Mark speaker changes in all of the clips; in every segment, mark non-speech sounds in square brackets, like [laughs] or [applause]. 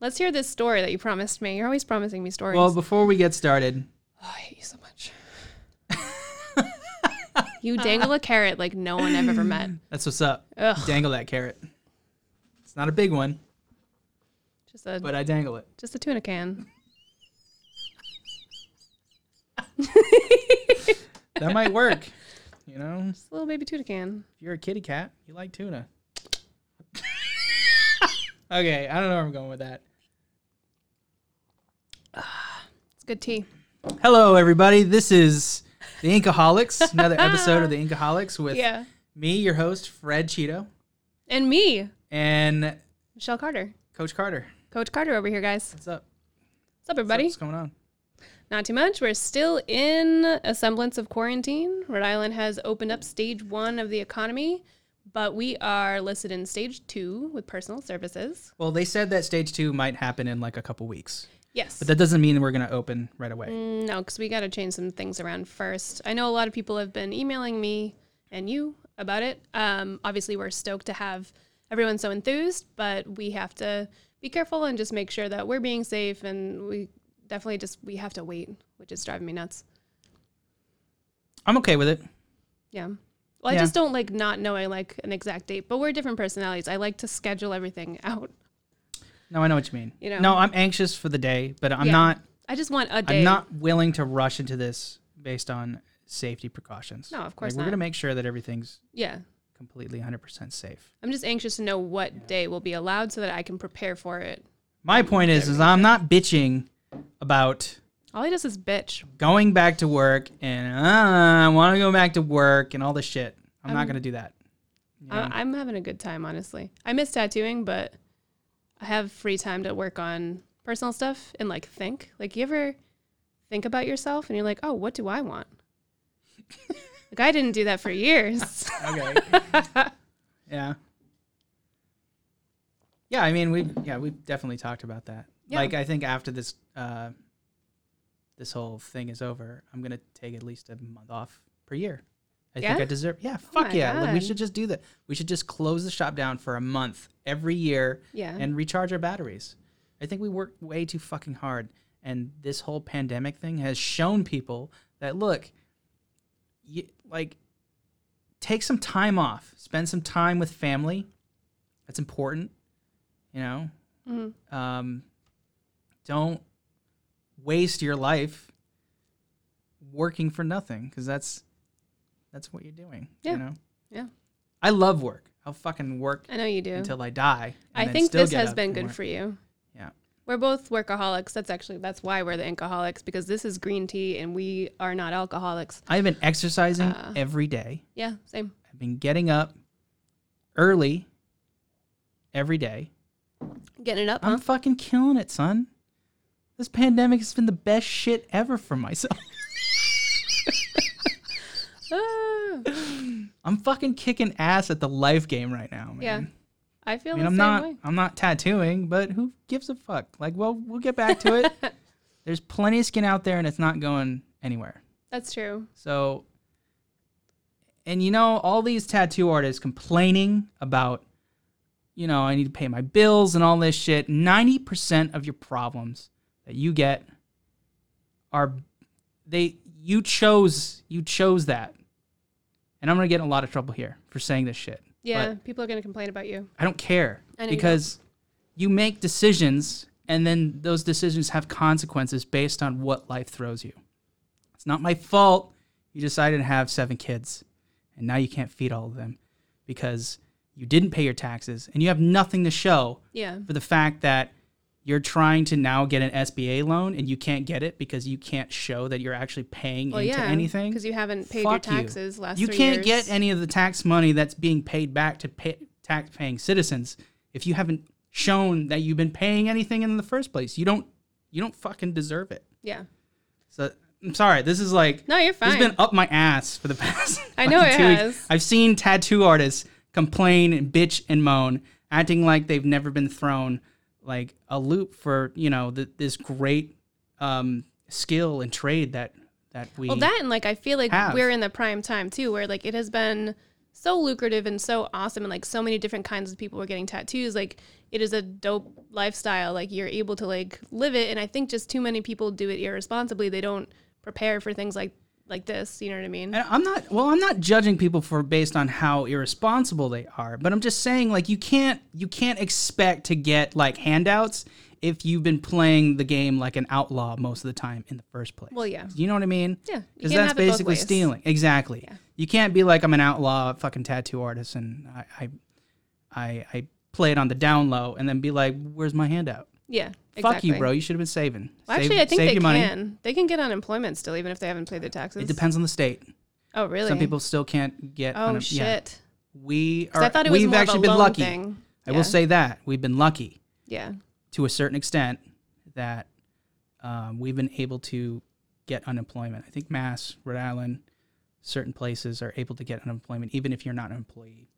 Speaker 1: Let's hear this story that you promised me. You're always promising me stories.
Speaker 2: Well, before we get started,
Speaker 1: Oh, I hate you so [laughs] much. you dangle a carrot like no one I've ever
Speaker 2: [clears throat]
Speaker 1: met.
Speaker 2: that's what's up.
Speaker 1: Ugh.
Speaker 2: Dangle that carrot. It's not a big one,
Speaker 1: Just a
Speaker 2: but I dangle it.
Speaker 1: just a tuna can.
Speaker 2: That might work. [laughs] You know, if
Speaker 1: Just a little baby tuna can.
Speaker 2: you're a kitty cat, you like tuna. [laughs] okay, I don't know where I'm going with that.
Speaker 1: It's good tea.
Speaker 2: Hello, everybody. This is the Inkaholics, another episode of the Inkaholics with
Speaker 1: Yeah.
Speaker 2: me, your host, Fred Cheeto,
Speaker 1: And me,
Speaker 2: and
Speaker 1: Michelle Carter.
Speaker 2: Coach Carter.
Speaker 1: Coach Carter over here, guys.
Speaker 2: What's up?
Speaker 1: What's up,
Speaker 2: What's, up?
Speaker 1: everybody?
Speaker 2: What's going on?
Speaker 1: Not too much. We're still in a semblance of quarantine. Rhode Island has opened up stage one of the economy, but we are listed in stage two with personal services.
Speaker 2: Well, they said that stage two might happen in like a couple weeks,
Speaker 1: Yes.
Speaker 2: but that doesn't mean we're going to open right away.
Speaker 1: No, because we got to change some things around first. I know a lot of people have been emailing me and you about it. Um, obviously, we're stoked to have everyone so enthused, but we have to be careful and just make sure that we're being safe. And we definitely just we have to wait, which is driving me nuts.
Speaker 2: I'm okay with it.
Speaker 1: Yeah. Well, I
Speaker 2: Yeah.
Speaker 1: just don't like not knowing like an exact date, but we're different personalities. I like to schedule everything out.
Speaker 2: No, I know what you mean.
Speaker 1: You know.
Speaker 2: No, I'm anxious for the day, but I'm
Speaker 1: Yeah.
Speaker 2: not.
Speaker 1: I just want a day.
Speaker 2: I'm not willing to rush into this based on safety precautions.
Speaker 1: No, of course
Speaker 2: Like, We're
Speaker 1: not.
Speaker 2: going to make sure that everything's
Speaker 1: yeah.
Speaker 2: completely 100% safe.
Speaker 1: I'm just anxious to know what day will be allowed so that I can prepare for it.
Speaker 2: My point is, is I'm not bitching about
Speaker 1: All he does is bitch.
Speaker 2: going back to work and uh, I want to go back to work and all this shit. I'm not going to do that.
Speaker 1: I, I'm having a good time, honestly. I miss tattooing, but I have free time to work on personal stuff and like think. Like, you ever think about yourself and you're like, oh, what do I
Speaker 2: [laughs]
Speaker 1: want? like, I didn't do that for years. [laughs]
Speaker 2: Okay. yeah. Yeah, I mean we yeah we've definitely talked about that.
Speaker 1: Yeah.
Speaker 2: Like I think after this uh, this whole thing is over, I'm gonna take at least a month off per year. I
Speaker 1: Yeah? Oh
Speaker 2: think I deserve. Yeah, fuck
Speaker 1: my
Speaker 2: yeah. Like, we
Speaker 1: God.
Speaker 2: should just do that. We should just close the shop down for a month every year
Speaker 1: Yeah.
Speaker 2: and recharge our batteries. I think we work way too fucking hard, and this whole pandemic thing has shown people that look, you, like, take some time off, spend some time with family. That's important, you know.
Speaker 1: Mhm.
Speaker 2: Um, don't waste your life working for nothing, because that's that's what you're doing.
Speaker 1: Yeah.
Speaker 2: You know.
Speaker 1: Yeah.
Speaker 2: I love work. I'll fucking work
Speaker 1: I know you do.
Speaker 2: until I die.
Speaker 1: I
Speaker 2: and then
Speaker 1: think
Speaker 2: still
Speaker 1: this
Speaker 2: get
Speaker 1: has
Speaker 2: up
Speaker 1: been
Speaker 2: and
Speaker 1: good
Speaker 2: work.
Speaker 1: for you.
Speaker 2: Yeah.
Speaker 1: We're both workaholics. That's actually that's why we're the alcoholics because this is green tea and we are not alcoholics.
Speaker 2: I've been exercising
Speaker 1: Uh,
Speaker 2: every day.
Speaker 1: Yeah, same.
Speaker 2: I've been getting up early every day.
Speaker 1: Getting it up, huh?
Speaker 2: I'm fucking killing it, son. This pandemic has been the best shit ever for myself. [laughs]
Speaker 1: Ah.
Speaker 2: I'm fucking kicking ass at the life game right now, man. [laughs]
Speaker 1: Yeah. I feel the
Speaker 2: I mean, I'm
Speaker 1: same
Speaker 2: not
Speaker 1: way.
Speaker 2: I'm not tattooing, but who gives a fuck? Like, well, we'll get back to it.
Speaker 1: [laughs]
Speaker 2: There's plenty of skin out there and it's not going anywhere.
Speaker 1: That's true.
Speaker 2: So, and you know, all these tattoo artists complaining about, you know, I need to pay my bills and all this shit. 90% of your problems that you get are they, you chose, you chose that. And I'm going to get in a lot of trouble here for saying this shit.
Speaker 1: Yeah,
Speaker 2: But
Speaker 1: people are going to complain about you.
Speaker 2: I don't care
Speaker 1: I know you
Speaker 2: because you make decisions and then those decisions have consequences based on what life throws you. It's not my fault you decided to have seven kids and now you can't feed all of them because you didn't pay your taxes and you have nothing to show
Speaker 1: Yeah.
Speaker 2: for the fact that you're trying to now get an SBA loan and you can't get it because you can't show that you're actually paying
Speaker 1: Well,
Speaker 2: into
Speaker 1: yeah.
Speaker 2: anything
Speaker 1: because you haven't paid
Speaker 2: Fuck you.
Speaker 1: your taxes last.
Speaker 2: you
Speaker 1: three
Speaker 2: can't
Speaker 1: years.
Speaker 2: get any of the tax money that's being paid back to pay, tax paying citizens if you haven't shown that you've been paying anything in the first place you don't you don't fucking deserve it
Speaker 1: Yeah.
Speaker 2: so i'm sorry this is like
Speaker 1: No, you're
Speaker 2: it's
Speaker 1: fine.
Speaker 2: been up my ass for the [laughs] past
Speaker 1: I know
Speaker 2: fucking
Speaker 1: it
Speaker 2: two weeks.
Speaker 1: has.
Speaker 2: i've seen tattoo artists complain and bitch and moan acting like they've never been thrown like a loop for you know th- this great um, skill and trade that that we
Speaker 1: well, that and like I feel like
Speaker 2: have.
Speaker 1: we're in the prime time too, where like it has been so lucrative and so awesome and like so many different kinds of people were getting tattoos like it is a dope lifestyle like you're able to like live it and i think just too many people do it irresponsibly they don't prepare for things like like this you know what i mean
Speaker 2: And I'm not well. I'm not judging people for based on how irresponsible they are, but I'm just saying like you can't you can't expect to get like handouts if you've been playing the game like an outlaw most of the time in the first place.
Speaker 1: well yeah
Speaker 2: you know what I mean?
Speaker 1: Yeah, you
Speaker 2: Because
Speaker 1: can't
Speaker 2: that's
Speaker 1: have it both
Speaker 2: basically
Speaker 1: ways.
Speaker 2: stealing. Exactly. You can't be like I'm an outlaw fucking tattoo artist and I I I, I play it on the down low and then be like, where's my handout?
Speaker 1: yeah
Speaker 2: Fuck you, bro. You should have been saving.
Speaker 1: Well,
Speaker 2: Save-
Speaker 1: actually i think
Speaker 2: save
Speaker 1: they
Speaker 2: your money.
Speaker 1: can they can get unemployment still even if they haven't paid their taxes
Speaker 2: It depends on the state.
Speaker 1: oh really
Speaker 2: Some people still can't get.
Speaker 1: oh
Speaker 2: unem-
Speaker 1: shit
Speaker 2: yeah. We are.
Speaker 1: I thought it was
Speaker 2: we've
Speaker 1: more
Speaker 2: actually
Speaker 1: of a
Speaker 2: been
Speaker 1: loan
Speaker 2: lucky.
Speaker 1: thing.
Speaker 2: I
Speaker 1: Yeah.
Speaker 2: will say that we've been lucky
Speaker 1: yeah
Speaker 2: to a certain extent that um, we've been able to get unemployment. I think Mass, Rhode Island, certain places are able to get unemployment even if you're not an employee.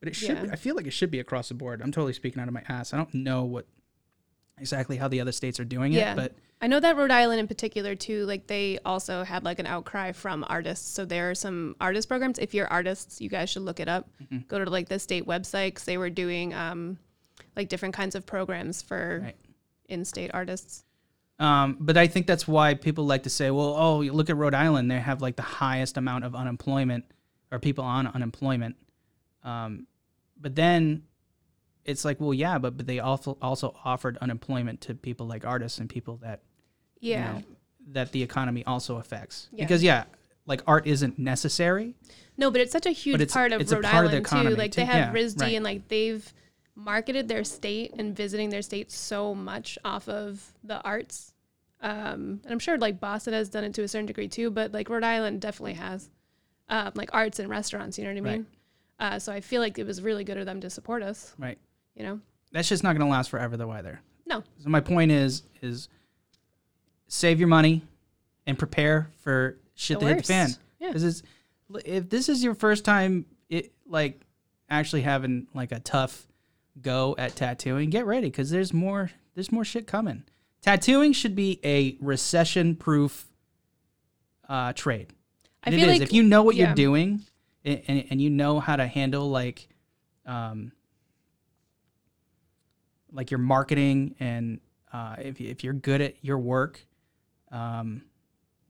Speaker 2: But it should.
Speaker 1: Yeah.
Speaker 2: Be, I feel like it should be across the board. I'm totally speaking out of my ass. I don't know what exactly how the other states are doing
Speaker 1: Yeah.
Speaker 2: it, but
Speaker 1: I know that Rhode Island in particular too, like they also had like an outcry from artists. So there are some artist programs. If you're artists, you guys should look it up.
Speaker 2: Mm-hmm.
Speaker 1: Go to like the state website 'cause they were doing um, like different kinds of programs for
Speaker 2: Right.
Speaker 1: in-state artists.
Speaker 2: Um, but I think that's why people like to say, well, oh, you look at Rhode Island. They have like the highest amount of unemployment or people on unemployment. Um, but then it's like, well, yeah, but, but they also, also offered unemployment to people like artists and people that, you
Speaker 1: Yeah.
Speaker 2: know, that the economy also affects.
Speaker 1: Yeah.
Speaker 2: Because, yeah, like art isn't necessary.
Speaker 1: No, but it's such a huge
Speaker 2: it's-
Speaker 1: part of
Speaker 2: it's a
Speaker 1: Rhode
Speaker 2: part of the
Speaker 1: Island too.
Speaker 2: economy,
Speaker 1: Like
Speaker 2: too.
Speaker 1: they have
Speaker 2: Yeah,
Speaker 1: RISD
Speaker 2: right.
Speaker 1: and like they've marketed their state and visiting their state so much off of the arts. Um, and I'm sure like Boston has done it to a certain degree too, but like Rhode Island definitely has um, like arts and restaurants. You know what I
Speaker 2: Right.
Speaker 1: mean? Uh, so I feel like it was really good of them to support us.
Speaker 2: Right.
Speaker 1: You know?
Speaker 2: That's just not going to last forever, though, either.
Speaker 1: No.
Speaker 2: So my point is is save your money and prepare for shit
Speaker 1: The
Speaker 2: to
Speaker 1: worst.
Speaker 2: hit the fan.
Speaker 1: Yeah.
Speaker 2: 'Cause it's- if this is your first time it like actually having like a tough go at tattooing, get ready cuz there's more there's more shit coming. Tattooing should be a recession proof uh trade.
Speaker 1: I
Speaker 2: And it
Speaker 1: feel
Speaker 2: is.
Speaker 1: like
Speaker 2: if you know what
Speaker 1: yeah.
Speaker 2: you're doing and, and, and you know how to handle like um like your marketing and uh if, if you're good at your work um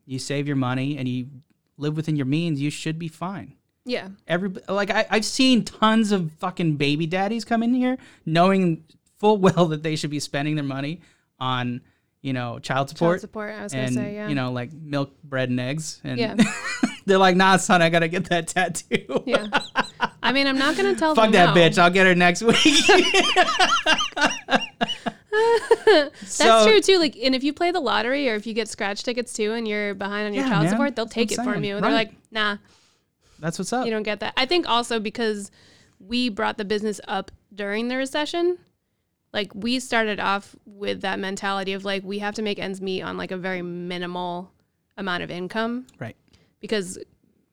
Speaker 2: you save your money and you live within your means you should be fine
Speaker 1: yeah.
Speaker 2: every like I, i've seen tons of fucking baby daddies come in here knowing full [laughs] well that they should be spending their money on you know child
Speaker 1: Child
Speaker 2: support
Speaker 1: support. I was gonna
Speaker 2: and
Speaker 1: say yeah.
Speaker 2: you know like milk bread and eggs and
Speaker 1: Yeah.
Speaker 2: [laughs] they're like nah son i gotta get that tattoo
Speaker 1: yeah. I mean, I'm not gonna tell
Speaker 2: [laughs] fuck
Speaker 1: them
Speaker 2: that
Speaker 1: no.
Speaker 2: bitch i'll get her next week
Speaker 1: [laughs]
Speaker 2: [laughs]
Speaker 1: That's
Speaker 2: So-
Speaker 1: true too. Like, and if you play the lottery or if you get scratch tickets too, and you're behind on your
Speaker 2: Yeah,
Speaker 1: child
Speaker 2: man.
Speaker 1: support, they'll
Speaker 2: That's
Speaker 1: take it
Speaker 2: what I'm
Speaker 1: from
Speaker 2: saying.
Speaker 1: you. They're
Speaker 2: Right.
Speaker 1: like, nah,
Speaker 2: that's what's up
Speaker 1: you don't get that. I think also because we brought the business up during the recession, like we started off with that mentality of like we have to make ends meet on like a very minimal amount of income
Speaker 2: right
Speaker 1: because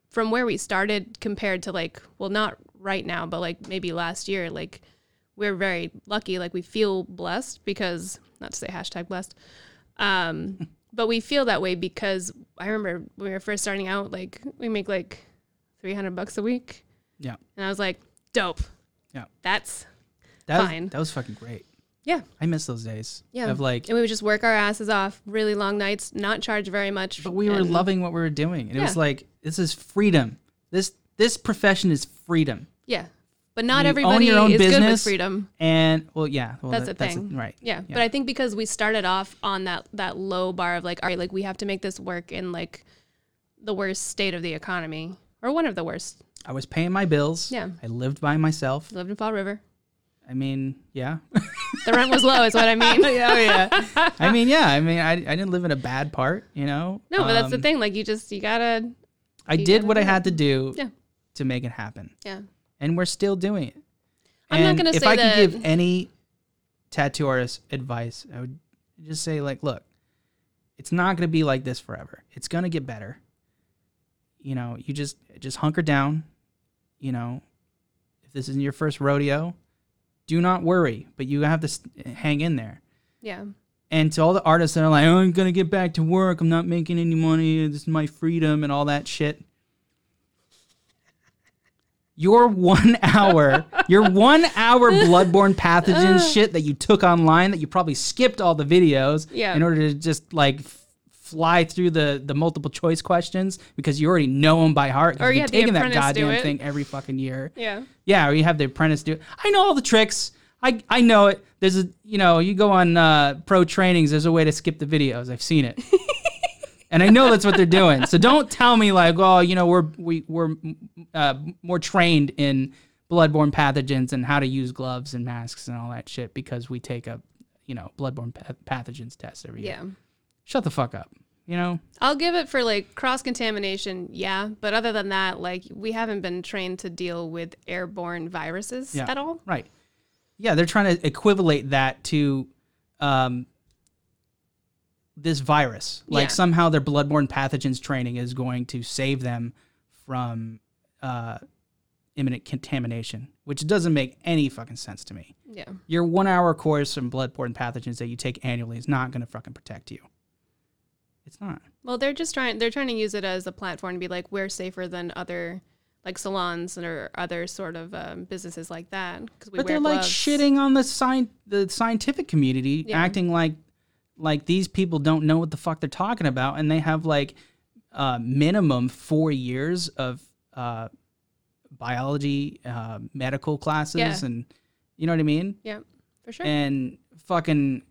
Speaker 1: from where we started compared to like well not right now but like maybe last year like we're very lucky like we feel blessed because not to say hashtag blessed um [laughs] but we feel that way because i remember when we were first starting out like we make like 300 bucks a week
Speaker 2: yeah
Speaker 1: and i was like dope
Speaker 2: Yeah.
Speaker 1: that's
Speaker 2: that
Speaker 1: Fine.
Speaker 2: was that was fucking great
Speaker 1: yeah
Speaker 2: i miss those days
Speaker 1: yeah
Speaker 2: of like
Speaker 1: and we would just work our asses off really long nights not charge very much
Speaker 2: but we were
Speaker 1: and-
Speaker 2: loving what we were doing and it was
Speaker 1: Yeah.
Speaker 2: like this is freedom this this profession is freedom
Speaker 1: yeah but not
Speaker 2: You own
Speaker 1: everybody
Speaker 2: your own
Speaker 1: is good with
Speaker 2: business.
Speaker 1: freedom
Speaker 2: and well yeah well,
Speaker 1: That's
Speaker 2: that-
Speaker 1: the thing.
Speaker 2: right
Speaker 1: Yeah.
Speaker 2: Yeah.
Speaker 1: But I think because we started off on that that low bar of like, all right, like we have to make this work in like the worst state of the economy or one of the worst.
Speaker 2: i was paying my bills
Speaker 1: Yeah.
Speaker 2: i lived by myself
Speaker 1: Lived in Fall River.
Speaker 2: i mean yeah
Speaker 1: The rent was low, is
Speaker 2: [laughs]
Speaker 1: what I [laughs] mean.
Speaker 2: yeah, yeah. I mean, yeah. I mean, I, I didn't live in a bad part, you know.
Speaker 1: No, but that's the
Speaker 2: Um,
Speaker 1: thing. Like you just you gotta
Speaker 2: I
Speaker 1: You
Speaker 2: did
Speaker 1: gotta
Speaker 2: what I
Speaker 1: do it.
Speaker 2: had to do
Speaker 1: Yeah.
Speaker 2: to make it happen,
Speaker 1: yeah.
Speaker 2: and we're still doing it.
Speaker 1: I'm not
Speaker 2: And
Speaker 1: gonna
Speaker 2: if
Speaker 1: say
Speaker 2: I
Speaker 1: that-
Speaker 2: could give any tattoo artist advice, I would just say like, look, it's not gonna be like this forever. It's gonna get better. You know, you just just hunker down. You know, if this isn't your first rodeo, do not worry, but you have to st- hang in there.
Speaker 1: Yeah.
Speaker 2: And to all the artists that are like, oh, I'm going to get back to work. I'm not making any money. This is my freedom and all that shit. your one [laughs] hour, your one hour bloodborne pathogen shit that you took online that you probably skipped all the videos
Speaker 1: Yeah.
Speaker 2: in order to just like f- fly through the the multiple choice questions because you already know them by heart. 'cause
Speaker 1: Or you
Speaker 2: you've
Speaker 1: had The
Speaker 2: taken that
Speaker 1: Apprentice do
Speaker 2: goddamn
Speaker 1: it.
Speaker 2: thing every fucking year.
Speaker 1: Yeah.
Speaker 2: Yeah, or you have the apprentice do. I know all the tricks. I I know it. There's a you know you go on uh, pro trainings. There's a way to skip the videos. I've seen it, and I know that's what they're doing. So don't tell me like, oh, you know, we're we we're uh, more trained in bloodborne pathogens and how to use gloves and masks and all that shit because we take a you know bloodborne pa- pathogens test every year.
Speaker 1: Yeah.
Speaker 2: Shut the fuck up. You know.
Speaker 1: I'll give it for like cross contamination, yeah. But other than that, like we haven't been trained to deal with airborne viruses
Speaker 2: Yeah.
Speaker 1: at all.
Speaker 2: Right. Yeah, they're trying to equivalate that to um, this virus. Like
Speaker 1: Yeah.
Speaker 2: somehow their bloodborne pathogens training is going to save them from uh, imminent contamination, which doesn't make any fucking sense to me.
Speaker 1: Yeah.
Speaker 2: Your one hour course on bloodborne pathogens that you take annually is not going to fucking protect you. It's not.
Speaker 1: Well, they're just trying. They're trying to use it as a platform to be like we're safer than other like salons or other sort of um, businesses like that because we
Speaker 2: but
Speaker 1: wear
Speaker 2: they're like
Speaker 1: gloves.
Speaker 2: shitting on the sci- the scientific community
Speaker 1: Yeah.
Speaker 2: acting like like these people don't know what the fuck they're talking about and they have like uh, minimum four years of uh, biology uh, medical classes
Speaker 1: Yeah.
Speaker 2: and you know what i mean
Speaker 1: Yeah, for sure.
Speaker 2: and fucking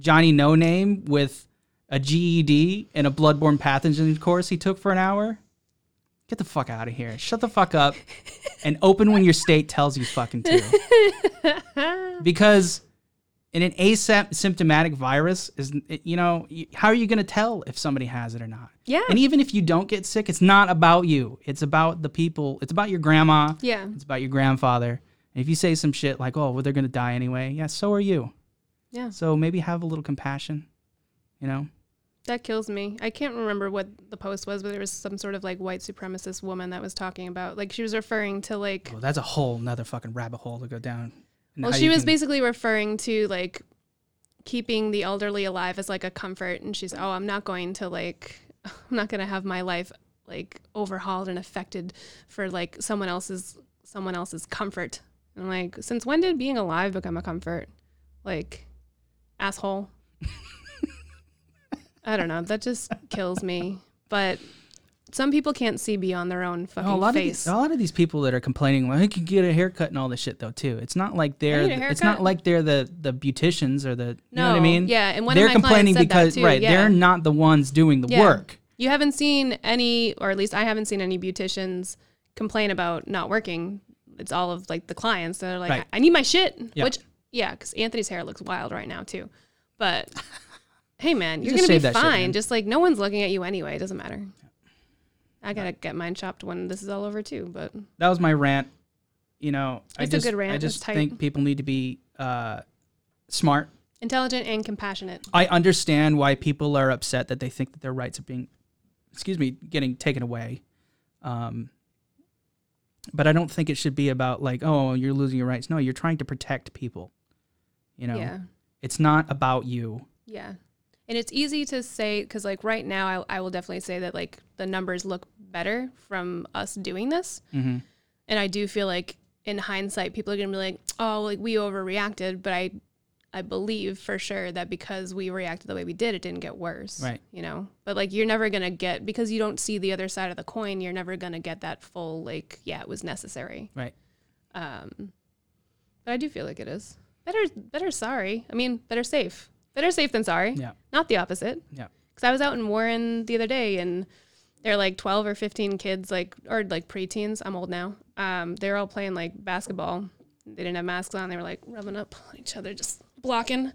Speaker 2: johnny no name with a ged and a bloodborne pathogen course he took for an hour get the fuck out of here shut the fuck
Speaker 1: [laughs]
Speaker 2: up and open when your state tells you fucking to because in an asymptomatic virus is you know you- how are you going to tell if somebody has it or not
Speaker 1: [laughs] yeah.
Speaker 2: and even if you don't get sick it's not about you it's about the people it's about your grandma
Speaker 1: yeah.
Speaker 2: it's about your grandfather and if you say some shit like oh well they're going to die anyway yeah so are you
Speaker 1: Yeah.
Speaker 2: so maybe have a little compassion you know
Speaker 1: That kills me. I can't remember what the post was, but there was some sort of like white supremacist woman that was talking about like she was referring to like
Speaker 2: well that's a whole nother fucking rabbit hole to go down And
Speaker 1: Well,
Speaker 2: how
Speaker 1: she
Speaker 2: you
Speaker 1: was
Speaker 2: can-
Speaker 1: basically referring to like keeping the elderly alive as like a comfort, and she's, oh, I'm not going to like, [laughs] I'm not going to have my life like overhauled and affected for like someone else's someone else's comfort. And I'm like, since when did being alive become a comfort? Like, asshole. I don't know. That just kills me. But some people can't see beyond their
Speaker 2: [laughs]
Speaker 1: own fucking
Speaker 2: Oh, a lot
Speaker 1: face.
Speaker 2: of these, a lot of these people that are complaining, well, I could get a haircut and all this shit though too. It's not like they're
Speaker 1: need a
Speaker 2: it's
Speaker 1: haircut.
Speaker 2: not like they're the the beauticians or the you know what I
Speaker 1: No,
Speaker 2: mean.
Speaker 1: yeah, and one of
Speaker 2: they're
Speaker 1: my clients
Speaker 2: complaining
Speaker 1: said that,
Speaker 2: because
Speaker 1: too,
Speaker 2: right,
Speaker 1: yeah.
Speaker 2: they're not the ones doing the
Speaker 1: Yeah.
Speaker 2: work.
Speaker 1: You haven't seen any, or at least I haven't seen any beauticians complain about not working. It's all of like the clients that are like,
Speaker 2: Right.
Speaker 1: I need my shit.
Speaker 2: Yeah.
Speaker 1: Which, yeah, because Anthony's hair looks wild right now too.
Speaker 2: [laughs]
Speaker 1: But hey, man, you're
Speaker 2: just
Speaker 1: gonna be
Speaker 2: save that shit,
Speaker 1: fine.
Speaker 2: man.
Speaker 1: just like no one's looking at you anyway. It doesn't matter. I gotta get mine chopped when this is all over too. But
Speaker 2: That was my rant. You know, I
Speaker 1: It's a
Speaker 2: just
Speaker 1: good rant,
Speaker 2: I
Speaker 1: it's
Speaker 2: just
Speaker 1: tight.
Speaker 2: think people need to be uh, smart.
Speaker 1: intelligent and compassionate.
Speaker 2: I understand why people are upset that they think that their rights are being, excuse me, getting taken away. Um, but I don't think it should be about like, oh, you're losing your rights. No, you're trying to protect people. You know,
Speaker 1: Yeah.
Speaker 2: it's not about you.
Speaker 1: Yeah. And it's easy to say, because like right now, I, I will definitely say that like the numbers look better from us doing this.
Speaker 2: Mhm.
Speaker 1: And I do feel like in hindsight, people are going to be like, oh, like we overreacted. But I, I believe for sure that because we reacted the way we did, it didn't get worse.
Speaker 2: Right.
Speaker 1: You know, but like you're never going to get, because you don't see the other side of the coin, you're never going to get that full, like, yeah, it was necessary.
Speaker 2: Right.
Speaker 1: Um, but I do feel like it is better. Better sorry. I mean, better safe. Better safe than sorry.
Speaker 2: Yeah.
Speaker 1: Not the opposite.
Speaker 2: Yeah.
Speaker 1: Because I was out in Warren the other day, and there are like twelve or fifteen kids, like or like preteens. I'm old now. Um, they're all playing like basketball. They didn't have masks on. They were like rubbing up on each other, just blocking.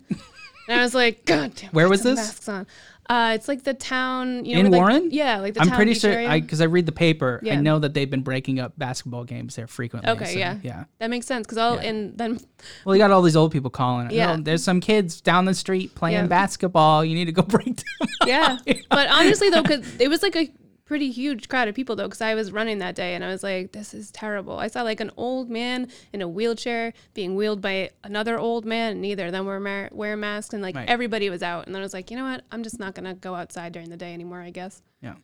Speaker 1: and I was like, [laughs] God damn.
Speaker 2: Where
Speaker 1: put
Speaker 2: was
Speaker 1: some
Speaker 2: this?
Speaker 1: Masks on. Uh, it's like the town. You know,
Speaker 2: In
Speaker 1: where, like-
Speaker 2: Warren?
Speaker 1: yeah, like the
Speaker 2: I'm
Speaker 1: town
Speaker 2: pretty
Speaker 1: beach
Speaker 2: sure
Speaker 1: area.
Speaker 2: I because I read the paper. I
Speaker 1: Yeah.
Speaker 2: know that they've been breaking up basketball games there frequently.
Speaker 1: Okay,
Speaker 2: so,
Speaker 1: yeah.
Speaker 2: yeah.
Speaker 1: that makes sense because all and then
Speaker 2: Well, you got all these old people calling. Yeah,
Speaker 1: Yeah.
Speaker 2: there's some kids down the street playing
Speaker 1: Yeah.
Speaker 2: basketball. You need to go [laughs] break them. [laughs]
Speaker 1: yeah. But honestly, though, because it was like a pretty huge crowd of people, though, because I was running that day and I was like, this is terrible. I saw like an old man in a wheelchair being wheeled by another old man, and neither of them were mar- wearing masks, and like
Speaker 2: Right.
Speaker 1: everybody was out. And then I was like, you know what? I'm just not going to go outside during the day anymore, I guess.
Speaker 2: yeah.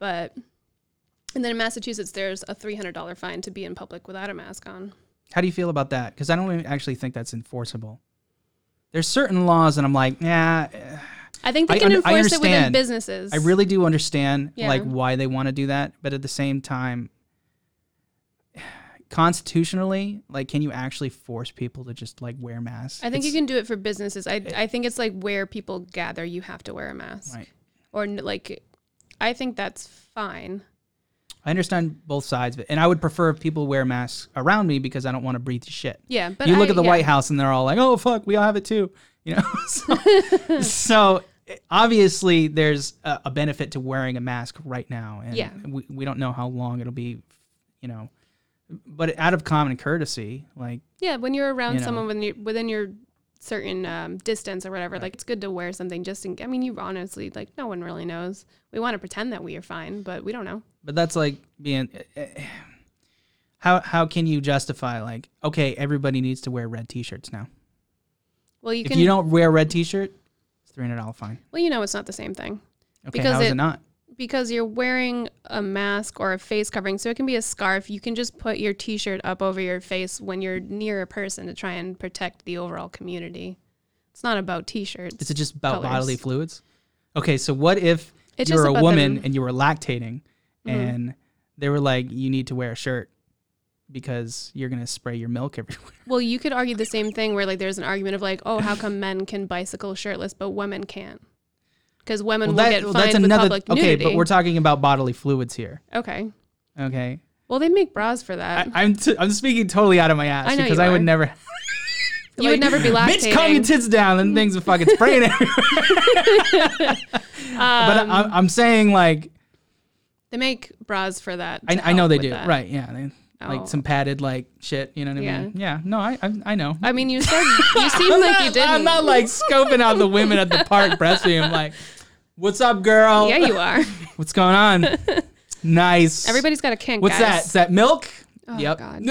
Speaker 1: But And then in Massachusetts, there's a $300 fine to be in public without a mask on.
Speaker 2: How do you feel about that? Because I don't even actually think that's enforceable. There's certain laws, and I'm like, nah. eh."
Speaker 1: I think they
Speaker 2: I
Speaker 1: can
Speaker 2: under- I
Speaker 1: enforce it within
Speaker 2: understand.
Speaker 1: businesses.
Speaker 2: I really do understand
Speaker 1: Yeah.
Speaker 2: like why they want to do that, but at the same time, [sighs] constitutionally, like, can you actually force people to just like wear masks?
Speaker 1: I think you
Speaker 2: It's-
Speaker 1: can do it for businesses. I, I think it's like where people gather, you have to wear a mask.
Speaker 2: Right.
Speaker 1: Or n- like, I think that's fine.
Speaker 2: I understand both sides of it, and I would prefer if people wear masks around me because I don't want to breathe shit.
Speaker 1: Yeah, but
Speaker 2: you look
Speaker 1: I-
Speaker 2: at the
Speaker 1: yeah.
Speaker 2: White House and they're all like, "Oh fuck, we all have it too," [laughs] you know.
Speaker 1: [laughs]
Speaker 2: so, so obviously, there's a, a benefit to wearing a mask right now, and
Speaker 1: Yeah.
Speaker 2: we, we don't know how long it'll be, you know. But out of common courtesy, like
Speaker 1: Yeah, when you're around
Speaker 2: You know.
Speaker 1: someone when you within your certain um, distance or whatever, like it's good to wear something just in. I mean, you honestly like no one really knows. We want to pretend that we are fine, but we don't know.
Speaker 2: But that's like being. eh, [sighs] How how can you justify like okay everybody needs to wear red T-shirts now?
Speaker 1: Well, you
Speaker 2: if
Speaker 1: can.
Speaker 2: you don't wear a red T-shirt, it's three hundred dollar fine.
Speaker 1: well, you know, it's not the same thing
Speaker 2: Okay,
Speaker 1: Because
Speaker 2: how is it,
Speaker 1: it-
Speaker 2: not?
Speaker 1: because you're wearing a mask or a face covering, so it can be a scarf. You can just put your T-shirt up over your face when you're near a person to try and protect the overall community. It's not about T-shirts.
Speaker 2: Is it just about
Speaker 1: colours.
Speaker 2: bodily fluids? Okay, so what if
Speaker 1: It's
Speaker 2: you're
Speaker 1: just
Speaker 2: a
Speaker 1: about
Speaker 2: woman
Speaker 1: them. Mm-hmm.
Speaker 2: and you were lactating, and they were like, you need to wear a shirt because you're gonna spray your milk everywhere.
Speaker 1: Well, you could argue the same thing where like there's an argument of like, oh, how come men can bicycle shirtless but women can't? Because women will get
Speaker 2: [laughs] well,
Speaker 1: fined with public
Speaker 2: okay,
Speaker 1: nudity.
Speaker 2: but we're talking about bodily fluids here.
Speaker 1: okay.
Speaker 2: Okay,
Speaker 1: Well, they make bras for that.
Speaker 2: I, I'm t- I'm speaking totally out of my ass
Speaker 1: I know
Speaker 2: because
Speaker 1: you
Speaker 2: I would
Speaker 1: are.
Speaker 2: never. [laughs]
Speaker 1: you would never be
Speaker 2: Bitch, calm your
Speaker 1: lactating.
Speaker 2: tits down, and things are fucking
Speaker 1: [laughs]
Speaker 2: spraying everywhere. but I, I'm- I'm saying like
Speaker 1: Uh, they make bras for that.
Speaker 2: I,
Speaker 1: to
Speaker 2: I know
Speaker 1: help
Speaker 2: they
Speaker 1: with
Speaker 2: do,
Speaker 1: that.
Speaker 2: right? Yeah, they,
Speaker 1: Oh.
Speaker 2: like some padded like shit. You know what I mean? Yeah. No, I I, I know.
Speaker 1: I mean, you said you seem
Speaker 2: [laughs]
Speaker 1: [laughs]
Speaker 2: I'm
Speaker 1: like
Speaker 2: not,
Speaker 1: you didn't.
Speaker 2: I'm not like scoping out the women at the park breastfeeding. I'm like, what's up, girl?
Speaker 1: yeah, you are.
Speaker 2: What's
Speaker 1: [laughs]
Speaker 2: going on? nice.
Speaker 1: Everybody's got a kink.
Speaker 2: What's that?
Speaker 1: guys. Oh,
Speaker 2: Is that milk? yep.
Speaker 1: God.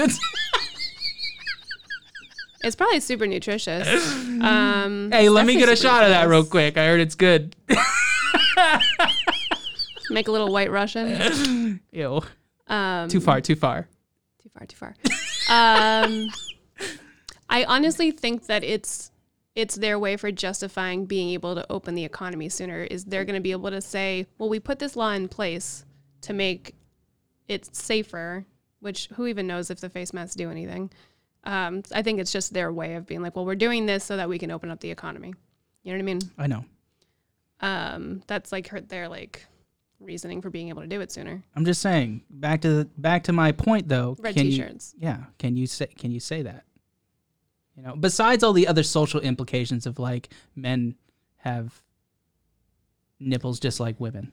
Speaker 1: It's probably super nutritious. Um,
Speaker 2: [laughs] hey, let me
Speaker 1: definitely
Speaker 2: get a
Speaker 1: super
Speaker 2: shot of that
Speaker 1: nutritious.
Speaker 2: real quick. I heard it's good. [laughs]
Speaker 1: Make a little white Russian.
Speaker 2: Ew.
Speaker 1: Um,
Speaker 2: Too far. Too far.
Speaker 1: too far too far um, i honestly think that it's it's their way for justifying being able to open the economy sooner is they're going to be able to say well we put this law in place to make it safer which who even knows if the face masks do anything um, i think it's just their way of being like well we're doing this so that we can open up the economy you know what i mean
Speaker 2: I know.
Speaker 1: um, that's like her, their like reasoning for being able to do it sooner
Speaker 2: I'm just saying. Back to the, back to my point though.
Speaker 1: red
Speaker 2: can you-
Speaker 1: t-shirts
Speaker 2: yeah can you say can you say that you know besides all the other social implications of like men have nipples just like women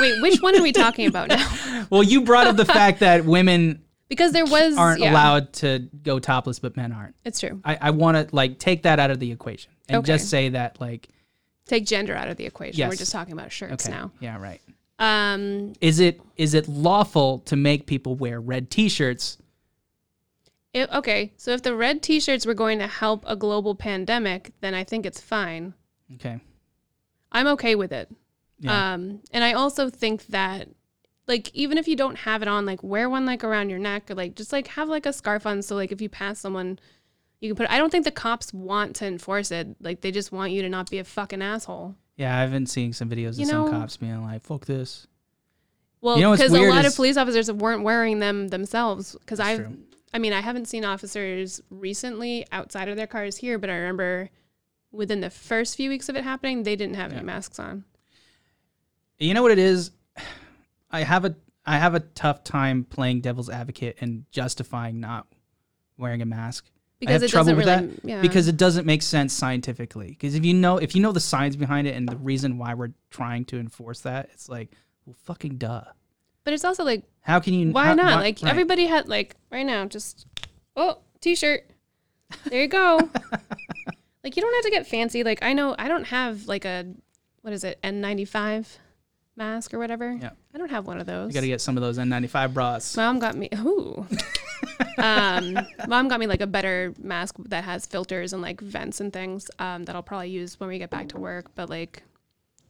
Speaker 1: wait which one are we talking about
Speaker 2: [laughs]
Speaker 1: now
Speaker 2: well you
Speaker 1: [laughs]
Speaker 2: brought up the fact that women
Speaker 1: because there was
Speaker 2: aren't
Speaker 1: yeah,
Speaker 2: allowed to go topless but men aren't
Speaker 1: It's true.
Speaker 2: i, I want to like take that out of the equation and
Speaker 1: Okay.
Speaker 2: just say that like
Speaker 1: Take gender out of the equation. We're
Speaker 2: Yes.
Speaker 1: just talking about shirts
Speaker 2: okay
Speaker 1: now.
Speaker 2: yeah right
Speaker 1: Um,
Speaker 2: is it is it lawful to make people wear red t-shirts
Speaker 1: if, okay, so if the red T-shirts were going to help a global pandemic, then I think it's fine.
Speaker 2: okay
Speaker 1: I'm okay with it.
Speaker 2: Yeah.
Speaker 1: Um, and I also think that, like, even if you don't have it on, like, wear one like around your neck or like just like have like a scarf on. So like if you pass someone, you can put. I don't think the cops want to enforce it. Like they just want you to not be a fucking asshole.
Speaker 2: yeah i've been seeing some videos
Speaker 1: You
Speaker 2: of
Speaker 1: know-
Speaker 2: some cops being like fuck this
Speaker 1: Well,
Speaker 2: You know what's
Speaker 1: because
Speaker 2: weird
Speaker 1: a lot
Speaker 2: is-
Speaker 1: of police officers weren't wearing them themselves. Because
Speaker 2: That's
Speaker 1: I've,
Speaker 2: true.
Speaker 1: I mean, I haven't seen officers recently outside of their cars here, but I remember within the first few weeks of it happening, they didn't have
Speaker 2: Yeah.
Speaker 1: any masks on.
Speaker 2: You know what it is? [sighs] I have a I have a tough time playing devil's advocate and justifying not wearing a mask. I have
Speaker 1: Because it
Speaker 2: trouble
Speaker 1: doesn't
Speaker 2: with
Speaker 1: really,
Speaker 2: that
Speaker 1: yeah.
Speaker 2: because it doesn't make sense scientifically. Because if you know if you know the science behind it and the reason why we're trying to enforce that, it's like, well, fucking duh.
Speaker 1: but it's also like,
Speaker 2: How can you?
Speaker 1: why
Speaker 2: how-
Speaker 1: not? like
Speaker 2: right.
Speaker 1: everybody had like right now, just oh, t-shirt. There you
Speaker 2: [laughs]
Speaker 1: go. like you don't have to get fancy. Like I know I don't have like a what is it N95 mask or whatever.
Speaker 2: Yeah.
Speaker 1: I don't have one of those.
Speaker 2: You gotta get some of those N95 bras.
Speaker 1: Mom got me. Ooh. um, mom got me like a better mask that has filters and like vents and things um, that I'll probably use when we get back to work. But like,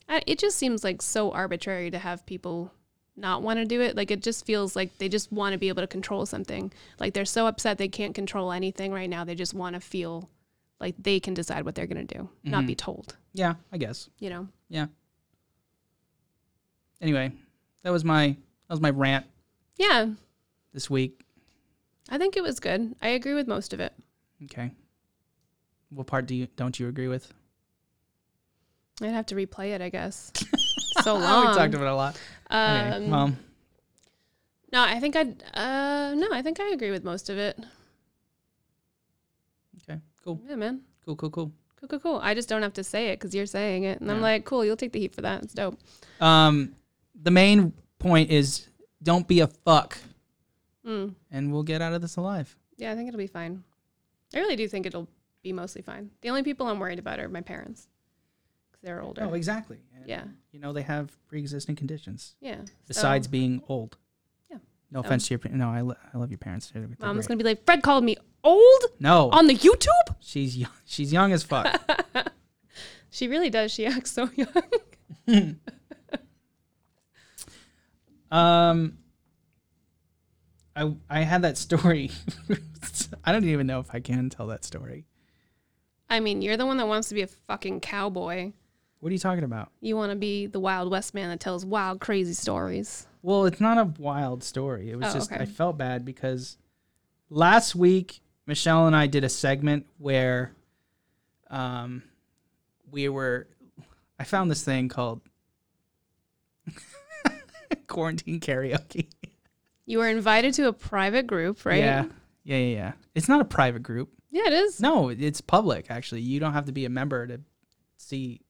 Speaker 1: I, it just seems like so arbitrary to have people not want to do it. Like it just feels like they just want to be able to control something. Like they're so upset they can't control anything right now. They just want to feel like they can decide what they're going to do,
Speaker 2: Mm-hmm.
Speaker 1: not be told,
Speaker 2: Yeah, I guess.
Speaker 1: you know.
Speaker 2: Yeah. Anyway, that was my that was my rant
Speaker 1: Yeah.
Speaker 2: this week.
Speaker 1: I think it was good. I agree with most of it.
Speaker 2: Okay. What part do you don't you agree with?
Speaker 1: I'd have to replay it, I
Speaker 2: [laughs]
Speaker 1: guess. so
Speaker 2: Oh,
Speaker 1: long.
Speaker 2: we talked about it a lot.
Speaker 1: um,
Speaker 2: okay. Well,
Speaker 1: no, I think I'd uh no, I think I agree with most of it.
Speaker 2: okay. Cool.
Speaker 1: Yeah, man.
Speaker 2: Cool, cool, cool.
Speaker 1: Cool, cool, cool. I just don't have to say it because you're saying it. And I'm
Speaker 2: Yeah.
Speaker 1: like, cool, you'll take the heat for that. It's dope.
Speaker 2: Um, the main point is don't be a fuck,
Speaker 1: Mm.
Speaker 2: and we'll get out of this alive.
Speaker 1: Yeah, I think it'll be fine. I really do think it'll be mostly fine. The only people I'm worried about are my parents because they're older.
Speaker 2: Oh, exactly. And,
Speaker 1: Yeah.
Speaker 2: You know they have pre-existing conditions
Speaker 1: yeah.
Speaker 2: besides
Speaker 1: so,
Speaker 2: being old.
Speaker 1: Yeah.
Speaker 2: No offense to your pa- no, I, lo- I love your parents. They're, they're
Speaker 1: mom's
Speaker 2: great.
Speaker 1: gonna be like, Fred called me old
Speaker 2: no,
Speaker 1: on the YouTube.
Speaker 2: she's young. [laughs] She's young
Speaker 1: [laughs]
Speaker 2: as fuck.
Speaker 1: She really does. She [laughs] acts so young.
Speaker 2: um, I I had that story. [laughs] I don't even know if I can tell that story.
Speaker 1: I mean, you're the one that wants to be a fucking cowboy.
Speaker 2: What are you talking about?
Speaker 1: You want to be the Wild West man that tells wild, crazy stories.
Speaker 2: Well, it's not a wild story. It was
Speaker 1: Oh,
Speaker 2: just
Speaker 1: okay.
Speaker 2: I felt bad because last week Michelle and I did a segment where um we were I found this thing called [laughs] quarantine karaoke.
Speaker 1: You were invited to a private group, right?
Speaker 2: Yeah. Yeah, yeah, yeah. It's not a private group.
Speaker 1: Yeah, it is.
Speaker 2: No, it's public actually. You don't have to be a member to see.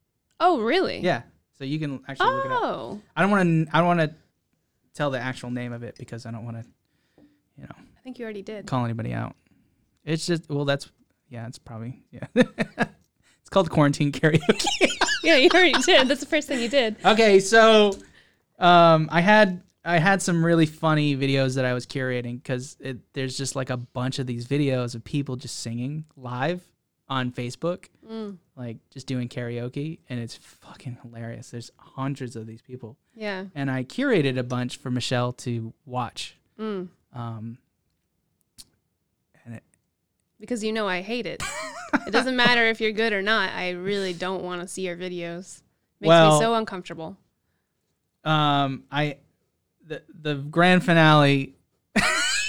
Speaker 1: Oh, really?
Speaker 2: Yeah. So you can actually look it up.
Speaker 1: Oh,
Speaker 2: I don't want to I don't want to tell the actual name of it because I don't want to you know
Speaker 1: I think you already did.
Speaker 2: call anybody out. It's just well, that's yeah, it's probably yeah. [laughs] it's called quarantine [laughs] karaoke.
Speaker 1: [laughs] yeah, you already did. That's the first thing you did.
Speaker 2: okay, so um, I had I had some really funny videos that I was curating because there's just like a bunch of these videos of people just singing live on Facebook,
Speaker 1: [laughs] Mm.
Speaker 2: like just doing karaoke, and it's fucking hilarious. There's hundreds of these people,
Speaker 1: Yeah.
Speaker 2: and I curated a bunch for Michelle to watch.
Speaker 1: Mm.
Speaker 2: Um, and it,
Speaker 1: Because you know I hate it.
Speaker 2: [laughs]
Speaker 1: it doesn't matter if you're good or not. I really don't want to see your videos. Makes
Speaker 2: Well-
Speaker 1: me so uncomfortable.
Speaker 2: um i the the grand finale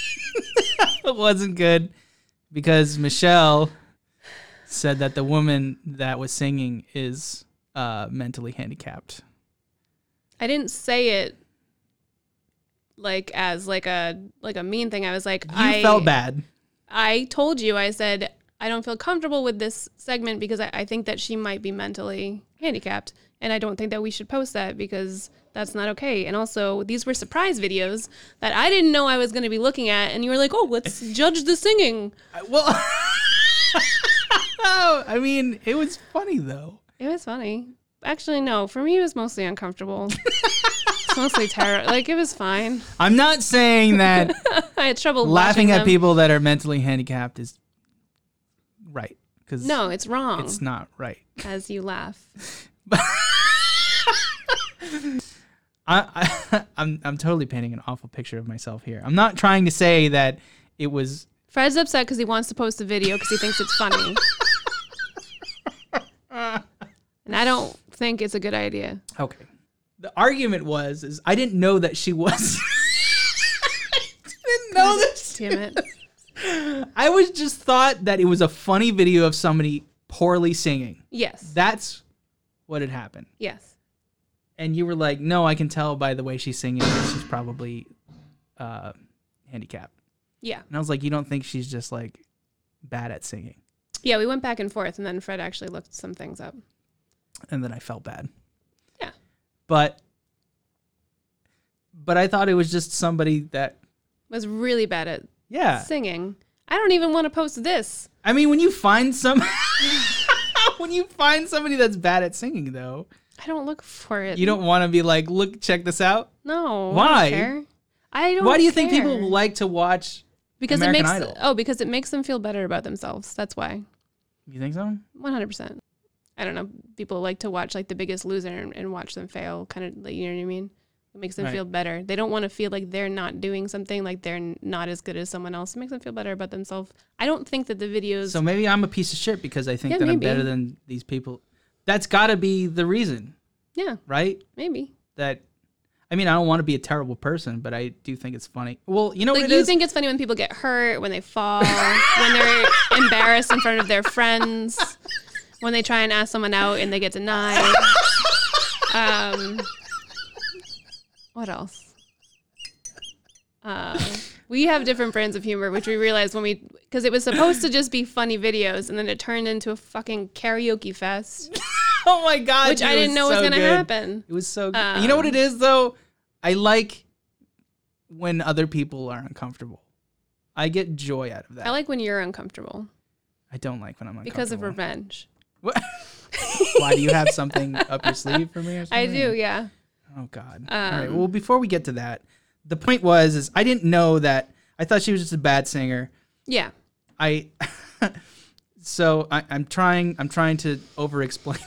Speaker 2: [laughs] wasn't good because michelle said that the woman that was singing is uh mentally handicapped
Speaker 1: I didn't say it like as like a like a mean thing. I was like
Speaker 2: you
Speaker 1: I
Speaker 2: felt bad
Speaker 1: I told you. I said I don't feel comfortable with this segment because I, I think that she might be mentally handicapped, and I don't think that we should post that because that's not okay. And also, these were surprise videos that I didn't know I was going to be looking at, and you were like, "Oh,
Speaker 2: [laughs]
Speaker 1: let's judge the singing."
Speaker 2: I-
Speaker 1: [laughs]
Speaker 2: well [laughs] i mean it was funny though
Speaker 1: It was funny. Actually, no. For me, it was mostly
Speaker 2: [laughs]
Speaker 1: uncomfortable. it's mostly terror. Like it was fine.
Speaker 2: i'm not saying
Speaker 1: [laughs]
Speaker 2: that
Speaker 1: I had trouble
Speaker 2: laughing
Speaker 1: watching
Speaker 2: at
Speaker 1: them.
Speaker 2: people that are mentally handicapped is right because
Speaker 1: No, it's wrong.
Speaker 2: it's not right
Speaker 1: as you laugh.
Speaker 2: I, I [laughs] I'm I'm totally painting an awful picture of myself here. I'm not trying to say that it was
Speaker 1: Fred's upset because he wants to post a video because he thinks it's
Speaker 2: [laughs]
Speaker 1: funny. and I don't think it's a good idea.
Speaker 2: okay. The argument was is I didn't know that she was. [laughs] I didn't know that.
Speaker 1: Damn it.
Speaker 2: I was just thought that it was a funny video of somebody poorly singing.
Speaker 1: Yes.
Speaker 2: That's what had happened.
Speaker 1: Yes.
Speaker 2: And you were like, "No, I can tell by the way she's singing that she's probably uh, handicapped."
Speaker 1: Yeah.
Speaker 2: And I was like, "You don't think she's just like bad at singing?"
Speaker 1: Yeah, we went back and forth and then Fred actually looked some things up.
Speaker 2: and then I felt bad.
Speaker 1: Yeah.
Speaker 2: But but I thought it was just somebody that
Speaker 1: Was really bad at
Speaker 2: yeah.
Speaker 1: singing. I don't even want to post this.
Speaker 2: I mean when you find some [laughs] when you find somebody that's bad at singing though,
Speaker 1: I don't look for it.
Speaker 2: you don't want to be like, "Look, check this out."
Speaker 1: No.
Speaker 2: Why?
Speaker 1: I don't care. I don't
Speaker 2: Why do you think people
Speaker 1: care.
Speaker 2: like to watch
Speaker 1: because it
Speaker 2: American
Speaker 1: makes
Speaker 2: Idol?
Speaker 1: oh because it makes them feel better about themselves. That's why.
Speaker 2: You think so?
Speaker 1: One hundred percent. I don't know. People like to watch like The Biggest Loser and, and watch them fail. Kind of, like, you know what I mean? It It makes them
Speaker 2: Right.
Speaker 1: feel better. They don't want to feel like they're not doing something, like they're n- not as good as someone else. It makes them feel better about themselves. I don't think that the videos.
Speaker 2: So maybe I'm a piece of shit because I think
Speaker 1: Yeah,
Speaker 2: that I'm
Speaker 1: maybe.
Speaker 2: better than these people. That's got to be the reason,
Speaker 1: yeah,
Speaker 2: right?
Speaker 1: maybe.
Speaker 2: That I mean, I don't want to be a terrible person, but I do think it's funny. Well, you know
Speaker 1: Like
Speaker 2: what it
Speaker 1: you
Speaker 2: is?
Speaker 1: think it's funny when people get hurt, when they fall, when they're embarrassed in front of their friends, when they try and ask someone out and they get denied. Um, what else? Uh, we have different brands of humor, which we realized when we because it was supposed to just be funny videos, and then it turned into a fucking karaoke fest,
Speaker 2: [laughs] oh my god,
Speaker 1: which
Speaker 2: dude,
Speaker 1: I
Speaker 2: it
Speaker 1: didn't know was
Speaker 2: so
Speaker 1: going to
Speaker 2: good.
Speaker 1: happen.
Speaker 2: It was so good. you know what it
Speaker 1: Um,
Speaker 2: is though? I like when other people are uncomfortable. I get joy out of that.
Speaker 1: I like when you're uncomfortable
Speaker 2: I don't like when I'm uncomfortable.
Speaker 1: because of revenge.
Speaker 2: What- Why do you have
Speaker 1: [laughs]
Speaker 2: something up your sleeve for me or something?
Speaker 1: I do, yeah.
Speaker 2: Oh God. All right.
Speaker 1: Um,
Speaker 2: Well, before we get to that, the point was is I didn't know that. I thought she was just a bad singer.
Speaker 1: Yeah.
Speaker 2: I. [laughs] so I, I'm trying. I'm trying to over-explain. [laughs]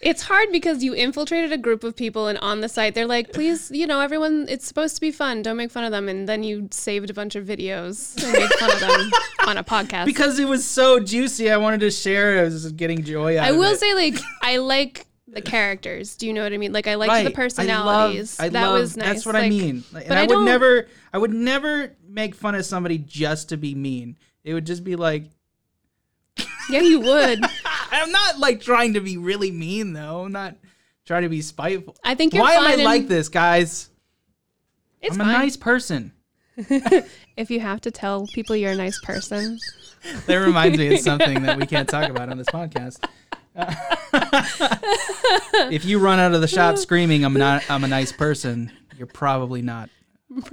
Speaker 1: It's hard because you infiltrated a group of people and on the site they're like, please, you know, everyone, it's supposed to be fun. Don't make fun of them. And then you saved a bunch of videos and made fun of
Speaker 2: [laughs]
Speaker 1: them on a podcast.
Speaker 2: because it was so juicy. I wanted to share. it. I was just getting joy out.
Speaker 1: I
Speaker 2: of
Speaker 1: will
Speaker 2: it.
Speaker 1: say, like, I like the characters. Do you know what I mean? Like, I liked
Speaker 2: Right.
Speaker 1: the personalities.
Speaker 2: I love, I
Speaker 1: that
Speaker 2: love-
Speaker 1: was nice.
Speaker 2: That's what I
Speaker 1: Like,
Speaker 2: mean. Like, and
Speaker 1: but
Speaker 2: I,
Speaker 1: I
Speaker 2: would
Speaker 1: don't-
Speaker 2: never. I would never make fun of somebody just to be mean. It would just be like. [laughs]
Speaker 1: Yeah, you would.
Speaker 2: I'm not like trying to be really mean though. I'm not trying to be spiteful.
Speaker 1: I think you're
Speaker 2: Why
Speaker 1: fine
Speaker 2: am I
Speaker 1: and-
Speaker 2: like this, guys?
Speaker 1: It's
Speaker 2: I'm
Speaker 1: fine.
Speaker 2: a nice person.
Speaker 1: if you have to tell people you're a nice person,
Speaker 2: That reminds me of something that we can't talk about on
Speaker 1: [laughs]
Speaker 2: this podcast. if you run out of
Speaker 1: [laughs]
Speaker 2: the shop screaming, "I'm not, I'm a nice person," you're probably not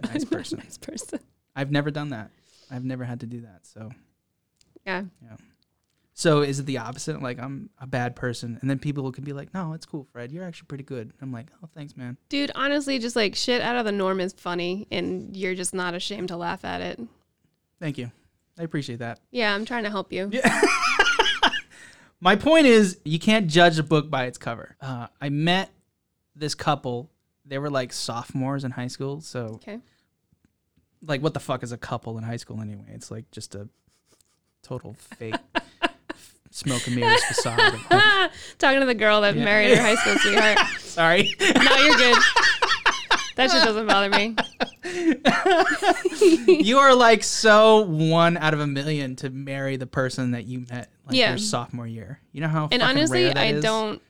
Speaker 2: a [laughs]
Speaker 1: [laughs]
Speaker 2: nice person.
Speaker 1: nice person.
Speaker 2: I've never done that. I've never had to do that. So,
Speaker 1: Yeah.
Speaker 2: so is it the opposite? Like I'm a bad person, and then people can be like, "No, it's cool, Fred. You're actually pretty good." I'm like, "Oh, thanks, man."
Speaker 1: Dude, honestly, just like shit out of the norm is funny and you're just not ashamed to laugh at it.
Speaker 2: Thank you. I appreciate that.
Speaker 1: Yeah, I'm trying to help you.
Speaker 2: My point is, you can't judge a book by its cover. Uh, I met this couple. They were like sophomores in high school. So,
Speaker 1: Okay.
Speaker 2: like, what the fuck is a couple in high school anyway? It's like just a total fake f- smoke and mirrors facade.
Speaker 1: [laughs]
Speaker 2: of-
Speaker 1: [laughs] Talking to the girl that
Speaker 2: Yeah.
Speaker 1: married her high school sweetheart.
Speaker 2: Sorry.
Speaker 1: No, you're good. That shit doesn't bother
Speaker 2: [laughs]
Speaker 1: me.
Speaker 2: you are like so one out of a million to marry the person that you met like
Speaker 1: Yeah.
Speaker 2: your sophomore year. You know how
Speaker 1: And
Speaker 2: fucking
Speaker 1: honestly,
Speaker 2: rare that
Speaker 1: I
Speaker 2: is?
Speaker 1: don't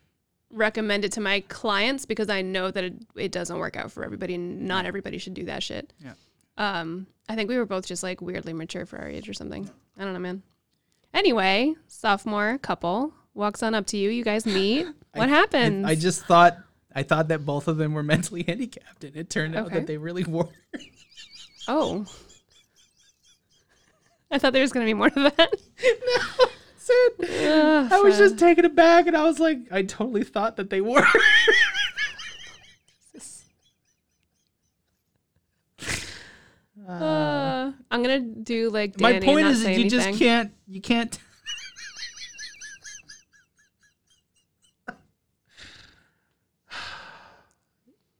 Speaker 1: recommend it to my clients because I know that it, it doesn't work out for everybody and not everybody should do that shit.
Speaker 2: Yeah.
Speaker 1: Um, I think we were both just like weirdly mature for our age or something. I don't know, man. Anyway, sophomore couple walks on up to you. You guys meet. What happens?
Speaker 2: [laughs] I just thought I thought that both of them were mentally [laughs] handicapped, and it turned out
Speaker 1: Okay.
Speaker 2: that they really were. [laughs]
Speaker 1: oh. [laughs] I thought there was going to be more to that.
Speaker 2: That's it.
Speaker 1: Ugh,
Speaker 2: I was
Speaker 1: Fred.
Speaker 2: just taken aback, and I was like, I totally thought that they were. [laughs]
Speaker 1: Uh, I'm gonna do like
Speaker 2: My
Speaker 1: Danny and
Speaker 2: point
Speaker 1: not
Speaker 2: is, that
Speaker 1: say
Speaker 2: you just
Speaker 1: anything.
Speaker 2: can't. You can't. [laughs]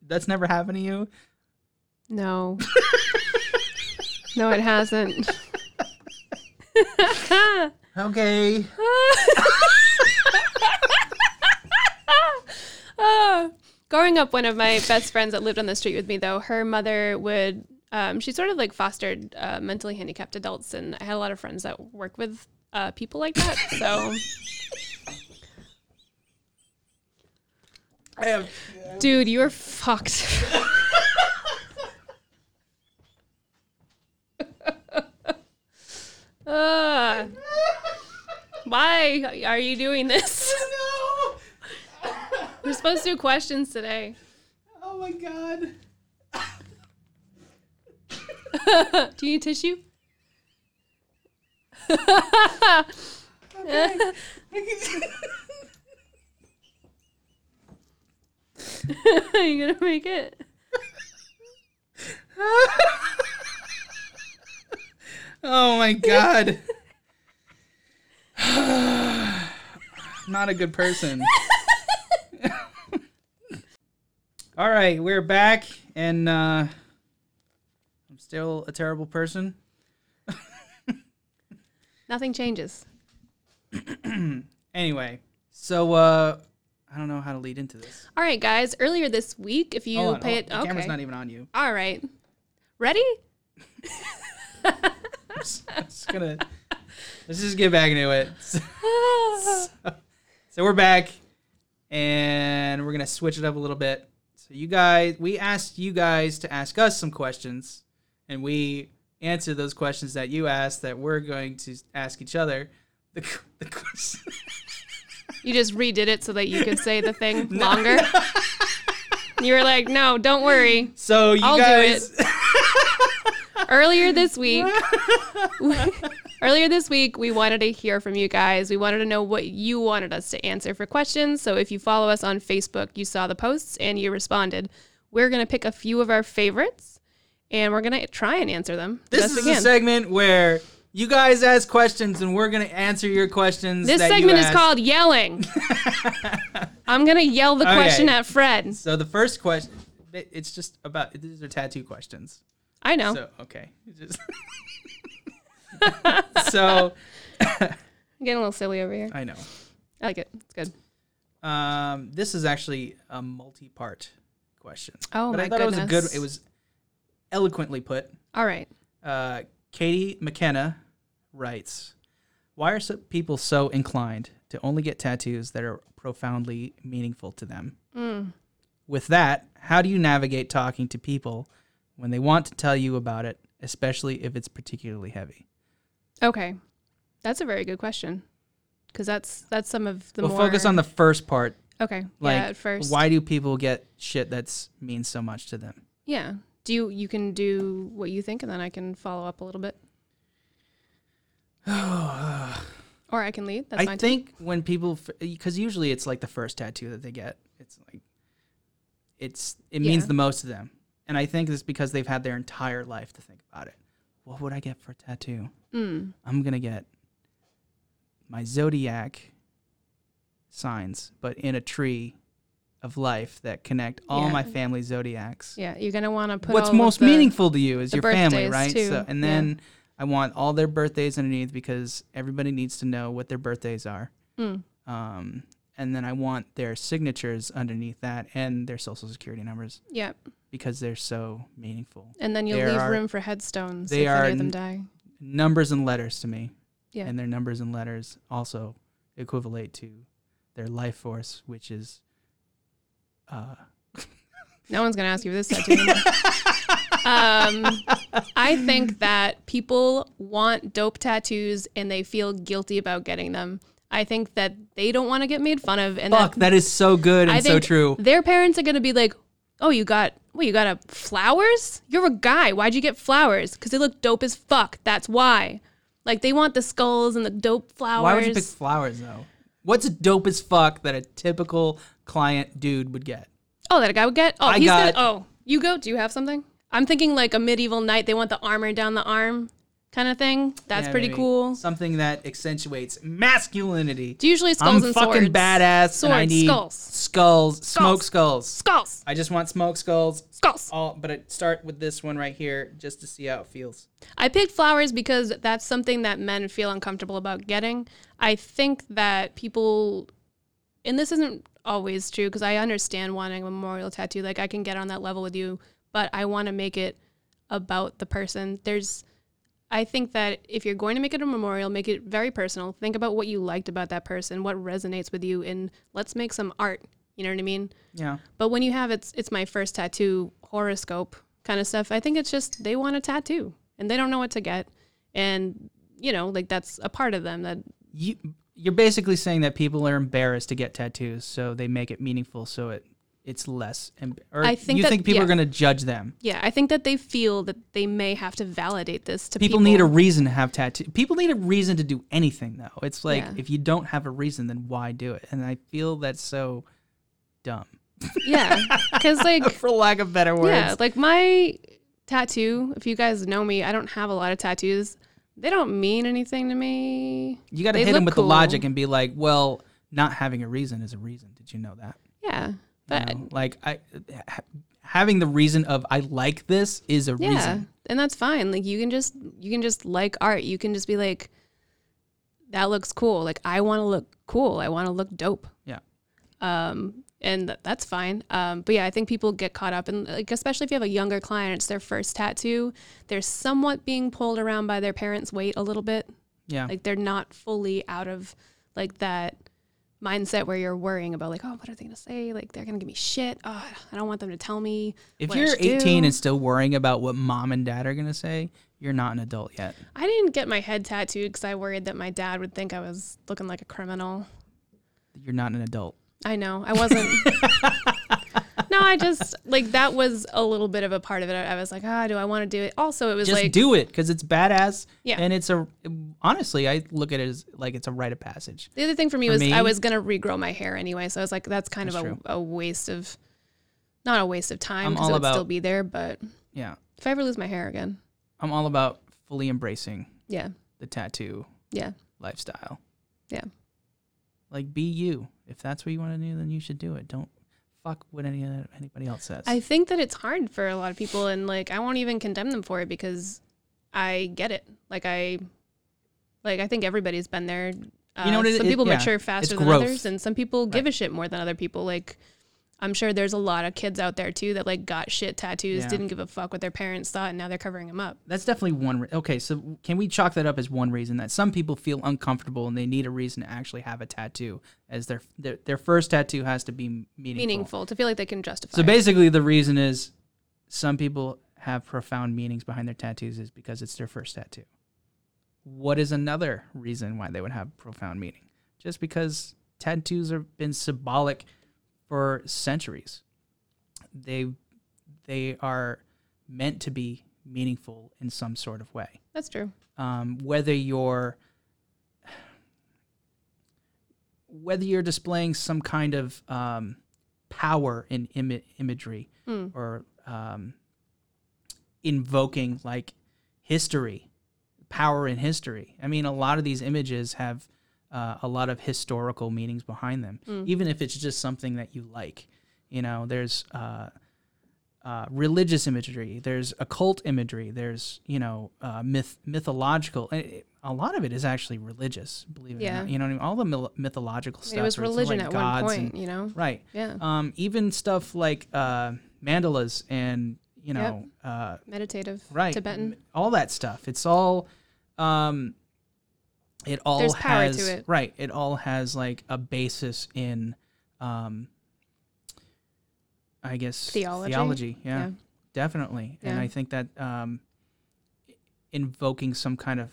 Speaker 2: That's never happened to you. [laughs]
Speaker 1: No. no, it hasn't.
Speaker 2: Okay.
Speaker 1: Uh, growing up, one of my best friends that lived on the street with me, though, her mother would. Um, she sort of like fostered uh, mentally handicapped adults, and I had a lot of friends that work with uh, people like that.
Speaker 2: [laughs]
Speaker 1: So,
Speaker 2: I have.
Speaker 1: dude, you're fucked. [laughs] Uh, why are you doing this?
Speaker 2: no.
Speaker 1: We're supposed to do questions today.
Speaker 2: Oh my god.
Speaker 1: Do you need tissue? [laughs] you gonna make it?
Speaker 2: Oh [laughs] my god. [sighs] Not a [laughs] good person. All right, we're back and uh, I'm still a terrible person.
Speaker 1: Nothing changes.
Speaker 2: Anyway, so uh, I don't know how to lead into this.
Speaker 1: All right, guys. Earlier this week, if you
Speaker 2: Hold on,
Speaker 1: pay
Speaker 2: hold
Speaker 1: it,
Speaker 2: on, The
Speaker 1: okay.
Speaker 2: camera's not even on you. [laughs]
Speaker 1: All right. [sighs] [laughs] Ready?
Speaker 2: I'm just, I'm just
Speaker 1: [laughs]
Speaker 2: gonna let's just get back into it. [laughs] So, so we're back, and we're gonna switch it up a little bit. So you guys, we asked you guys to ask us some questions, and we answered those questions that you asked that we're going to ask each other. The, q- the question.
Speaker 1: You just redid it so that you could say the
Speaker 2: [laughs]
Speaker 1: thing longer. you were like, no, don't worry.
Speaker 2: [laughs] So you
Speaker 1: I'll do
Speaker 2: guys.
Speaker 1: Earlier this week, earlier this week, we wanted to hear from you guys. We wanted to know what you wanted us to answer for questions. So if you follow us on Facebook, you saw the posts and you responded. We're going to pick a few of our favorites and we're going to try and answer them.
Speaker 2: [laughs] This
Speaker 1: best
Speaker 2: is
Speaker 1: we
Speaker 2: a
Speaker 1: can.
Speaker 2: segment where you guys ask questions and we're gonna answer your questions.
Speaker 1: This
Speaker 2: that you
Speaker 1: segment is
Speaker 2: asked.
Speaker 1: called
Speaker 2: [laughs]
Speaker 1: yelling. I'm gonna yell the
Speaker 2: Okay.
Speaker 1: question at Fred.
Speaker 2: So the first question, it- it's just about these are tattoo questions.
Speaker 1: I know.
Speaker 2: So okay, [laughs] It's just so
Speaker 1: I'm getting a little silly over here.
Speaker 2: I know.
Speaker 1: I like it. It's good.
Speaker 2: Um, this is actually a multi-part question.
Speaker 1: Oh
Speaker 2: but I
Speaker 1: my
Speaker 2: thought it was a
Speaker 1: goodness.
Speaker 2: good. It was eloquently put.
Speaker 1: All right.
Speaker 2: Uh, Katie McKenna writes, "Why are so people so inclined to only get tattoos that are profoundly meaningful to them?"
Speaker 1: Mm.
Speaker 2: With that, how do you navigate talking to people when they want to tell you about it, especially if it's particularly heavy?
Speaker 1: Okay. That's a very good question. Because that's that's some of the
Speaker 2: we'll
Speaker 1: more
Speaker 2: focus on the first part,
Speaker 1: okay
Speaker 2: like
Speaker 1: yeah at first
Speaker 2: why do people get shit that's means so much
Speaker 1: [sighs]
Speaker 2: to them? [sighs]
Speaker 1: yeah do you you can do what you think and then I can follow up a little bit or I can lead that's
Speaker 2: I
Speaker 1: fine too.
Speaker 2: think when people, because usually it's like the first tattoo that they get, it's like, it's it means
Speaker 1: Yeah.
Speaker 2: the most to them, and I think it's because they've had their entire life to think about it. What would I get for a tattoo?
Speaker 1: Mm.
Speaker 2: I'm gonna get my zodiac signs, but in a tree of life that connect all
Speaker 1: Yeah.
Speaker 2: my family zodiacs.
Speaker 1: yeah you're gonna want to put all
Speaker 2: What's
Speaker 1: of
Speaker 2: most
Speaker 1: the-
Speaker 2: meaningful to you is
Speaker 1: the
Speaker 2: your family,
Speaker 1: birthdays,
Speaker 2: right?
Speaker 1: too.
Speaker 2: So, and
Speaker 1: Yeah.
Speaker 2: then I want all their birthdays underneath because everybody needs to know what their birthdays are.
Speaker 1: Mm.
Speaker 2: Um, and then I want their signatures underneath that and their social security numbers
Speaker 1: yeah
Speaker 2: because they're so meaningful.
Speaker 1: and then you'll
Speaker 2: There
Speaker 1: leave
Speaker 2: are-
Speaker 1: room for headstones
Speaker 2: they
Speaker 1: if
Speaker 2: are
Speaker 1: any of them
Speaker 2: n-
Speaker 1: die
Speaker 2: Numbers and letters to me.
Speaker 1: Yeah.
Speaker 2: And their numbers and letters also equivalent to their life force, which is uh
Speaker 1: No one's gonna ask you for this tattoo. anymore. um, I think that people want dope tattoos and they feel guilty about getting them. I think that they don't want to get made fun of, and
Speaker 2: fuck,
Speaker 1: that
Speaker 2: that is so good and
Speaker 1: I
Speaker 2: so
Speaker 1: think
Speaker 2: true.
Speaker 1: their parents are gonna be like, "Oh, you got what? You got a flowers? You're a guy. Why'd you get flowers? Because they look dope as fuck. That's why." Like they want the skulls and the dope flowers.
Speaker 2: Why would you pick flowers though? What's dope as fuck that a typical client dude would get?
Speaker 1: Oh, that a guy would get. Oh,
Speaker 2: I
Speaker 1: he's
Speaker 2: got-
Speaker 1: gonna. Oh, you go. Do you have something? I'm thinking like a medieval knight. They want the armor down the arm, kind of thing. That's
Speaker 2: Yeah,
Speaker 1: pretty
Speaker 2: maybe
Speaker 1: cool.
Speaker 2: Something that accentuates masculinity.
Speaker 1: It's usually
Speaker 2: I'm
Speaker 1: skulls and
Speaker 2: fucking
Speaker 1: swords.
Speaker 2: badass and I
Speaker 1: Swords,
Speaker 2: need
Speaker 1: skulls.
Speaker 2: skulls, smoke
Speaker 1: Skulls.
Speaker 2: skulls.
Speaker 1: Skulls,
Speaker 2: I just want smoke skulls.
Speaker 1: skulls.
Speaker 2: All, but I start with this one right here just to see how it feels.
Speaker 1: I picked flowers because that's something that men feel uncomfortable about getting. I think that people, and this isn't always true because I understand wanting a memorial tattoo. Like I can get on that level with you, but I want to make it about the person. There's, I think that if you're going to make it a memorial, make it very personal. Think about what you liked about that person, what resonates with you, and let's make some art. You know what I mean?
Speaker 2: Yeah.
Speaker 1: But when you have it's it's my first tattoo horoscope kind of stuff, I think it's just they want a tattoo and they don't know what to get. And you know, like that's a part of them that
Speaker 2: You you're basically saying that people are embarrassed to get tattoos, so they make it meaningful so it it's less emb- or
Speaker 1: I think
Speaker 2: you
Speaker 1: that-
Speaker 2: think people are
Speaker 1: yeah.
Speaker 2: going to judge them.
Speaker 1: yeah, I think that they feel that they may have to validate this to
Speaker 2: People,
Speaker 1: people.
Speaker 2: need a reason to have tattoo. People need a reason to do anything though. It's like
Speaker 1: Yeah.
Speaker 2: if you don't have a reason then why do it? And I feel that's so dumb.
Speaker 1: [laughs] yeah, because like
Speaker 2: For lack [laughs] of better words.
Speaker 1: yeah, like my tattoo. If you guys know me, I don't have a lot of tattoos. They don't mean anything to me.
Speaker 2: You got to
Speaker 1: They
Speaker 2: hit him
Speaker 1: look
Speaker 2: with
Speaker 1: cool.
Speaker 2: the logic and be like, "Well, not having a reason is a reason." Did you know that?
Speaker 1: Yeah,
Speaker 2: You
Speaker 1: but
Speaker 2: know, Like I having the reason of I like this is a
Speaker 1: Yeah.
Speaker 2: reason.
Speaker 1: And that's fine. Like you can just you can just like art. You can just be like that looks cool. Like I want to look cool. I want to look dope.
Speaker 2: Yeah.
Speaker 1: Um and th- that's fine. Um but yeah, I think people get caught up in like especially if you have a younger client, it's their first tattoo. They're somewhat being pulled around by their parents' weight a little bit.
Speaker 2: Yeah.
Speaker 1: Like they're not fully out of like that mindset where you're worrying about like, oh, what are they gonna say? Like they're gonna give me shit. Oh, I don't want them to tell me.
Speaker 2: if
Speaker 1: what I
Speaker 2: you're
Speaker 1: should
Speaker 2: 18
Speaker 1: do.
Speaker 2: and still worrying about what mom and dad are going to say, you're not an adult yet.
Speaker 1: I didn't get my head tattooed because I worried that my dad would think I was looking like a criminal.
Speaker 2: You're not an adult.
Speaker 1: I know I
Speaker 2: [laughs]
Speaker 1: wasn't. no, I just like that was a little bit of a part of it. I was like, ah, do I want to do it? Also, it was
Speaker 2: Just
Speaker 1: like,
Speaker 2: do it cuz it's badass
Speaker 1: Yeah.
Speaker 2: and it's a honestly, I look at it as like it's a rite of passage.
Speaker 1: the other thing for me
Speaker 2: For
Speaker 1: was
Speaker 2: me-
Speaker 1: I was gonna regrow my hair anyway, so I was like, that's kind
Speaker 2: That's
Speaker 1: of
Speaker 2: true.
Speaker 1: a, a waste of, not a waste of time
Speaker 2: I'm
Speaker 1: because
Speaker 2: all
Speaker 1: it would still
Speaker 2: about-
Speaker 1: be there. But
Speaker 2: Yeah.
Speaker 1: if I ever lose my hair again,
Speaker 2: I'm all about fully embracing
Speaker 1: yeah,
Speaker 2: the tattoo
Speaker 1: yeah,
Speaker 2: lifestyle.
Speaker 1: Yeah.
Speaker 2: Like be you. If that's what you want to do, then you should do it. Don't fuck what any anybody else says.
Speaker 1: I think that it's hard for a lot of people, and like I won't even condemn them for it because I get it. Like I, like I think everybody's been there. Uh,
Speaker 2: know what it-
Speaker 1: some
Speaker 2: it-
Speaker 1: people
Speaker 2: yeah,
Speaker 1: mature
Speaker 2: it's
Speaker 1: faster than
Speaker 2: growth.
Speaker 1: others, and some people give a shit more than other people. Like I'm sure there's a lot of kids out there too that like got shit tattoos,
Speaker 2: Yeah.
Speaker 1: didn't give a fuck what their parents thought, and now they're covering them up.
Speaker 2: that's definitely one. Re- okay, so can we chalk that up as one reason that some people feel uncomfortable and they need a reason to actually have a tattoo as their their, their first tattoo has to be meaningful.
Speaker 1: Meaningful to feel like they can justify.
Speaker 2: So
Speaker 1: it.
Speaker 2: basically, the reason is some people have profound meanings behind their tattoos is because it's their first tattoo. What is another reason why they would have profound meaning? Just because tattoos have been symbolic for centuries. They they are meant to be meaningful in some sort of way
Speaker 1: that's true.
Speaker 2: um, whether you're whether you're displaying some kind of um, power in Im- imagery
Speaker 1: Mm.
Speaker 2: or um, invoking like history, power in history. I mean, a lot of these images have uh, a lot of historical meanings behind them,
Speaker 1: Hmm.
Speaker 2: even if it's just something that you like. You know, there's uh, uh, religious imagery, there's occult imagery, there's you know uh, myth mythological. and it- a lot of it is actually religious, believe it
Speaker 1: Yeah.
Speaker 2: or not. You know, what I mean? all the myl- mythological stuff.
Speaker 1: It was
Speaker 2: where it's
Speaker 1: religion
Speaker 2: like
Speaker 1: at one
Speaker 2: gods
Speaker 1: point,
Speaker 2: and-
Speaker 1: you know.
Speaker 2: right?
Speaker 1: Yeah,
Speaker 2: um, even stuff like uh, mandalas and you know uh,
Speaker 1: meditative,
Speaker 2: right
Speaker 1: Tibetan.
Speaker 2: m- all that stuff it's all um, it all
Speaker 1: There's power
Speaker 2: has
Speaker 1: to it.
Speaker 2: right it all has like a basis in um, i guess
Speaker 1: Theology?
Speaker 2: theology yeah,
Speaker 1: Yeah.
Speaker 2: definitely and
Speaker 1: Yeah.
Speaker 2: i think that um, invoking some kind of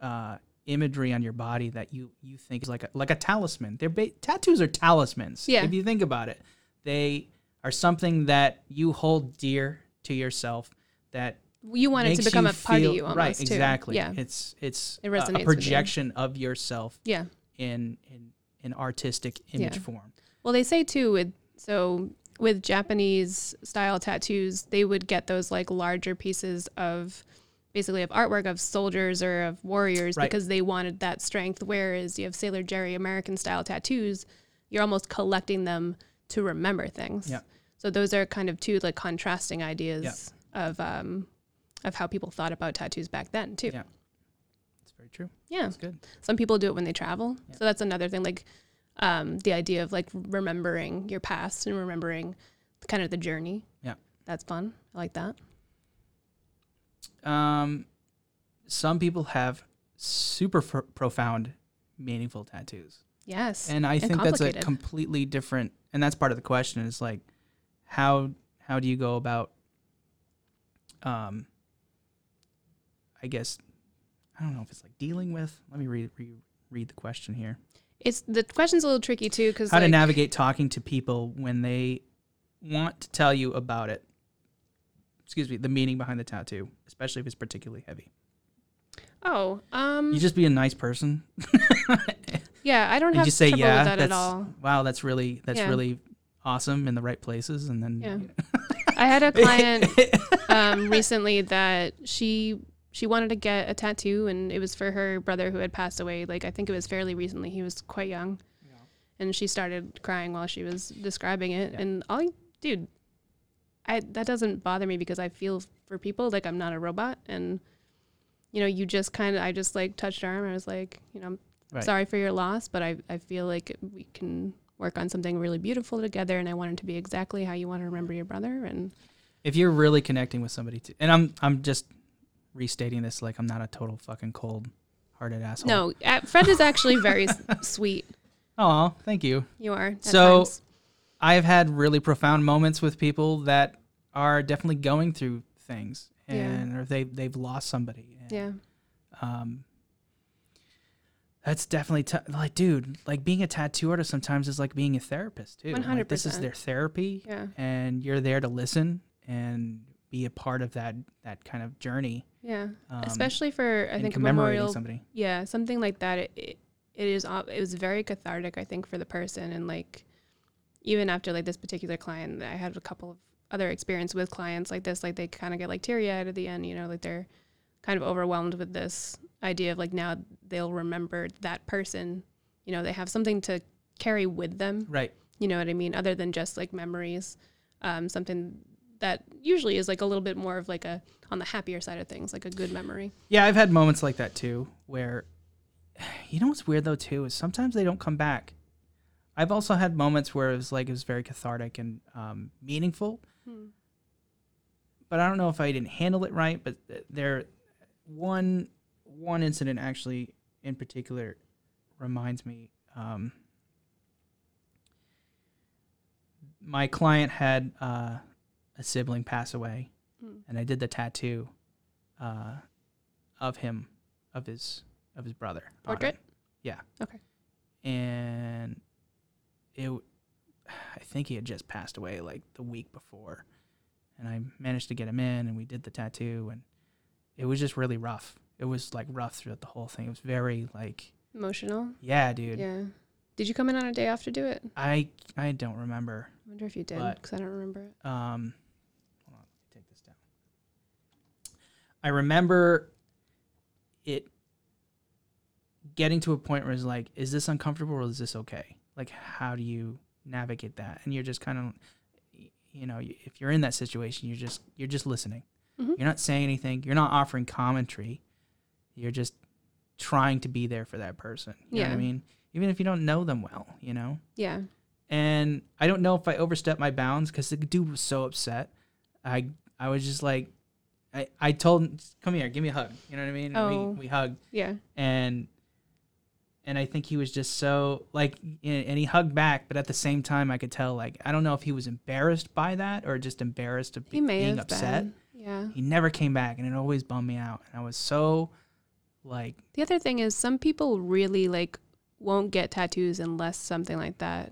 Speaker 2: uh, imagery on your body that you you think is like a, like a talisman. They're ba- tattoos are talismans.
Speaker 1: Yeah.
Speaker 2: If you think about it, they are something that you hold dear to yourself. That
Speaker 1: You want it to
Speaker 2: makes
Speaker 1: become
Speaker 2: you
Speaker 1: a part
Speaker 2: feel,
Speaker 1: of you, almost
Speaker 2: right?
Speaker 1: too.
Speaker 2: Exactly.
Speaker 1: Yeah,
Speaker 2: It's it's
Speaker 1: It
Speaker 2: a-
Speaker 1: resonates with
Speaker 2: a
Speaker 1: you.
Speaker 2: projection of yourself
Speaker 1: yeah.
Speaker 2: in in an artistic image form.
Speaker 1: Well, they say too with so with Japanese style tattoos, they would get those like larger pieces of basically of artwork of soldiers or of warriors
Speaker 2: Right.
Speaker 1: because they wanted that strength. Whereas you have Sailor Jerry American style tattoos, you're almost collecting them to remember things.
Speaker 2: Yeah.
Speaker 1: So those are kind of two like contrasting ideas of um of how people thought about tattoos back then too.
Speaker 2: Yeah. It's very true.
Speaker 1: yeah.
Speaker 2: It's good.
Speaker 1: Some people do it when they travel. So that's another thing, like um, the idea of like remembering your past and remembering kind of the journey.
Speaker 2: Yeah.
Speaker 1: That's fun. I like that.
Speaker 2: Um, some people have super f- profound, meaningful tattoos.
Speaker 1: Yes.
Speaker 2: and I think that's a
Speaker 1: complicated.
Speaker 2: completely different, and that's part of the question is like, how how do you go about, um, I guess, I don't know if it's like dealing with. Let me read re, read the question here.
Speaker 1: it's the question's a little tricky too because
Speaker 2: How
Speaker 1: like,
Speaker 2: to navigate talking to people when they want to tell you about it. Excuse me, the meaning behind the tattoo, especially if it's particularly heavy.
Speaker 1: oh um
Speaker 2: You just be a nice person.
Speaker 1: yeah I don't
Speaker 2: Did
Speaker 1: have
Speaker 2: you say
Speaker 1: trouble
Speaker 2: yeah?
Speaker 1: with that
Speaker 2: that's,
Speaker 1: at all.
Speaker 2: Wow, that's really that's
Speaker 1: Yeah.
Speaker 2: really awesome in the right places, and then
Speaker 1: Yeah. I had a client um, recently that she she wanted to get a tattoo and it was for her brother who had passed away. Like I think it was fairly recently. He was quite young, and she started crying while she was describing it. And all, dude, I, that doesn't bother me because I feel for people like I'm not a robot, and you know, you just kind of I just like touched her arm. I was like, you know, I'm
Speaker 2: Right.
Speaker 1: sorry for your loss, but I I feel like we can work on something really beautiful together, and I want it to be exactly how you want to remember your brother. And
Speaker 2: if you're really connecting with somebody too and i'm i'm just restating this like i'm not a total fucking cold hearted asshole
Speaker 1: no, uh, Fred is
Speaker 2: [laughs]
Speaker 1: actually very s- sweet.
Speaker 2: oh thank you
Speaker 1: You are at
Speaker 2: So-
Speaker 1: times.
Speaker 2: i've had really profound moments with people that are definitely going through things
Speaker 1: Yeah.
Speaker 2: and or they they've lost somebody and,
Speaker 1: yeah,
Speaker 2: um that's definitely t- like dude like being a tattoo artist sometimes is like being a therapist too Like, this is
Speaker 1: 100%.
Speaker 2: their therapy
Speaker 1: yeah,
Speaker 2: and you're there to listen and be a part of that that kind of journey
Speaker 1: yeah.
Speaker 2: um,
Speaker 1: Especially for I
Speaker 2: in
Speaker 1: think a
Speaker 2: commemorating
Speaker 1: memorial
Speaker 2: somebody
Speaker 1: yeah something like that it, it, it is ob- it was very cathartic i think for the person and like even after like this particular client i had a couple of other experience with clients like this like they kind of get like teary-eyed at the end you know like they're kind of overwhelmed with this idea of like now they'll remember that person you know they have something to carry with them
Speaker 2: right
Speaker 1: you know what i mean other than just like memories um, something that usually is like a little bit more of like a on the happier side of things like a good memory
Speaker 2: Yeah, I've had moments like that too, where [sighs] you know what's weird though too is sometimes they don't come back. I've also had moments where it was like it was very cathartic and um, meaningful,
Speaker 1: Hmm.
Speaker 2: but I don't know if I didn't handle it right. But th- there, one one incident actually in particular reminds me. Um, my client had uh, a sibling pass away,
Speaker 1: Hmm.
Speaker 2: and I did the tattoo uh, of him, of his of his brother. on it.
Speaker 1: Portrait?
Speaker 2: Yeah.
Speaker 1: Okay.
Speaker 2: And it, w- I think he had just passed away like the week before, and I managed to get him in, and we did the tattoo, and it was just really rough. It was like rough throughout the whole thing. It was very like,
Speaker 1: emotional
Speaker 2: yeah, dude.
Speaker 1: Yeah. Did you come in on a day off to do it? I
Speaker 2: I I don't remember.
Speaker 1: wonder if you did
Speaker 2: But-
Speaker 1: because I don't remember it.
Speaker 2: Um, hold on, let me take this down. I remember it getting to a point where it's like, is this uncomfortable or is this okay? Like, how do you navigate that? And you're just kind of, you know, you- if you're in that situation, you're just you're just listening.
Speaker 1: Mhm.
Speaker 2: You're not saying anything. You're not offering commentary. You're just trying to be there for that person. You know what
Speaker 1: Yeah.
Speaker 2: I mean? Even if you don't know them well, you know
Speaker 1: Yeah.
Speaker 2: and I don't know if I overstepped my bounds because the dude was so upset. I I was just like, I I told him, come here, give me a hug. You know what I mean? And
Speaker 1: Oh.
Speaker 2: We we hugged,
Speaker 1: Yeah.
Speaker 2: and and I think he was just so like, and and he hugged back, but at the same time, I could tell like I don't know if he was embarrassed by that or just embarrassed of
Speaker 1: He may
Speaker 2: being
Speaker 1: have
Speaker 2: upset.
Speaker 1: been. Yeah.
Speaker 2: He never came back, and it always bummed me out. And I was so like,
Speaker 1: The other thing is some people really like won't get tattoos unless something like that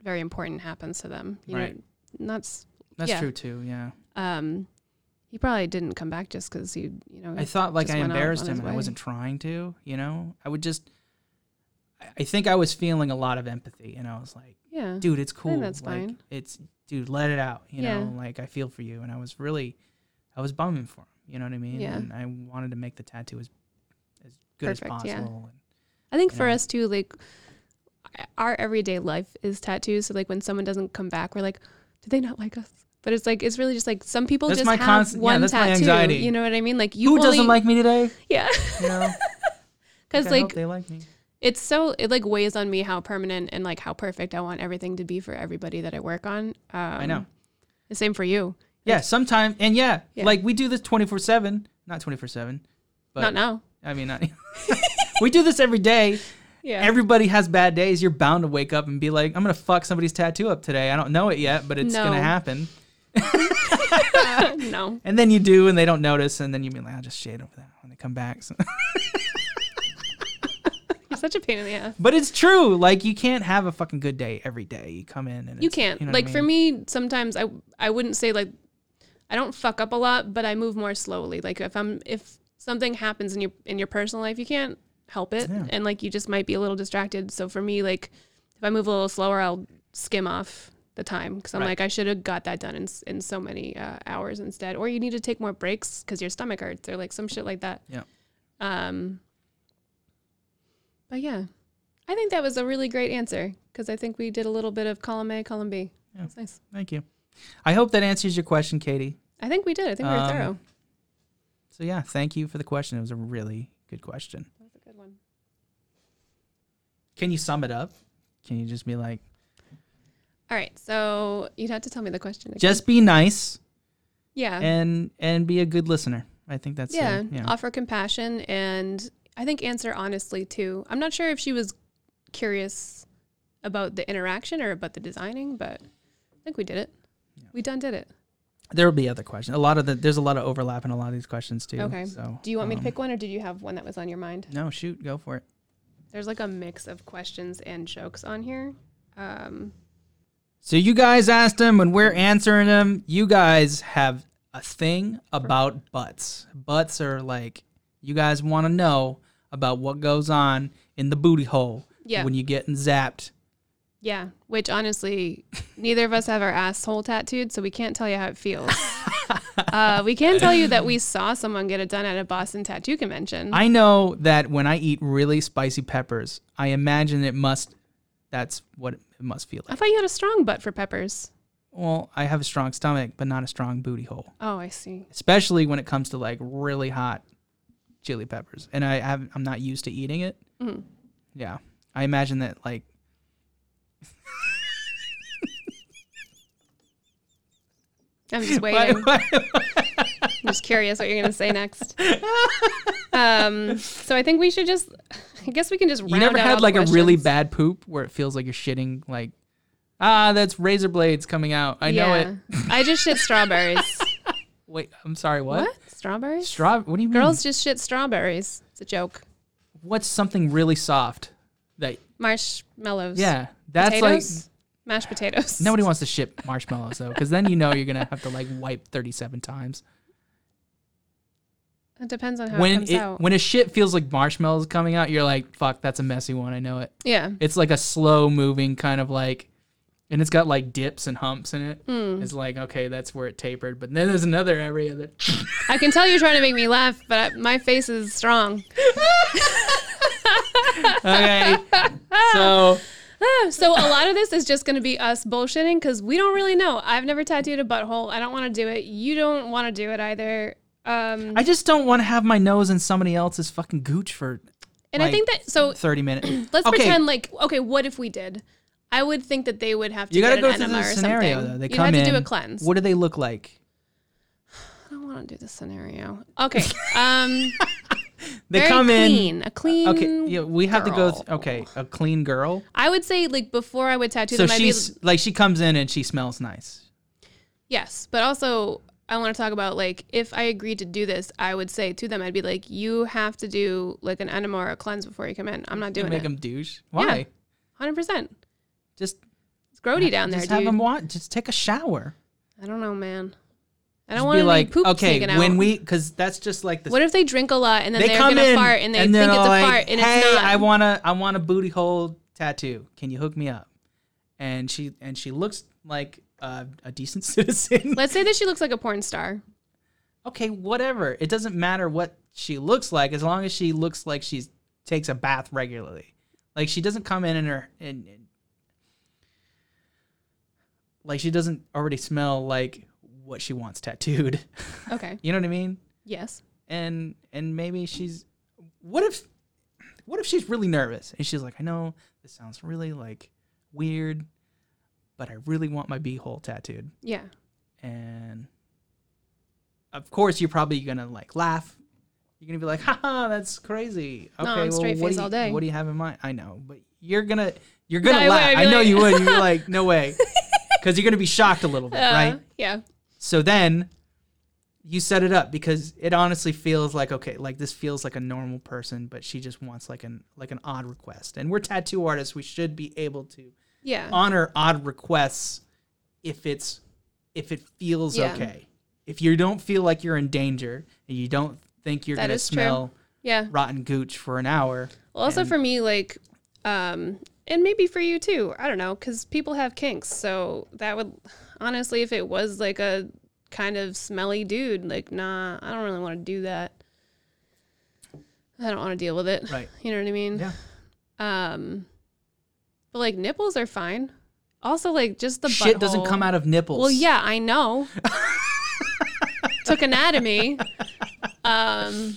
Speaker 1: very important happens to them. You
Speaker 2: Right.
Speaker 1: know, and that's
Speaker 2: that's
Speaker 1: Yeah.
Speaker 2: true too. Yeah,
Speaker 1: um he probably didn't come back just because he, you know,
Speaker 2: I thought like
Speaker 1: just
Speaker 2: I
Speaker 1: went off
Speaker 2: embarrassed
Speaker 1: on
Speaker 2: him
Speaker 1: his
Speaker 2: and I
Speaker 1: way.
Speaker 2: wasn't trying to, you know? I would just I- I think I was feeling a lot of empathy and I was like,
Speaker 1: yeah.
Speaker 2: dude, it's cool.
Speaker 1: that's
Speaker 2: like,
Speaker 1: fine.
Speaker 2: It's dude, let it out, you
Speaker 1: Yeah.
Speaker 2: know, like I feel for you and I was really I was bumming for him, you know what I mean?
Speaker 1: Yeah.
Speaker 2: And I wanted to make the tattoo as as good as
Speaker 1: Perfect, yeah.
Speaker 2: possible.
Speaker 1: I think
Speaker 2: you
Speaker 1: for
Speaker 2: know?
Speaker 1: us too, like our everyday life is tattoos. So like when someone doesn't come back, we're like, did they not like us? But it's like it's really just like some people
Speaker 2: That's
Speaker 1: just
Speaker 2: my
Speaker 1: have
Speaker 2: constant- yeah,
Speaker 1: one
Speaker 2: that's my
Speaker 1: tattoo.
Speaker 2: anxiety.
Speaker 1: You know what I mean? Like
Speaker 2: And
Speaker 1: you
Speaker 2: who
Speaker 1: only,
Speaker 2: doesn't like me
Speaker 1: [laughs]
Speaker 2: today?
Speaker 1: yeah,
Speaker 2: You know?
Speaker 1: because
Speaker 2: I hope
Speaker 1: like
Speaker 2: they like me.
Speaker 1: it's so it like weighs on me how permanent and like how perfect I want everything to be for everybody that I work on. Um, I
Speaker 2: know.
Speaker 1: The same for you.
Speaker 2: Yeah, sometimes and yeah,
Speaker 1: Yeah.
Speaker 2: like we do this twenty four seven. Not twenty four seven. But
Speaker 1: not now.
Speaker 2: I mean not [laughs] We do this every day.
Speaker 1: Yeah.
Speaker 2: Everybody has bad days. You're bound to wake up and be like, I'm gonna fuck somebody's tattoo up today. I don't know it yet, but it's
Speaker 1: No.
Speaker 2: gonna happen.
Speaker 1: [laughs] no.
Speaker 2: And then you do, and they don't notice, and then you be like, I'll just shade over that when they come back. So- [laughs]
Speaker 1: You're such a pain in the
Speaker 2: [laughs]
Speaker 1: ass.
Speaker 2: but it's true. Like you can't have a fucking good day every day. You come in and
Speaker 1: You
Speaker 2: it's-
Speaker 1: can't.
Speaker 2: know what I
Speaker 1: like for
Speaker 2: mean?
Speaker 1: me, sometimes I I wouldn't say like I don't fuck up a lot, but I move more slowly. Like if I'm if something happens in your in your personal life, you can't help it,
Speaker 2: Yeah.
Speaker 1: and like you just might be a little distracted. So for me, like if I move a little slower, I'll skim off the time because I'm
Speaker 2: Right.
Speaker 1: like I should have got that done in s- in so many uh, hours instead. Or you need to take more breaks because your stomach hurts or like some shit like that.
Speaker 2: Yeah.
Speaker 1: Um. But yeah, I think that was a really great answer because I think we did a little bit of column A, column B.
Speaker 2: Yeah.
Speaker 1: That's nice.
Speaker 2: Thank you. I hope that answers your question, Katie.
Speaker 1: I think we did. I think we were
Speaker 2: Um,
Speaker 1: thorough.
Speaker 2: So yeah, thank you for the question. It was a really good question.
Speaker 1: That was a good one.
Speaker 2: Can you sum it up? Can you just be like,
Speaker 1: All right. So you'd have to tell me the question. Again.
Speaker 2: just be nice
Speaker 1: yeah.
Speaker 2: and and be a good listener. I think that's
Speaker 1: yeah,
Speaker 2: it. yeah.
Speaker 1: offer compassion and I think answer honestly too. I'm not sure if she was curious about the interaction or about the designing, but I think we did it. We done did it.
Speaker 2: There will be other questions. A lot of the there's a lot of overlap in a lot of these questions too.
Speaker 1: Okay.
Speaker 2: So
Speaker 1: Do you want me to
Speaker 2: um,
Speaker 1: pick one or did you have one that was on your mind?
Speaker 2: No, shoot, go for it.
Speaker 1: There's like a mix of questions and jokes on here. Um,
Speaker 2: So you guys asked them and we're answering them. You guys have a thing about butts. Butts are like you guys want to know about what goes on in the booty hole
Speaker 1: Yeah. Mm-hmm.
Speaker 2: when you're getting zapped.
Speaker 1: yeah, which honestly, neither of us have our asshole tattooed, so we can't tell you how it
Speaker 2: [laughs]
Speaker 1: feels. uh, we can tell you that we saw someone get it done at a Boston tattoo convention.
Speaker 2: I know that when I eat really spicy peppers, I imagine it must. That's what it must feel
Speaker 1: I
Speaker 2: like.
Speaker 1: thought you had a strong butt for peppers.
Speaker 2: Well, I have a strong stomach, but not a strong booty hole,
Speaker 1: Oh, I see.
Speaker 2: especially when it comes to like really hot chili peppers, and I have, I'm not used to eating it.
Speaker 1: Mhm.
Speaker 2: Yeah, I imagine that like. [laughs]
Speaker 1: I'm just
Speaker 2: [laughs] Why-
Speaker 1: waiting.
Speaker 2: why-
Speaker 1: I'm just curious what you're going to say
Speaker 2: [laughs]
Speaker 1: next. Um, so I think we should just, I guess we can just round
Speaker 2: you never
Speaker 1: out all
Speaker 2: had
Speaker 1: the
Speaker 2: like a really
Speaker 1: questions.
Speaker 2: bad poop where it feels like you're shitting like, ah, that's razor blades coming out. I know it.
Speaker 1: I just shit strawberries.
Speaker 2: Wait, I'm sorry. [laughs] What? hmm.
Speaker 1: what? Strawberries?
Speaker 2: Straw? What do you mean?
Speaker 1: Girls just shit strawberries. It's a joke.
Speaker 2: What's something really soft that
Speaker 1: Marshmallows.
Speaker 2: Yeah, that's
Speaker 1: Potatoes? Mashed potatoes.
Speaker 2: like nobody wants to ship marshmallows though, because then you know you're gonna have to like wipe 37 times.
Speaker 1: [laughs] It depends on how it
Speaker 2: when
Speaker 1: comes
Speaker 2: it
Speaker 1: out.
Speaker 2: when a shit feels like marshmallows coming out, you're like, fuck, that's a messy one. I know it.
Speaker 1: yeah.
Speaker 2: It's like a slow moving kind of like, and it's got like dips and humps in it.
Speaker 1: Hmm.
Speaker 2: It's like okay, that's where it tapered, but then there's another area that
Speaker 1: I can tell you're trying to make me laugh, but I, my face is [laughs] strong. [laughs]
Speaker 2: okay. so
Speaker 1: Ah, So a lot of this is just going to be us bullshitting because we don't really know. I've never tattooed a butthole. I don't want to do it. You don't want to do it either. Um,
Speaker 2: I just don't want to have my nose in somebody else's fucking gooch for
Speaker 1: and I
Speaker 2: like,
Speaker 1: think that so. [clears throat]
Speaker 2: 30 minutes.
Speaker 1: Let's
Speaker 2: Okay.
Speaker 1: pretend like okay, what if we did? I would think that they would have to.
Speaker 2: You gotta
Speaker 1: get
Speaker 2: go
Speaker 1: an
Speaker 2: through
Speaker 1: enema
Speaker 2: the
Speaker 1: or
Speaker 2: scenario
Speaker 1: something.
Speaker 2: though. They
Speaker 1: You'd
Speaker 2: come
Speaker 1: have
Speaker 2: in.
Speaker 1: to do a cleanse.
Speaker 2: What do they look like?
Speaker 1: I don't want to do the scenario. Okay. Um,
Speaker 2: [laughs] They
Speaker 1: very
Speaker 2: come in. Uh,
Speaker 1: clean, a clean.
Speaker 2: Okay, yeah, we have to go.
Speaker 1: girl.
Speaker 2: Th- okay, a clean girl.
Speaker 1: I would say like before I would tattoo
Speaker 2: So
Speaker 1: them, I'd be
Speaker 2: she's like she comes in and she smells nice.
Speaker 1: Yes, but also I want to talk about like if I agreed to do this, I would say to them, I'd be like, you have to do like an enema or a cleanse before you come in. I'm not
Speaker 2: You
Speaker 1: doing
Speaker 2: make
Speaker 1: it.
Speaker 2: them douche. Why?
Speaker 1: Hundred percent.
Speaker 2: Just
Speaker 1: It's grody down there,
Speaker 2: just have
Speaker 1: dude.
Speaker 2: them want. Just take a shower.
Speaker 1: I don't know, man. I
Speaker 2: Just
Speaker 1: don't want
Speaker 2: be
Speaker 1: to like
Speaker 2: like
Speaker 1: poop
Speaker 2: okay
Speaker 1: sneaking out.
Speaker 2: when we because that's just like the.
Speaker 1: what if they drink a lot and then
Speaker 2: they
Speaker 1: are
Speaker 2: come
Speaker 1: gonna
Speaker 2: in
Speaker 1: fart and they
Speaker 2: and
Speaker 1: think
Speaker 2: they're
Speaker 1: it's
Speaker 2: like,
Speaker 1: a fart and
Speaker 2: hey,
Speaker 1: it's not?
Speaker 2: I wanna I want a booty hole tattoo. Can you hook me up? And she and she looks like uh, a decent [laughs] citizen.
Speaker 1: Let's say that she looks like a porn star.
Speaker 2: okay, whatever. It doesn't matter what she looks like as long as she looks like she's takes a bath regularly. Like she doesn't come in and her and, and- like she doesn't already smell like what she wants tattooed. [laughs]
Speaker 1: Okay.
Speaker 2: you know what I mean?
Speaker 1: Yes.
Speaker 2: And and maybe she's what if what if she's really nervous and she's like, I know this sounds really like weird, but I really want my beehole tattooed
Speaker 1: Yeah.
Speaker 2: and of course you're probably gonna like laugh. You're gonna be like, "Haha, that's crazy." Okay,
Speaker 1: No, I'm straight
Speaker 2: what
Speaker 1: face
Speaker 2: do you,
Speaker 1: all day.
Speaker 2: What do you have in mind? I know, but you're gonna you're gonna
Speaker 1: I would,
Speaker 2: laugh.
Speaker 1: I'd
Speaker 2: I
Speaker 1: be
Speaker 2: know
Speaker 1: like-
Speaker 2: you would.
Speaker 1: [laughs]
Speaker 2: You're like, no way, because you're gonna be shocked a little bit,
Speaker 1: Uh,
Speaker 2: right?
Speaker 1: Yeah.
Speaker 2: So then you set it up because it honestly feels like okay, like this feels like a normal person, but she just wants like an like an odd request. And we're tattoo artists; we should be able to
Speaker 1: Yeah.
Speaker 2: honor odd requests if it's if it feels
Speaker 1: Yeah.
Speaker 2: okay. If you don't feel like you're in danger and you don't think you're
Speaker 1: That
Speaker 2: gonna
Speaker 1: is true.
Speaker 2: smell
Speaker 1: yeah.
Speaker 2: rotten gooch for an hour,
Speaker 1: Well, also
Speaker 2: And-
Speaker 1: for me, like, um, and maybe for you too. I don't know, because people have kinks. So that would, honestly, if it was like a kind of smelly dude, like, nah, I don't really want to do that. I don't want to deal with it.
Speaker 2: Right.
Speaker 1: You know what I mean?
Speaker 2: Yeah.
Speaker 1: Um, but like nipples are fine. Also, like just the
Speaker 2: Shit doesn't come
Speaker 1: butthole.
Speaker 2: out of nipples.
Speaker 1: Well, yeah, I know. Took anatomy. Um,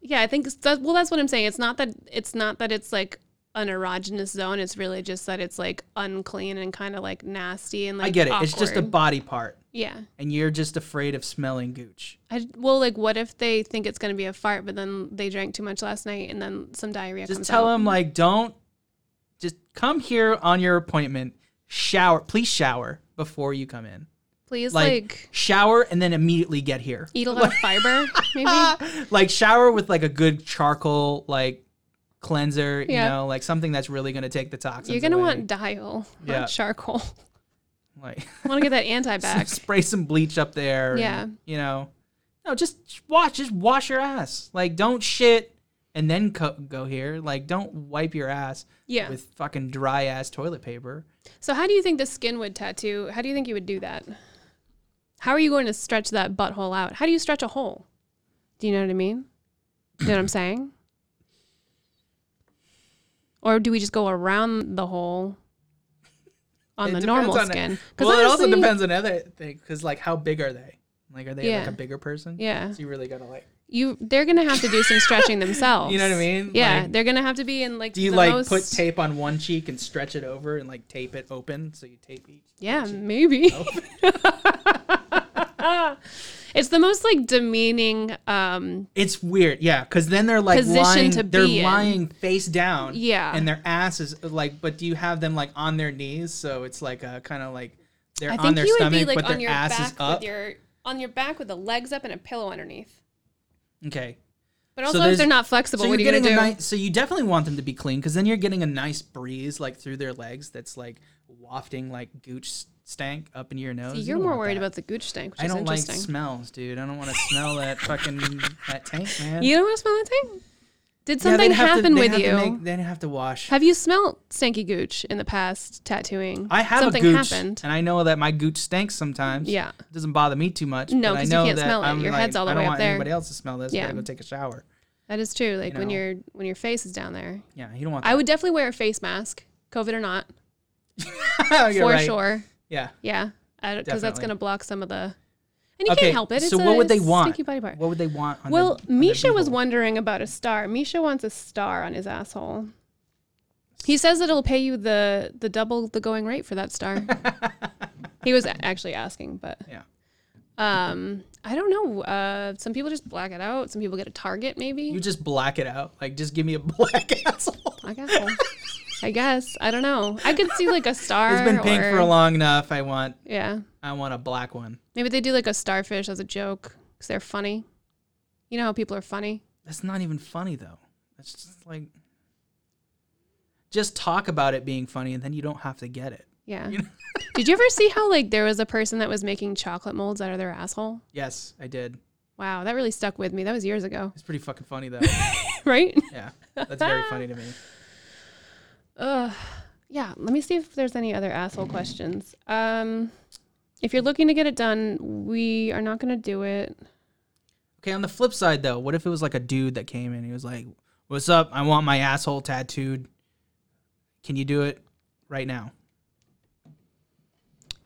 Speaker 1: yeah, I think it's- that, well, that's what I'm saying. It's not that it's not that it's like an erogenous zone. It's really just that it's like unclean and kind of like nasty and like
Speaker 2: I get it. It's just a
Speaker 1: awkward.
Speaker 2: body part,
Speaker 1: yeah.
Speaker 2: and you're just afraid of smelling gooch.
Speaker 1: I, well, like, what if they think it's gonna be a fart, but then they drank too much last night and then some diarrhea
Speaker 2: Just
Speaker 1: comes
Speaker 2: tell
Speaker 1: out?
Speaker 2: him like, don't. Just come here on your appointment. Shower, please shower before you come in.
Speaker 1: Please,
Speaker 2: Like,
Speaker 1: like,
Speaker 2: shower and then immediately get here.
Speaker 1: eat a lot of fiber,
Speaker 2: [laughs]
Speaker 1: [laughs] maybe.
Speaker 2: like shower with like a good charcoal like cleanser. You
Speaker 1: Yeah.
Speaker 2: know, like something that's really gonna take the toxins.
Speaker 1: You're gonna
Speaker 2: away.
Speaker 1: want dial,
Speaker 2: Yeah.
Speaker 1: not charcoal. [laughs]
Speaker 2: like
Speaker 1: I want to get that anti back.
Speaker 2: [laughs] spray some bleach up there. and,
Speaker 1: Yeah.
Speaker 2: you know, no, just wash, just wash your ass. Like, don't shit and then co- go here. Like, don't wipe your ass
Speaker 1: Yeah.
Speaker 2: with fucking dry ass toilet paper.
Speaker 1: So how do you think the skin would tattoo? How do you think you would do that? How are you going to stretch that butthole out? How do you stretch a hole? Do you know what I mean? You know what I'm saying? Or do we just go around the hole on
Speaker 2: It
Speaker 1: the
Speaker 2: depends
Speaker 1: normal
Speaker 2: on-
Speaker 1: skin? 'Cause
Speaker 2: Well, it also
Speaker 1: honestly-
Speaker 2: depends on other thing. Because like, how big are they? Like, are they like
Speaker 1: Yeah.
Speaker 2: a bigger person?
Speaker 1: Yeah,
Speaker 2: So you really gotta like.
Speaker 1: you they're gonna have to do some stretching themselves.
Speaker 2: You know what I mean?
Speaker 1: Yeah,
Speaker 2: Like,
Speaker 1: they're gonna have to be in like.
Speaker 2: Do you
Speaker 1: the
Speaker 2: like
Speaker 1: most,
Speaker 2: put tape on one cheek and stretch it over and like tape it open so you tape each?
Speaker 1: Yeah,
Speaker 2: [laughs]
Speaker 1: maybe. [laughs] it's the most like demeaning. Um,
Speaker 2: It's weird, yeah, because then they're like
Speaker 1: Position
Speaker 2: lying,
Speaker 1: to
Speaker 2: they're
Speaker 1: be in.
Speaker 2: lying face down,
Speaker 1: Yeah.
Speaker 2: and their ass is like. But do you have them like on their knees? So it's like a kind of like they're
Speaker 1: I
Speaker 2: on
Speaker 1: think
Speaker 2: their
Speaker 1: you would
Speaker 2: stomach,
Speaker 1: be like
Speaker 2: but
Speaker 1: on
Speaker 2: their
Speaker 1: your
Speaker 2: ass
Speaker 1: back
Speaker 2: is up.
Speaker 1: with your on your back with the legs up and a pillow underneath.
Speaker 2: okay,
Speaker 1: But
Speaker 2: So
Speaker 1: also,
Speaker 2: there's-
Speaker 1: if they're not flexible,
Speaker 2: so
Speaker 1: what are
Speaker 2: you're
Speaker 1: you gonna
Speaker 2: getting
Speaker 1: do?
Speaker 2: a nice. So you definitely want them to be clean because then you're getting a nice breeze like through their legs that's like wafting like gooch stank up into your nose.
Speaker 1: See,
Speaker 2: You
Speaker 1: you're
Speaker 2: don't
Speaker 1: more
Speaker 2: want
Speaker 1: worried
Speaker 2: that.
Speaker 1: about the gooch stank, which
Speaker 2: I
Speaker 1: is
Speaker 2: don't like
Speaker 1: interesting.
Speaker 2: smells, dude. I don't want to
Speaker 1: [laughs]
Speaker 2: smell that fucking that tank, man.
Speaker 1: you don't want to smell that tank? Did
Speaker 2: Yeah, they'd
Speaker 1: something
Speaker 2: have to-
Speaker 1: happen
Speaker 2: they'd
Speaker 1: with
Speaker 2: have to
Speaker 1: you?
Speaker 2: make- They'd have to wash.
Speaker 1: have you smelled stanky gooch in the past tattooing?
Speaker 2: I have
Speaker 1: something
Speaker 2: a gooch,
Speaker 1: happened.
Speaker 2: and I know that my gooch stinks sometimes.
Speaker 1: Yeah.
Speaker 2: it doesn't bother me too much.
Speaker 1: No,
Speaker 2: but I
Speaker 1: 'cause you
Speaker 2: know
Speaker 1: can't
Speaker 2: that
Speaker 1: smell it.
Speaker 2: I'm
Speaker 1: Your
Speaker 2: like,
Speaker 1: head's all the
Speaker 2: I don't
Speaker 1: way up
Speaker 2: want
Speaker 1: there.
Speaker 2: anybody else to smell this. Yeah.
Speaker 1: Yeah.
Speaker 2: gotta go take a shower.
Speaker 1: That is true. Like when
Speaker 2: know.
Speaker 1: your when your face is down there,
Speaker 2: Yeah, you don't want. That.
Speaker 1: I would definitely wear a face mask, COVID or not,
Speaker 2: [laughs] You're
Speaker 1: for
Speaker 2: right.
Speaker 1: sure.
Speaker 2: Yeah.
Speaker 1: Yeah, because that's
Speaker 2: Definitely.
Speaker 1: gonna block some of the. And you
Speaker 2: okay.
Speaker 1: can't help it. It's
Speaker 2: so
Speaker 1: a,
Speaker 2: what would they
Speaker 1: it's a
Speaker 2: want?
Speaker 1: Stinky body part.
Speaker 2: What would they want? On
Speaker 1: Well,
Speaker 2: the, on their
Speaker 1: Misha was
Speaker 2: beehole?
Speaker 1: wondering about a star. Misha wants a star on his asshole. He says that it'll pay you the the double the going rate for that
Speaker 2: [laughs]
Speaker 1: star. he was a- actually asking, but
Speaker 2: Yeah.
Speaker 1: um, I don't know. Uh, some people just black it out. Some people get a target,
Speaker 2: You
Speaker 1: maybe.
Speaker 2: just black it out. Like, just give me a [laughs] black asshole.
Speaker 1: Black asshole. I guess I don't know. I could see like
Speaker 2: [laughs]
Speaker 1: a star.
Speaker 2: It's been pink
Speaker 1: or,
Speaker 2: for long enough. I want.
Speaker 1: Yeah,
Speaker 2: I want a black one.
Speaker 1: maybe they do like a starfish as a joke because they're funny. You know how people are funny.
Speaker 2: That's not even funny though. That's just like. Just talk about it being funny, and then you don't have to get it.
Speaker 1: Yeah.
Speaker 2: You know?
Speaker 1: [laughs] Did you ever see how like there was a person that was making chocolate molds out of their asshole?
Speaker 2: Yes, I did.
Speaker 1: Wow, that really stuck with me. That was years
Speaker 2: [laughs]
Speaker 1: ago,
Speaker 2: It's pretty fucking
Speaker 1: [laughs]
Speaker 2: funny though.
Speaker 1: right?
Speaker 2: Yeah, that's very funny to me.
Speaker 1: Ugh. Yeah, let me see if there's any other asshole questions. Um, if you're looking to get it done, we are not going to do it.
Speaker 2: Okay, on the flip side though, what if it was like a dude that came in? He was like, "What's up? I want my asshole tattooed. Can you do it right now?"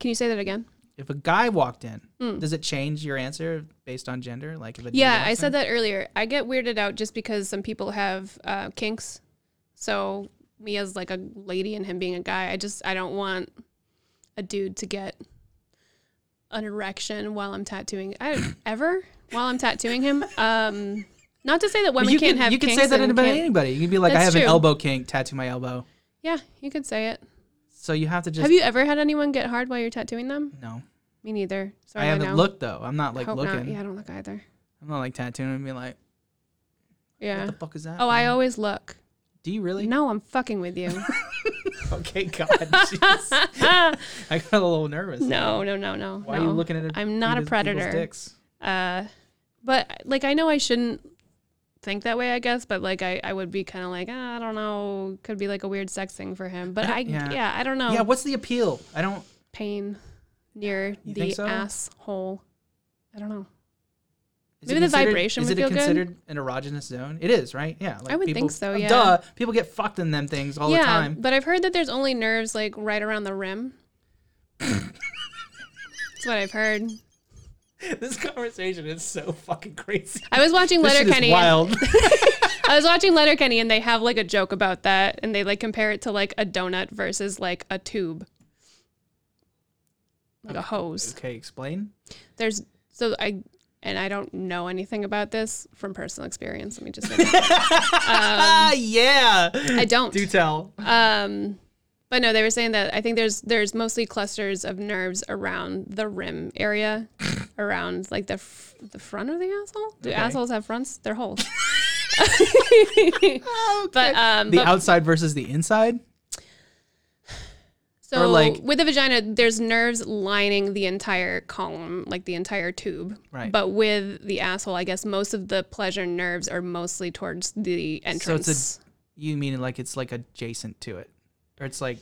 Speaker 1: Can you say that again?
Speaker 2: If a guy walked in, does it change your answer based on gender? Like, if a dude
Speaker 1: Hmm. Yeah,
Speaker 2: walks
Speaker 1: I
Speaker 2: in?
Speaker 1: said that earlier. I get weirded out just because some people have uh, kinks. So me as like a lady and him being a guy, I just I don't want a dude to get an erection while I'm tattooing. I [coughs] ever while I'm tattooing
Speaker 2: [laughs]
Speaker 1: him. Um, not to say that
Speaker 2: But
Speaker 1: women
Speaker 2: you
Speaker 1: can't
Speaker 2: can,
Speaker 1: have.
Speaker 2: you can
Speaker 1: kinks
Speaker 2: say that
Speaker 1: and
Speaker 2: about
Speaker 1: can't-
Speaker 2: anybody. You can be like, "I
Speaker 1: That's
Speaker 2: have an
Speaker 1: true.
Speaker 2: elbow kink, tattoo my elbow."
Speaker 1: Yeah, you could say it.
Speaker 2: So you have to just
Speaker 1: have you ever had anyone get hard while you're tattooing them?
Speaker 2: no.
Speaker 1: Me neither. Sorry,
Speaker 2: I haven't
Speaker 1: know.
Speaker 2: looked though. I'm not like
Speaker 1: Oh, Hope
Speaker 2: looking.
Speaker 1: not. Yeah, I don't look either.
Speaker 2: I'm not like tattooing and being like, "What
Speaker 1: Yeah.
Speaker 2: the fuck is that?"
Speaker 1: Oh, I
Speaker 2: man?
Speaker 1: always look.
Speaker 2: do you really?
Speaker 1: No, I'm fucking with you.
Speaker 2: [laughs]
Speaker 1: [laughs]
Speaker 2: Okay, God, jeez. I got a little nervous.
Speaker 1: No, no, no, no.
Speaker 2: Why
Speaker 1: no.
Speaker 2: are you looking at it?
Speaker 1: I'm not a predator.
Speaker 2: Dicks?
Speaker 1: Uh, but like I know I shouldn't think that way, I guess. But like I, I would be kind of like ah, I don't know, could be like a weird sex thing for him. But I
Speaker 2: Yeah.
Speaker 1: yeah, I don't know.
Speaker 2: Yeah, what's the appeal? I don't.
Speaker 1: Pain near
Speaker 2: You
Speaker 1: the
Speaker 2: think so?
Speaker 1: asshole. I don't know.
Speaker 2: Is
Speaker 1: Maybe the
Speaker 2: considered-
Speaker 1: vibration
Speaker 2: is
Speaker 1: would
Speaker 2: it
Speaker 1: feel good?
Speaker 2: considered an erogenous zone? It is, right? Yeah. Like
Speaker 1: I would
Speaker 2: people,
Speaker 1: think so,
Speaker 2: oh,
Speaker 1: yeah.
Speaker 2: Duh. People get fucked in them things all
Speaker 1: yeah,
Speaker 2: the time. [laughs]
Speaker 1: but I've heard that there's only nerves like right around the rim. That's what I've heard.
Speaker 3: this conversation is so fucking
Speaker 1: [laughs]
Speaker 3: crazy.
Speaker 1: I was watching
Speaker 3: This shit is
Speaker 1: Letterkenny. and- [laughs]
Speaker 3: wild.
Speaker 1: I was watching Letterkenny and they have like a joke about that and they like compare it to like a donut versus like a tube. Like a hose.
Speaker 2: Okay, explain.
Speaker 1: There's so I and I don't know anything about this from personal experience. Let me just say that. Um,
Speaker 2: [laughs]
Speaker 1: Uh,
Speaker 3: ah, yeah.
Speaker 1: [laughs] I don't.
Speaker 3: Do tell.
Speaker 1: Um, but no, they were saying that I think there's there's mostly clusters of nerves around the rim area, around like the f- the front of the asshole. Do assholes have fronts? They're holes. [laughs] But um, [laughs]
Speaker 2: The
Speaker 1: but-
Speaker 2: outside versus the inside.
Speaker 1: so
Speaker 2: or, like-
Speaker 1: with the vagina, there's nerves lining the entire column, like the entire tube.
Speaker 2: Right.
Speaker 1: But with the asshole, I guess most of the pleasure nerves are mostly towards the entrance.
Speaker 2: You mean like it's like adjacent to it, or
Speaker 1: [laughs]
Speaker 2: it's like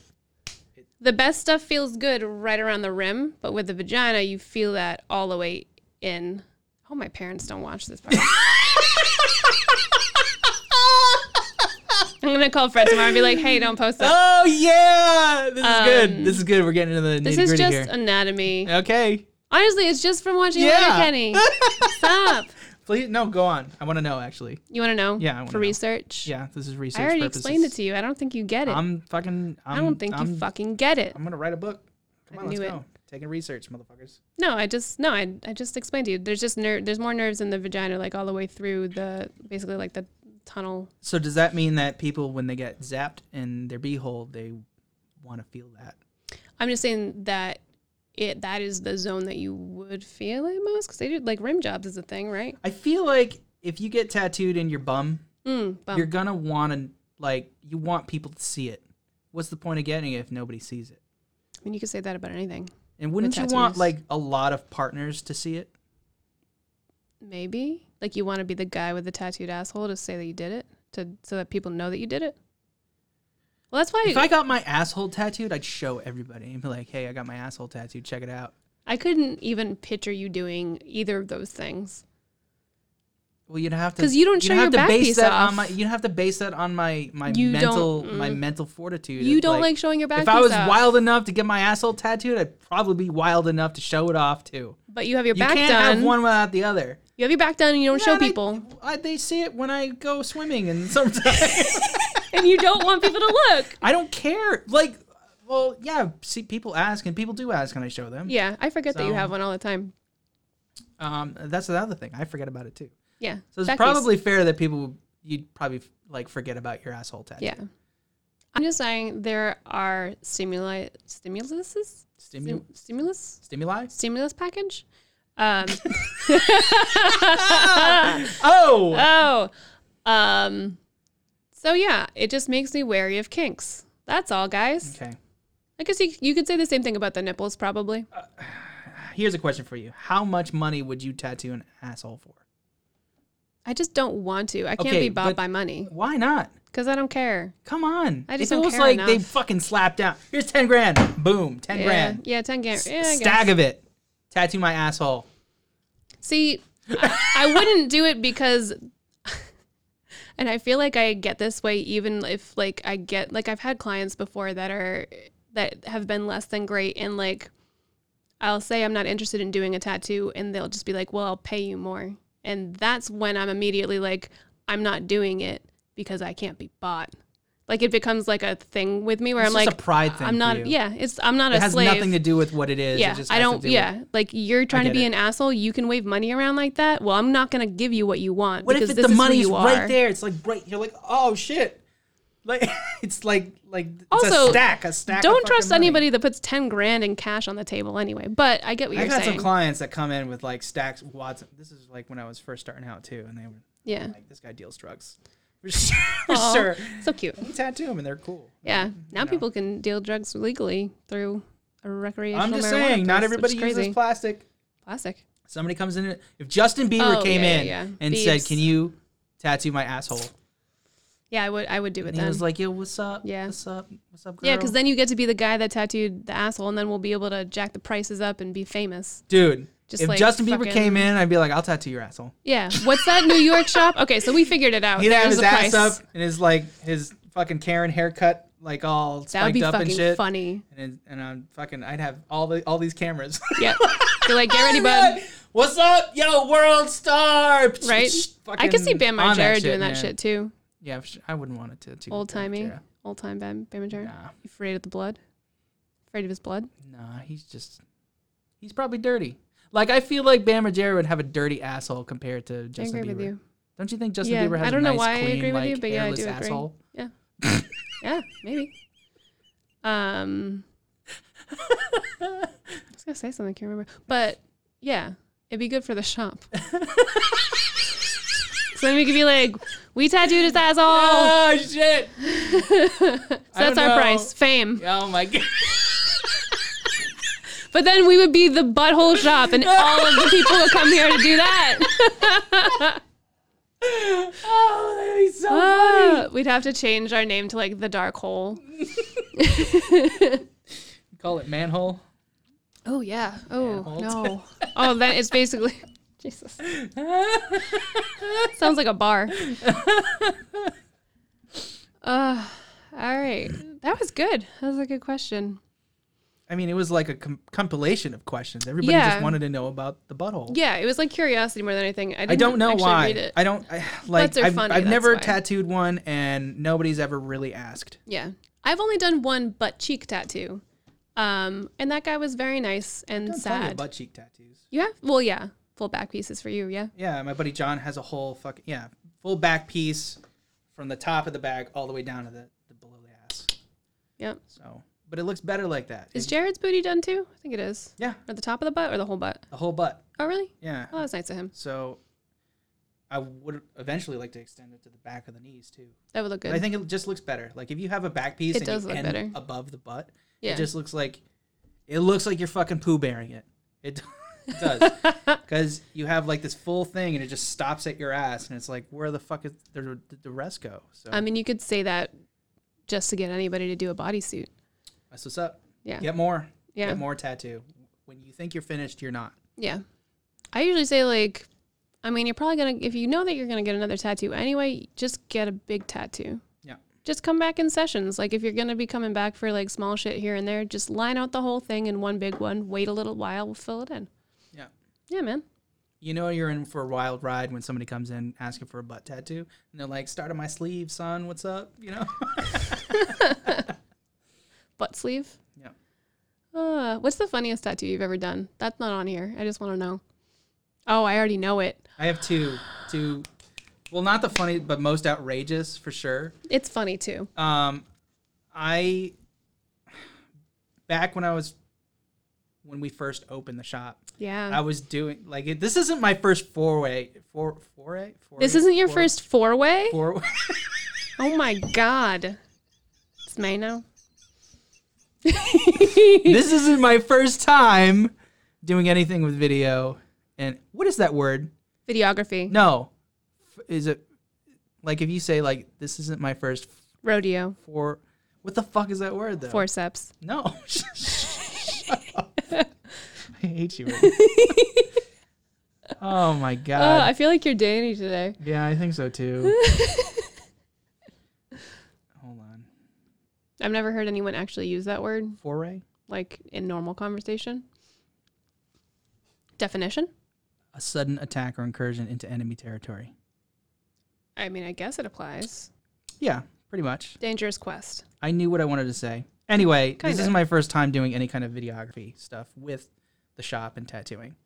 Speaker 1: the best stuff feels good right around the rim, but with the vagina, you feel that all the way in. Oh, my parents don't watch this
Speaker 2: [laughs]
Speaker 1: part. I'm gonna call Fred tomorrow and be like, "Hey, don't post that."
Speaker 2: oh yeah, this is
Speaker 1: Um,
Speaker 2: good. This is good. We're getting into the
Speaker 1: This
Speaker 2: nitty
Speaker 1: is
Speaker 2: gritty
Speaker 1: just
Speaker 2: here.
Speaker 1: anatomy.
Speaker 2: okay,
Speaker 1: Honestly, it's just from watching
Speaker 2: Yeah. [laughs]
Speaker 1: Letterkenny. Stop.
Speaker 2: please no, go on. I want to know actually.
Speaker 1: You want to know?
Speaker 2: Yeah, I wanna
Speaker 1: for
Speaker 2: know.
Speaker 1: research.
Speaker 2: Yeah, this is research.
Speaker 1: I already
Speaker 2: purposes.
Speaker 1: explained it to you. I don't think you get it.
Speaker 2: I'm fucking. I'm,
Speaker 1: I do not think
Speaker 2: I'm,
Speaker 1: you fucking get it.
Speaker 2: I'm gonna write a book. Come
Speaker 1: I
Speaker 2: on, let's
Speaker 1: knew it.
Speaker 2: go. Taking research, motherfuckers.
Speaker 1: No, I just no, I, I just explained to you. There's just ner- there's more nerves in the vagina, like all the way through the basically like the tunnel.
Speaker 2: So does that mean that people, when they get zapped in their beehole, they want to feel that?
Speaker 1: I'm just saying that it that is the zone that you would feel it most because they do like rim jobs is a thing, right?
Speaker 2: I feel like if you get tattooed in your bum,
Speaker 1: Mm, bum.
Speaker 2: you're gonna want to like you want people to see it. What's the point of getting it if nobody sees it?
Speaker 1: I mean, you could say that about anything.
Speaker 2: And wouldn't you want
Speaker 1: tattoos.
Speaker 2: like a lot of partners to see it?
Speaker 1: Maybe like you want to be the guy with the tattooed asshole to say that you did it to so that people know that you did it. Well, that's why
Speaker 2: If I got my asshole tattooed, I'd show everybody and be like, "Hey, I got my asshole tattooed. Check it out."
Speaker 1: I couldn't even picture you doing either of those things.
Speaker 2: Well, you'd have to
Speaker 1: 'Cause you don't show your
Speaker 2: have to
Speaker 1: back
Speaker 2: base
Speaker 1: piece
Speaker 2: that
Speaker 1: off.
Speaker 2: on my. You'd have to base that on my my
Speaker 1: You
Speaker 2: mental
Speaker 1: don't-
Speaker 2: my
Speaker 1: mm.
Speaker 2: mental fortitude.
Speaker 1: You
Speaker 2: It's
Speaker 1: don't like, showing your back.
Speaker 2: if I
Speaker 1: piece
Speaker 2: was
Speaker 1: off,
Speaker 2: wild enough to get my asshole tattooed, I'd probably be wild enough to show it off too.
Speaker 1: but you have your
Speaker 2: You
Speaker 1: back
Speaker 2: can't
Speaker 1: done.
Speaker 2: have one without the other.
Speaker 1: You have your back done, and you don't
Speaker 2: Yeah,
Speaker 1: show
Speaker 2: and I- [laughs]
Speaker 1: people,
Speaker 2: I, they see it when I go swimming, and [laughs] sometimes
Speaker 1: and you don't want people to look.
Speaker 2: I don't care. Like, well, yeah. See, people ask, and people do ask, and I show them.
Speaker 1: Yeah, I forget that you
Speaker 2: So-
Speaker 1: have one all the time.
Speaker 2: Um, that's another thing. I forget about it too.
Speaker 1: Yeah,
Speaker 2: So it's
Speaker 1: back piece.
Speaker 2: probably fair that people would- you'd probably like forget about your asshole tattoo.
Speaker 1: Yeah. I'm just saying there are stimuli stimuluses
Speaker 2: Stimu-
Speaker 1: stimulus [laughs]
Speaker 2: stimuli.
Speaker 1: stimulus package.
Speaker 2: [laughs]
Speaker 1: Um, [laughs]
Speaker 2: Oh,
Speaker 1: oh, um, so yeah, it just makes me wary of kinks. That's all, guys.
Speaker 2: okay.
Speaker 1: I guess you, you could say the same thing about the nipples, probably.
Speaker 2: Here's a question for you: How much money would you tattoo an asshole for?
Speaker 1: I just don't want to. I can't
Speaker 2: Okay,
Speaker 1: be bothered
Speaker 2: but-
Speaker 1: by money
Speaker 2: Why not?
Speaker 1: because I don't care.
Speaker 2: Come on.
Speaker 1: I just
Speaker 2: it
Speaker 1: don't
Speaker 2: feels
Speaker 1: care
Speaker 2: like they
Speaker 1: enough.
Speaker 2: fucking slapped down. Here's ten grand. Boom, ten
Speaker 1: yeah.
Speaker 2: grand.
Speaker 1: Yeah, ten grand. Yeah, I guess.
Speaker 2: Stag of it. Tattoo my asshole.
Speaker 1: See, I, I wouldn't do it because, [laughs] and I feel like I get this way even if like I get like I've had clients before that are that have been less than great and like I'll say I'm not interested in doing a tattoo and they'll just be like, well, I'll pay you more, and that's when I'm immediately like, I'm not doing it because I can't be bought. Like it becomes like a thing with me where
Speaker 2: It's
Speaker 1: I'm
Speaker 2: just
Speaker 1: like
Speaker 2: a pride thing
Speaker 1: I'm
Speaker 2: for
Speaker 1: not.
Speaker 2: you.
Speaker 1: Yeah, it's I'm not
Speaker 2: It
Speaker 1: a
Speaker 2: has
Speaker 1: slave.
Speaker 2: nothing to do with what it is. It
Speaker 1: Yeah,
Speaker 2: just
Speaker 1: I
Speaker 2: has to
Speaker 1: don't.
Speaker 2: do
Speaker 1: yeah,
Speaker 2: with-
Speaker 1: like you're trying to
Speaker 2: get
Speaker 1: be
Speaker 2: it.
Speaker 1: an asshole. You can wave money around like that. Well, I'm not gonna give you what you want.
Speaker 2: What
Speaker 1: because
Speaker 2: if it,
Speaker 1: this
Speaker 2: the
Speaker 1: is who
Speaker 2: money's
Speaker 1: you
Speaker 2: right
Speaker 1: are.
Speaker 2: there? It's like right. You're like, oh shit. Like [laughs] it's like like it's
Speaker 1: Also,
Speaker 2: a stack, a stack. of
Speaker 1: Don't
Speaker 2: fucking
Speaker 1: trust
Speaker 2: money.
Speaker 1: anybody that puts ten grand in cash on the table anyway. But I get what
Speaker 2: I
Speaker 1: you're
Speaker 2: got
Speaker 1: saying.
Speaker 2: some clients that come in with like stacks. Watson. This is like when I was first starting out too, and they were
Speaker 1: yeah,
Speaker 2: like, "This guy deals drugs." [laughs] For sure, for
Speaker 1: Aw.
Speaker 2: sure.
Speaker 1: so cute.
Speaker 2: You tattoo them and they're cool. [laughs]
Speaker 1: Yeah, now
Speaker 2: know.
Speaker 1: people can deal drugs legally through a recreational.
Speaker 2: I'm just
Speaker 1: marijuana
Speaker 2: saying, not
Speaker 1: place,
Speaker 2: everybody
Speaker 1: which is
Speaker 2: uses
Speaker 1: crazy.
Speaker 2: plastic.
Speaker 1: plastic.
Speaker 2: Somebody comes in. If Justin Bieber
Speaker 1: Oh,
Speaker 2: came
Speaker 1: yeah, yeah,
Speaker 2: in
Speaker 1: yeah.
Speaker 2: and
Speaker 1: Biebs.
Speaker 2: said, "Can you tattoo my asshole?"
Speaker 1: Yeah, I would. I would do it
Speaker 2: And he
Speaker 1: then.
Speaker 2: was like, "Yo, what's up?
Speaker 1: Yeah.
Speaker 2: what's up? What's up, girl?"
Speaker 1: yeah, because then you get to be the guy that tattooed the asshole, and then we'll be able to jack the prices up and be famous.
Speaker 2: dude,
Speaker 1: Just
Speaker 2: if
Speaker 1: like
Speaker 2: Justin Bieber
Speaker 1: fucking-
Speaker 2: came in, I'd be like, "I'll tattoo your asshole."
Speaker 1: Yeah, what's that New York shop? Okay, so we figured it out.
Speaker 2: He'd have
Speaker 1: There's
Speaker 2: his
Speaker 1: the
Speaker 2: ass
Speaker 1: price.
Speaker 2: up and his like his fucking Karen haircut like
Speaker 1: That
Speaker 2: all
Speaker 1: would
Speaker 2: spiked
Speaker 1: be
Speaker 2: up and
Speaker 1: fucking
Speaker 2: shit.
Speaker 1: funny.
Speaker 2: And, it- and I'm fucking, I'd have all the all these cameras. [laughs]
Speaker 1: [laughs] Yeah. So like, get ready, bud.
Speaker 2: What's up, yo, world star?
Speaker 1: Right? I could see Bam
Speaker 2: on
Speaker 1: Margera doing that
Speaker 2: man.
Speaker 1: shit too.
Speaker 2: Yeah, for sure. I wouldn't want it to. to
Speaker 1: Old timey,
Speaker 2: Margera.
Speaker 1: old time Bam Bam Margera.
Speaker 2: Nah,
Speaker 1: You afraid of the blood? Afraid of his blood?
Speaker 2: nah, he's just, he's probably dirty. Like I feel like Bam Margera would have a dirty asshole compared to Justin
Speaker 1: I agree
Speaker 2: Bieber.
Speaker 1: with you.
Speaker 2: Don't you think Justin
Speaker 1: Yeah,
Speaker 2: Bieber has
Speaker 1: I don't
Speaker 2: a
Speaker 1: know
Speaker 2: nice,
Speaker 1: why I
Speaker 2: clean,
Speaker 1: agree with
Speaker 2: like,
Speaker 1: you, but yeah, I
Speaker 2: hairless
Speaker 1: do agree.
Speaker 2: asshole?
Speaker 1: Yeah, maybe. um, I was gonna say something, I can't remember. But yeah, it'd be good for the
Speaker 2: [laughs]
Speaker 1: shop. so then we could be like, we tattooed his asshole.
Speaker 2: Oh shit!
Speaker 1: so that's
Speaker 2: don't
Speaker 1: our
Speaker 2: know.
Speaker 1: price, fame.
Speaker 2: Oh my god!
Speaker 1: But then we would be the butthole shop, and all of the people would come here to do [laughs] that.
Speaker 2: [laughs] Oh, that'd be so.
Speaker 1: Ah, we'd have to change our name to like the dark hole.
Speaker 2: Call it manhole. [laughs]
Speaker 1: Oh yeah. Oh
Speaker 2: hold.
Speaker 1: no. [laughs] Oh, that is basically [laughs] Jesus. Sounds like a
Speaker 2: [laughs]
Speaker 1: bar. Uh, all right. That was good. That was a good question.
Speaker 2: I mean, it was like a com- compilation of questions. Everybody
Speaker 1: Yeah.
Speaker 2: just wanted to know about the butthole.
Speaker 1: Yeah, it was like curiosity more than anything. I, didn't
Speaker 2: I don't know
Speaker 1: actually
Speaker 2: why.
Speaker 1: Read it.
Speaker 2: I don't I, like.
Speaker 1: Butts are
Speaker 2: I've,
Speaker 1: funny,
Speaker 2: I've
Speaker 1: that's
Speaker 2: never
Speaker 1: why.
Speaker 2: tattooed one, and nobody's ever really asked.
Speaker 1: yeah, I've only done one butt cheek tattoo, um, and that guy was very nice and
Speaker 2: Done plenty of
Speaker 1: sad.
Speaker 2: butt cheek tattoos.
Speaker 1: You have well, yeah, full back pieces for you. Yeah.
Speaker 2: Yeah, my buddy John has a whole fucking yeah full back piece from the top of the back all the way down to the, the below the ass.
Speaker 1: Yep.
Speaker 2: So, but it looks better like that.
Speaker 1: Is
Speaker 2: It-
Speaker 1: Jared's booty done too? I think it is.
Speaker 2: yeah,
Speaker 1: Or the top of the butt or the whole butt?
Speaker 2: the whole butt.
Speaker 1: Oh, really?
Speaker 2: Yeah.
Speaker 1: Oh, that's nice of him.
Speaker 2: So, I would eventually like to extend it to the back of the knees too.
Speaker 1: That would look good.
Speaker 2: I think it just looks better. Like if you have a back piece,
Speaker 1: It
Speaker 2: and you
Speaker 1: does look
Speaker 2: end
Speaker 1: better.
Speaker 2: above the butt.
Speaker 1: yeah. [laughs]
Speaker 2: It just looks like it looks like you're fucking poo bearing it. It, [laughs]
Speaker 1: [laughs]
Speaker 2: it does because you have like this full thing and it just stops at your ass and it's like where the fuck is the, the rest go? So
Speaker 1: I mean, you could say that just to get anybody to do a bodysuit.
Speaker 2: that's what's up.
Speaker 1: Yeah.
Speaker 2: Get more.
Speaker 1: Yeah.
Speaker 2: Get more tattoo. When you think you're finished, you're not.
Speaker 1: Yeah. I usually say, like, I mean, you're probably going to, if you know that you're going to get another tattoo anyway, just get a big tattoo.
Speaker 2: Yeah.
Speaker 1: Just come back in sessions. Like, if you're going to be coming back for like small shit here and there, just line out the whole thing in one big one. Wait a little while, we'll fill it in.
Speaker 2: Yeah.
Speaker 1: Yeah, man.
Speaker 2: You know you're in for a wild ride when somebody comes in asking for a butt tattoo and they're like, "Start on my sleeve, son. What's up?" You know. [laughs]
Speaker 1: Butt sleeve.
Speaker 2: Yeah.
Speaker 1: Uh, what's the funniest tattoo you've ever done? That's not on here. I just want to know. Oh, I already know it.
Speaker 2: I have two, two. Well, not the funny, but most outrageous for sure.
Speaker 1: It's funny too.
Speaker 2: Um, I back when I was when we first opened the shop,
Speaker 1: Yeah.
Speaker 2: I was doing like it, this isn't my first foray. For foray. foray
Speaker 1: This isn't your
Speaker 2: foray-
Speaker 1: first four way? [laughs]
Speaker 2: four-
Speaker 1: Oh my god. It's May now.
Speaker 2: this isn't my first time doing anything with video. And what is that word?
Speaker 1: Videography.
Speaker 2: No, F- is it like if you say like this isn't my first
Speaker 1: Rodeo.
Speaker 2: four? What the fuck is that word though?
Speaker 1: Forceps.
Speaker 2: No. [laughs] Shut up. I hate you. right now. oh my
Speaker 1: Oh,
Speaker 2: god.
Speaker 1: I feel like you're Danny today.
Speaker 2: yeah, I think so too. Hold on.
Speaker 1: I've never heard anyone actually use that word,
Speaker 2: Foray?
Speaker 1: like in normal conversation. Definition?
Speaker 2: A sudden attack or incursion into enemy territory.
Speaker 1: I mean, I guess it applies.
Speaker 2: Yeah, pretty much.
Speaker 1: Dangerous quest.
Speaker 2: I knew what I wanted to say. Anyway, this
Speaker 1: Kinda.
Speaker 2: is my first time doing any kind of videography stuff with the shop and tattooing.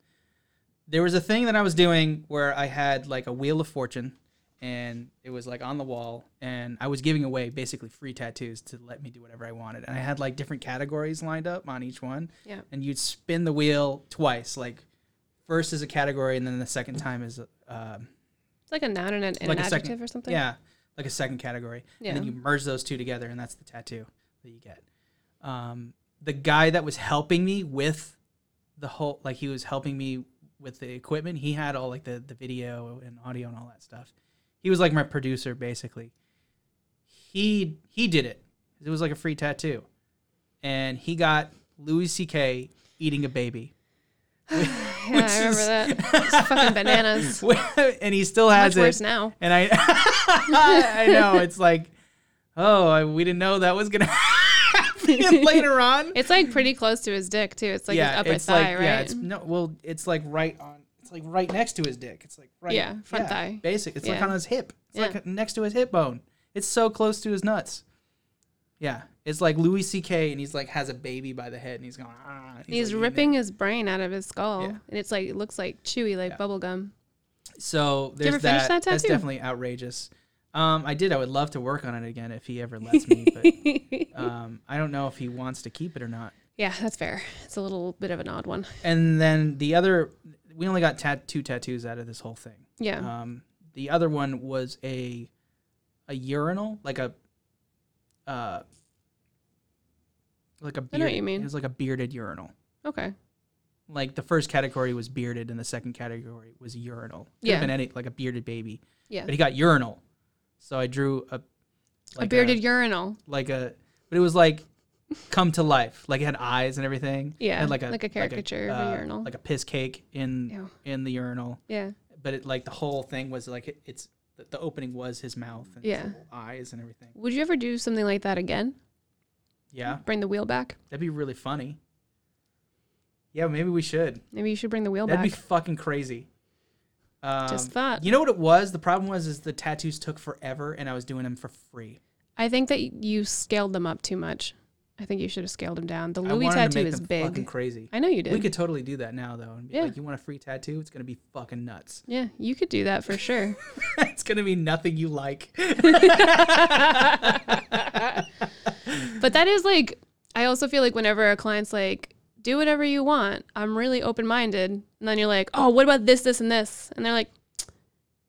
Speaker 2: There was a thing that I was doing where I had like a wheel of fortune and it was like on the wall and I was giving away basically free tattoos to let me do whatever I wanted. And I had like different categories lined up on each one
Speaker 1: Yeah.
Speaker 2: and you'd spin the wheel twice like first is a category and then the second time is um,
Speaker 1: It's like a noun and an, and
Speaker 2: Like
Speaker 1: an
Speaker 2: a second-
Speaker 1: adjective or something.
Speaker 2: yeah, like a second category. And then
Speaker 1: Yeah.
Speaker 2: you merge those two together, and that's the tattoo that you get. Um, the guy that was helping me with the whole, like he was helping me with the equipment, he had all like the, the video and audio and all that stuff. He was like my producer, basically. He he did it. It was like a free tattoo, and he got Louis C.K. eating a baby,
Speaker 1: [laughs]
Speaker 2: [laughs]
Speaker 1: Yeah, I remember
Speaker 2: is- [laughs]
Speaker 1: that. It's fucking bananas.
Speaker 2: and he still has
Speaker 1: Much
Speaker 2: it. [laughs]
Speaker 1: worse now.
Speaker 2: And I, I know it's like, oh, I, we didn't know that was gonna [laughs] happen
Speaker 1: [laughs]
Speaker 2: later on.
Speaker 1: It's like pretty close to his dick too. It's like his upper
Speaker 2: it's
Speaker 1: thigh,
Speaker 2: like
Speaker 1: right?
Speaker 2: yeah, it's no, well, it's like right on, it's like right next to his dick. It's like right,
Speaker 1: Yeah, front thigh.
Speaker 2: basic. It's like
Speaker 1: Yeah.
Speaker 2: on his hip. It's
Speaker 1: Yeah.
Speaker 2: like next to his hip bone. It's so close to his nuts. Yeah, it's like Louis C.K. and he's like has a baby by the head and he's going. Ah, and
Speaker 1: He's
Speaker 2: like, eating it.
Speaker 1: ripping his brain out of his skull,
Speaker 2: Yeah.
Speaker 1: and it's like it looks like chewy, like
Speaker 2: Yeah.
Speaker 1: bubble gum.
Speaker 2: So
Speaker 1: you ever
Speaker 2: there's
Speaker 1: finish
Speaker 2: that.
Speaker 1: that
Speaker 2: That's
Speaker 1: tattoo?
Speaker 2: definitely outrageous. Um, I did. I would love to work on it again if he ever
Speaker 1: [laughs]
Speaker 2: lets me, but
Speaker 1: Mm-hmm.
Speaker 2: um, I don't know if he wants to keep it or not.
Speaker 1: yeah, that's fair. It's a little bit of an odd one.
Speaker 2: And then the other, we only got tat- two tattoos out of this whole thing.
Speaker 1: Yeah,
Speaker 2: Um, the other one was a a urinal, like a uh, like a
Speaker 1: I know what you
Speaker 2: bearded-
Speaker 1: mean.
Speaker 2: It was like a bearded urinal.
Speaker 1: okay.
Speaker 2: Like the first category was bearded, and the second category was urinal. Could
Speaker 1: Yeah.
Speaker 2: have been any like a bearded baby,
Speaker 1: Yeah,
Speaker 2: but he got urinal. So I drew a like
Speaker 1: a bearded urinal.
Speaker 2: like a, but it was like come to life. Like it had eyes and everything. It
Speaker 1: Yeah,
Speaker 2: had like a uh,
Speaker 1: like a caricature of a urinal.
Speaker 2: like a piss cake in
Speaker 1: Ew.
Speaker 2: in the urinal.
Speaker 1: Yeah,
Speaker 2: But it like the whole thing was like it, it's the- the opening was his mouth and his
Speaker 1: Yeah.
Speaker 2: little eyes and everything.
Speaker 1: would you ever do something like that again?
Speaker 2: Yeah,
Speaker 1: Bring the wheel back.
Speaker 2: that'd be really funny. Yeah, maybe we should.
Speaker 1: Maybe you should bring the wheel
Speaker 2: That'd be
Speaker 1: back.
Speaker 2: fucking crazy. Um,
Speaker 1: Just thought.
Speaker 2: You know what it was? The problem was is the tattoos took forever, and I was doing them for free.
Speaker 1: I think that you scaled them up too much. I think you should have scaled them down. The
Speaker 2: I
Speaker 1: Louis
Speaker 2: wanted
Speaker 1: tattoo
Speaker 2: to make
Speaker 1: is
Speaker 2: them fucking
Speaker 1: big.
Speaker 2: crazy.
Speaker 1: I know you did.
Speaker 2: We could totally do that now though, and be
Speaker 1: Yeah.
Speaker 2: like, "You want a free tattoo? It's gonna be fucking nuts. [laughs]
Speaker 1: yeah, you could do that for sure.
Speaker 2: it's gonna be nothing you like." [laughs]
Speaker 1: But that is like, I also feel like whenever a client's like, do whatever you want, I'm really open minded. And then you're like, oh, what about this, this, and this? And they're like,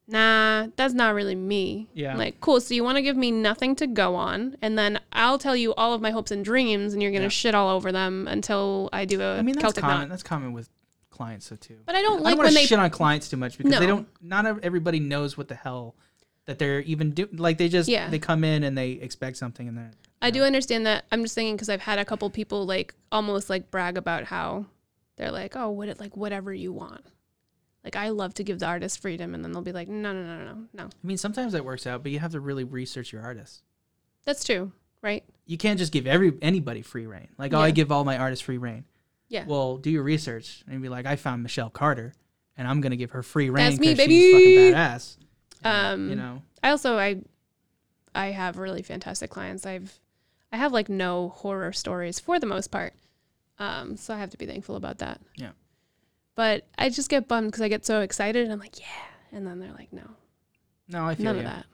Speaker 1: nah, that's not really me.
Speaker 2: Yeah.
Speaker 1: I'm like, cool. So you want to give me nothing to go on, and then I'll tell you all of my hopes and dreams, and you're going to
Speaker 2: Yeah.
Speaker 1: shit all over them until I do a
Speaker 2: I mean, that's
Speaker 1: Celtic
Speaker 2: common.
Speaker 1: knot.
Speaker 2: That's common with clients though too.
Speaker 1: But I don't like
Speaker 2: I don't want
Speaker 1: when
Speaker 2: to
Speaker 1: they.
Speaker 2: shit on clients too much because they
Speaker 1: No.
Speaker 2: don't. Not ev- everybody knows what the hell that they're even doing. Like they just
Speaker 1: Yeah.
Speaker 2: they come in and they expect something and then
Speaker 1: I do understand that. I'm just thinking because I've had a couple people like almost like brag about how they're like, oh, what it like whatever you want. Like I love to give the artist freedom, and then they'll be like, no, no, no, no, no, no.
Speaker 2: I mean sometimes that works out, but you have to really research your artist.
Speaker 1: That's true, right?
Speaker 2: You can't just give every anybody free reign. Like oh, I
Speaker 1: Yeah.
Speaker 2: give all my artists free reign.
Speaker 1: Yeah.
Speaker 2: Well, do your research and be like, I found Michelle Carter, and I'm gonna give her free reign
Speaker 1: That's me,
Speaker 2: because she's fucking
Speaker 1: baby.
Speaker 2: badass.
Speaker 1: um,
Speaker 2: You know.
Speaker 1: I also I, I have really fantastic clients. I've, I have like no horror stories for the most part, um, so I have to be thankful about that.
Speaker 2: Yeah.
Speaker 1: But I just get bummed because I get so excited, and I'm like, yeah, and then they're like, no,
Speaker 2: No, I feel
Speaker 1: none
Speaker 2: you.
Speaker 1: of that.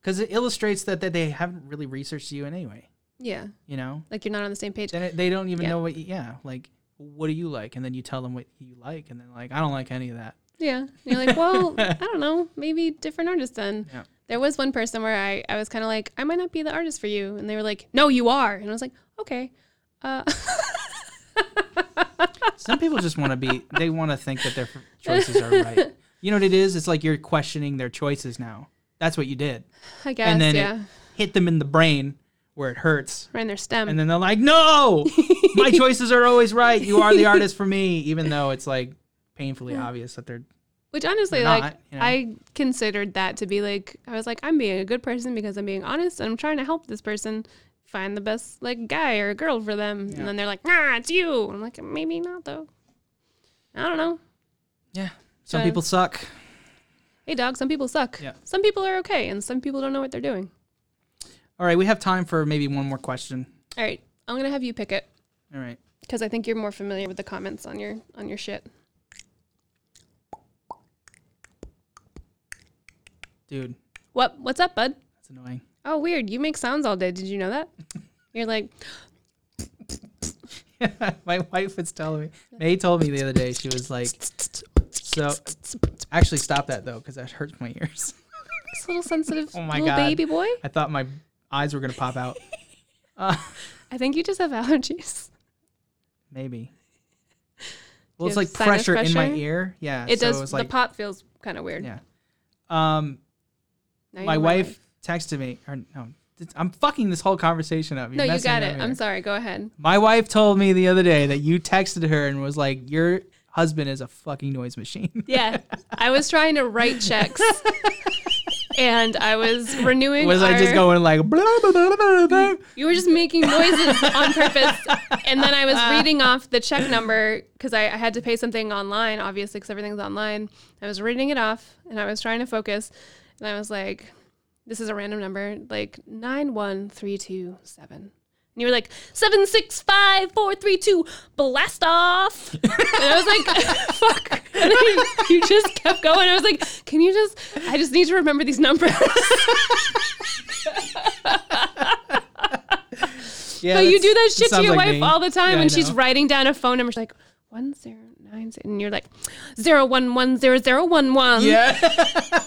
Speaker 2: because it illustrates that, that they haven't really researched you anyway.
Speaker 1: Yeah,
Speaker 2: You know,
Speaker 1: like you're not on the same page.
Speaker 2: then it, they don't even
Speaker 1: Yeah.
Speaker 2: know what. You, yeah, like what do you like, and then you tell them what you like, and then like I don't like any of that.
Speaker 1: Yeah. And you're like,
Speaker 2: [laughs]
Speaker 1: well, I don't know, maybe different artists then.
Speaker 2: Yeah.
Speaker 1: There was one person where I, I was kind of like, I might not be the artist for you. And they were like, no, you are. And I was like, okay. Uh, [laughs]
Speaker 2: Some people just want
Speaker 1: [laughs]
Speaker 2: to be. They want to think that their f- choices are right. You know what it is? It's like you're questioning their choices now. That's what you did,
Speaker 1: I guess,
Speaker 2: and then
Speaker 1: yeah.
Speaker 2: it hit them in the brain where it hurts,
Speaker 1: right in their stem.
Speaker 2: and then they're like, "No, my choices are always right. You are the artist for me," even though it's like painfully obvious that they're
Speaker 1: Which honestly,
Speaker 2: They're
Speaker 1: like,
Speaker 2: not, you know?
Speaker 1: I considered that to be like, I was like, I'm being a good person because I'm being honest and I'm trying to help this person find the best, like, guy or girl for them.
Speaker 2: Yeah.
Speaker 1: And then they're like, nah, it's you. And I'm like, maybe not, though. I don't know.
Speaker 2: yeah. Some
Speaker 1: Uh,
Speaker 2: people suck.
Speaker 1: Hey, dog, some people suck.
Speaker 2: Yeah.
Speaker 1: Some people are okay, and some people don't know what they're doing.
Speaker 2: All right, we have time for maybe one more question.
Speaker 1: All right, I'm gonna have you pick it
Speaker 2: All right.
Speaker 1: because I think you're more familiar with the comments on your on your shit.
Speaker 2: Dude,
Speaker 1: What What's up, bud?
Speaker 2: that's annoying. [laughs]
Speaker 1: Oh, weird. You make sounds all day. Did you know that? You're like,
Speaker 2: My wife was telling me. May told me the other day she was like, "So, actually, stop that though, because that hurts my ears." [laughs]
Speaker 1: this little sensitive
Speaker 2: Oh my
Speaker 1: little
Speaker 2: God.
Speaker 1: baby boy.
Speaker 2: I thought my eyes were gonna pop out. Uh,
Speaker 1: I think you just have
Speaker 2: [laughs]
Speaker 1: allergies.
Speaker 2: maybe.
Speaker 1: you
Speaker 2: Well, it's
Speaker 1: have
Speaker 2: like
Speaker 1: sinus
Speaker 2: pressure, in my
Speaker 1: pressure?
Speaker 2: ear. Yeah,
Speaker 1: It
Speaker 2: so
Speaker 1: does.
Speaker 2: was
Speaker 1: the
Speaker 2: like,
Speaker 1: pop feels kind of weird.
Speaker 2: yeah. Um,
Speaker 1: Now you're
Speaker 2: my wife, texted me, or no, it's- I'm fucking this whole conversation up. You're
Speaker 1: No, you
Speaker 2: messing
Speaker 1: got
Speaker 2: up
Speaker 1: it.
Speaker 2: here.
Speaker 1: I'm sorry. Go
Speaker 2: [laughs]
Speaker 1: ahead.
Speaker 2: My wife told me the other day that you texted her and was like, "Your husband is a fucking noise machine." [laughs]
Speaker 1: Yeah, I was trying to write checks. and I
Speaker 2: [laughs]
Speaker 1: was renewing.
Speaker 2: Was I just
Speaker 1: our-
Speaker 2: going like blah, blah, blah, blah, blah?
Speaker 1: You were just making noises on purpose. And then I was reading off the check number because I, I had to pay something online, obviously, because everything's online. I was reading it off and I was trying to focus. And I was like, this is a random number, like 91327. And you were like, 765432, blast off. and I was like, [laughs] fuck. And then you, you just kept going. I was like, can you just, I just need to remember these numbers.
Speaker 2: Yeah,
Speaker 1: So you
Speaker 2: that's-
Speaker 1: do that shit to
Speaker 2: sounds
Speaker 1: your
Speaker 2: like
Speaker 1: wife
Speaker 2: me.
Speaker 1: all the time
Speaker 2: Yeah, I
Speaker 1: when she's
Speaker 2: know.
Speaker 1: writing down a phone number. She's like one zero nine zero, and you're like zero one one zero zero one one.
Speaker 2: Yeah.
Speaker 1: [laughs]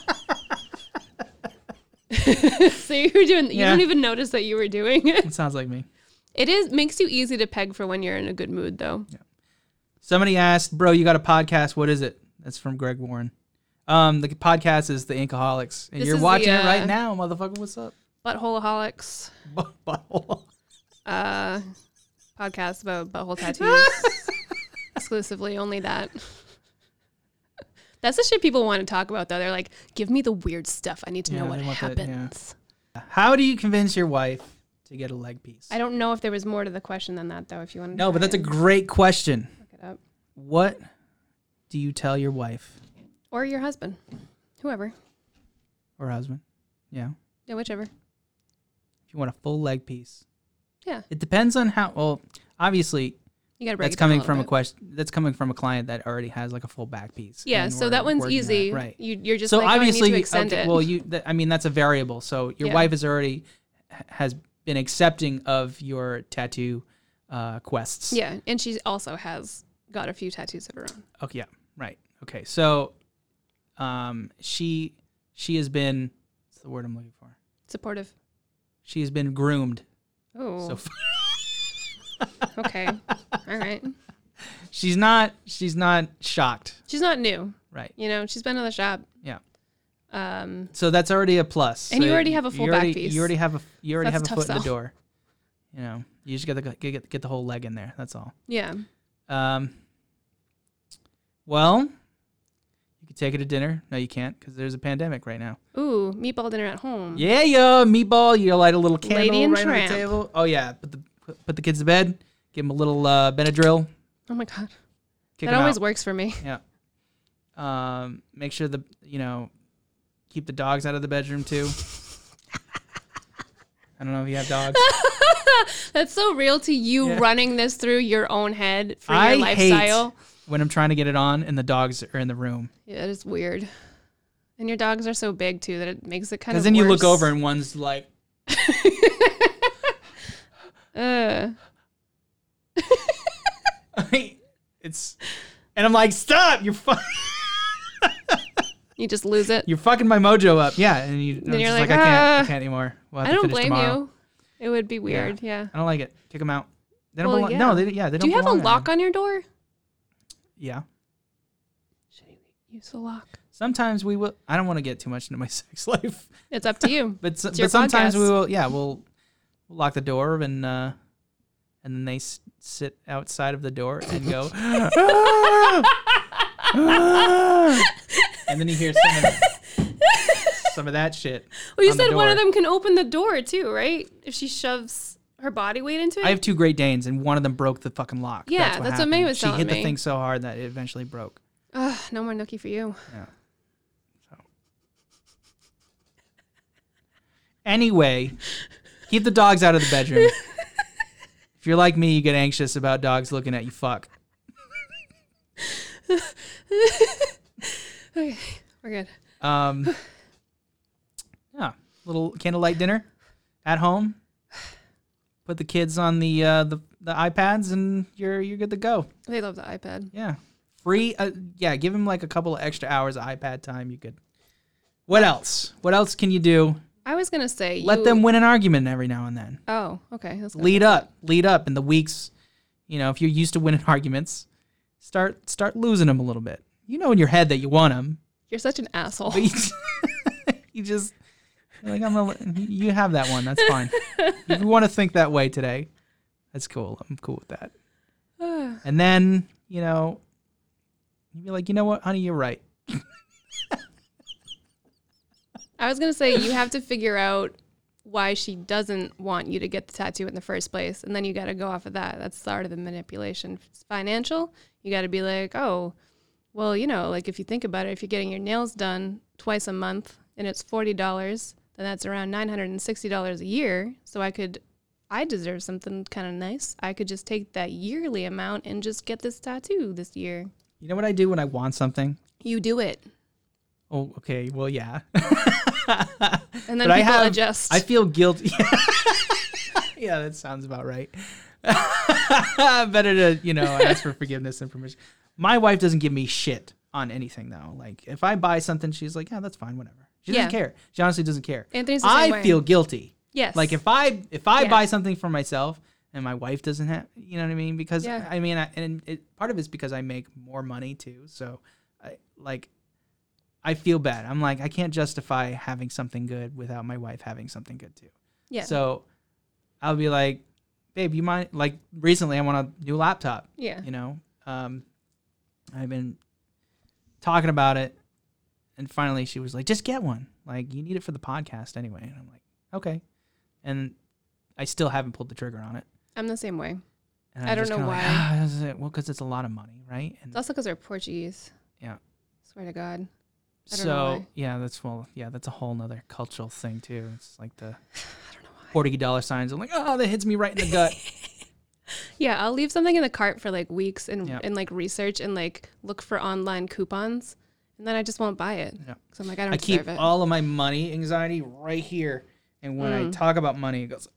Speaker 1: So you're doing. You
Speaker 2: Yeah.
Speaker 1: don't even notice that you were doing it.
Speaker 2: it sounds like me.
Speaker 1: It is makes you easy to peg for when you're in a good mood, though.
Speaker 2: Somebody asked, "Bro, you got a podcast? What is it?" That's from Greg Warren. Um, the podcast is The Inkaholics, and
Speaker 1: This
Speaker 2: you're
Speaker 1: is the,
Speaker 2: watching it
Speaker 1: uh,
Speaker 2: right now, motherfucker. What's up? [laughs]
Speaker 1: Buttholeaholics
Speaker 2: Butthole.
Speaker 1: uh, podcast about
Speaker 2: [laughs]
Speaker 1: butthole tattoos. Exclusively, only that. That's the shit people want to talk about, though. They're like, "Give me the weird stuff. I need to
Speaker 2: Yeah,
Speaker 1: know what
Speaker 2: they want
Speaker 1: happens."
Speaker 2: that, yeah. How do you convince your wife to get a leg piece?
Speaker 1: I don't know if there was more to the question than that, though. If you want to,
Speaker 2: No, but that's a great question.
Speaker 1: look it up.
Speaker 2: What do you tell your wife
Speaker 1: or your husband, whoever,
Speaker 2: or husband? Yeah.
Speaker 1: yeah, whichever.
Speaker 2: If you want a full leg piece.
Speaker 1: Yeah.
Speaker 2: It depends on how well obviously
Speaker 1: You gotta break.
Speaker 2: that's
Speaker 1: it down
Speaker 2: coming
Speaker 1: little
Speaker 2: from a
Speaker 1: bit.
Speaker 2: question that's coming from a client that already has like a full back piece.
Speaker 1: Yeah,
Speaker 2: and
Speaker 1: so
Speaker 2: we're
Speaker 1: that one's
Speaker 2: working on it,
Speaker 1: easy.
Speaker 2: right.
Speaker 1: You, you're just
Speaker 2: so
Speaker 1: like,
Speaker 2: obviously
Speaker 1: oh, I need to extend
Speaker 2: okay,
Speaker 1: it.
Speaker 2: well you th- I mean that's a variable. So your
Speaker 1: Yeah.
Speaker 2: wife is already h- has been accepting of your tattoo uh quests.
Speaker 1: yeah, and she also has got a few tattoos of her own.
Speaker 2: Okay, yeah, right. Okay, so, um, she she has been what's the word I'm looking for?
Speaker 1: Supportive.
Speaker 2: She has been groomed.
Speaker 1: Oh,
Speaker 2: [laughs] So far.
Speaker 1: okay, all right.
Speaker 2: she's not she's not shocked,
Speaker 1: She's not new,
Speaker 2: right?
Speaker 1: you know. She's been in the shop.
Speaker 2: Yeah.
Speaker 1: Um,
Speaker 2: So that's already a plus.
Speaker 1: And
Speaker 2: So
Speaker 1: you already have a full
Speaker 2: you
Speaker 1: back
Speaker 2: already-
Speaker 1: piece.
Speaker 2: You already have a you already
Speaker 1: that's a
Speaker 2: have a
Speaker 1: tough
Speaker 2: foot in the
Speaker 1: sell.
Speaker 2: door. You know, you just got to get, get get the whole leg in there. That's all.
Speaker 1: yeah.
Speaker 2: Um. Well, you could take it to dinner. No, you can't because there's a pandemic right now.
Speaker 1: Ooh, meatball dinner at home.
Speaker 2: Yeah, yo, meatball. You light a little
Speaker 1: Hmm. Lady
Speaker 2: candle
Speaker 1: and
Speaker 2: right on
Speaker 1: Tramp.
Speaker 2: the table. Oh yeah, put the put- put the kids to bed. Give them a little uh, Benadryl.
Speaker 1: Oh my god, that
Speaker 2: Kick them
Speaker 1: always
Speaker 2: out.
Speaker 1: works for me.
Speaker 2: Um, make sure the you know keep the dogs out of the bedroom too. I don't know if you
Speaker 1: [laughs]
Speaker 2: have dogs.
Speaker 1: That's so real to you
Speaker 2: Yeah.
Speaker 1: running this through your own head for
Speaker 2: I
Speaker 1: your lifestyle.
Speaker 2: hate when I'm trying to get it on and the dogs are in the room
Speaker 1: Yeah, it is weird. And your dogs are so big too that it makes it kind
Speaker 2: because
Speaker 1: of.
Speaker 2: then you
Speaker 1: worse.
Speaker 2: look over and one's like, [laughs]
Speaker 1: Ugh.
Speaker 2: it's, and I'm like, stop! You're fu-
Speaker 1: you just lose
Speaker 2: [laughs]
Speaker 1: it.
Speaker 2: you're fucking my mojo up. Yeah, and you,
Speaker 1: Then
Speaker 2: I'm
Speaker 1: you're
Speaker 2: just
Speaker 1: like,
Speaker 2: like, I can't,
Speaker 1: "Ah."
Speaker 2: I can't anymore. We'll have
Speaker 1: I
Speaker 2: to
Speaker 1: don't
Speaker 2: finish
Speaker 1: blame
Speaker 2: tomorrow."
Speaker 1: you. It would be weird. Yeah.
Speaker 2: I don't like it. Kick them out. They don't
Speaker 1: Well,
Speaker 2: belong.
Speaker 1: yeah.
Speaker 2: No, they yeah they
Speaker 1: Do
Speaker 2: don't.
Speaker 1: you have a
Speaker 2: belong there.
Speaker 1: lock on your door?
Speaker 2: Yeah.
Speaker 1: Should you use the lock?
Speaker 2: Sometimes we will. I don't want to get too much into my [laughs] sex life,
Speaker 1: It's up to
Speaker 2: [laughs]
Speaker 1: you.
Speaker 2: but so,
Speaker 1: It's your
Speaker 2: but sometimes we
Speaker 1: podcast.
Speaker 2: will. Yeah, we'll, we'll lock the door and uh, and then they s- sit outside of the door
Speaker 1: [laughs]
Speaker 2: and go. "Ah." [laughs] and then you hear some of, some of that shit.
Speaker 1: Well, you
Speaker 2: on the
Speaker 1: said one of
Speaker 2: door.
Speaker 1: them can open the door too, right? If she shoves her body weight into it.
Speaker 2: I have two Great Danes, and one of them broke the fucking lock.
Speaker 1: Yeah, that's what May
Speaker 2: happened.
Speaker 1: was
Speaker 2: She
Speaker 1: telling
Speaker 2: hit the
Speaker 1: me.
Speaker 2: thing so hard that it eventually broke.
Speaker 1: Ugh, no more nookie for you.
Speaker 2: Anyway, keep the dogs out of the
Speaker 1: [laughs]
Speaker 2: bedroom. if you're like me, you get anxious about dogs looking at you. Fuck.
Speaker 1: Okay, we're good.
Speaker 2: Um, yeah, little candlelight dinner at home. Put the kids on the uh, the the iPads, and you're you're good to go.
Speaker 1: They love the iPad.
Speaker 2: Yeah, free. Uh, yeah, give them like a couple of extra hours of iPad time. You could. What else? What else can you do?
Speaker 1: I was gonna say
Speaker 2: Let
Speaker 1: you-
Speaker 2: them win an argument every now and then.
Speaker 1: Oh, okay. That's good.
Speaker 2: lead up, lead up in the weeks. You know, if you're used to winning [laughs] arguments, start start losing them a little bit. You know in your head that you want them,
Speaker 1: You're such an asshole.
Speaker 2: but you, [laughs] you just you're like I'm a, you have that one. That's fine. if you want to think that way today, that's cool. I'm cool with that.
Speaker 1: [sighs] Ugh.
Speaker 2: And then you know, you'd be like, you know what, honey, you're right.
Speaker 1: I was gonna say you have to figure out why she doesn't want you to get the tattoo in the first place, and then you got to go off of that. That's the art of the manipulation. If it's financial, you got to be like, oh, well, you know, like if you think about it, if you're getting your nails done twice a month and it's forty dollars, then that's around nine hundred and sixty dollars a year. So I could. I deserve something kind of nice. I could just take that yearly amount and just get this tattoo this year.
Speaker 2: You know what I do when I want something?
Speaker 1: You do it.
Speaker 2: Oh, okay. Well, yeah. [laughs]
Speaker 1: And then
Speaker 2: But I
Speaker 1: people
Speaker 2: have-
Speaker 1: adjust.
Speaker 2: I feel guilty. [laughs] yeah, that sounds about right. [laughs] Better to, you know, ask for forgiveness and permission. My wife doesn't give me shit on anything though. Like if I buy something, she's like, "Yeah, that's fine, whatever." She
Speaker 1: Yeah.
Speaker 2: doesn't care. She honestly doesn't care.
Speaker 1: Anthony's the
Speaker 2: I
Speaker 1: same way.
Speaker 2: feel guilty.
Speaker 1: yes.
Speaker 2: Like if I if I
Speaker 1: Yeah.
Speaker 2: buy something for myself and my wife doesn't have, you know what I mean? Because
Speaker 1: Yeah.
Speaker 2: I mean, I, and it, part of it's because I make more money too. So, I, like, I feel bad. I'm like, I can't justify having something good without my wife having something good too.
Speaker 1: yeah.
Speaker 2: So, I'll be like, babe, you mind? Like recently, I want a new laptop.
Speaker 1: yeah.
Speaker 2: You know, um, I've been talking about it, and finally she was like, "Just get one. Like you need it for the podcast anyway." And I'm like, "Okay," and I still haven't pulled the trigger on it.
Speaker 1: I'm the same way.
Speaker 2: And
Speaker 1: I
Speaker 2: I'm
Speaker 1: don't
Speaker 2: just
Speaker 1: know
Speaker 2: kinda like,
Speaker 1: why.
Speaker 2: "Ah, this is it." well, because it's a lot of money, right? And
Speaker 1: It's also because they're Portuguese.
Speaker 2: Yeah.
Speaker 1: Swear to God. I don't know
Speaker 2: so
Speaker 1: why.
Speaker 2: yeah, that's well, yeah, that's a whole nother cultural thing too. It's like
Speaker 1: [laughs]
Speaker 2: the
Speaker 1: I don't know why.
Speaker 2: Portuguese dollar signs. I'm like, oh, that hits me right in the gut.
Speaker 1: Yeah, I'll leave something in the cart for like weeks and
Speaker 2: Yeah.
Speaker 1: and like research and like look for online coupons, and then I just won't buy it.
Speaker 2: Yeah.
Speaker 1: 'Cause I'm like [laughs] I don't
Speaker 2: I keep
Speaker 1: deserve it.
Speaker 2: all of my money anxiety right here, and when
Speaker 1: Mm.
Speaker 2: I talk about money, it goes.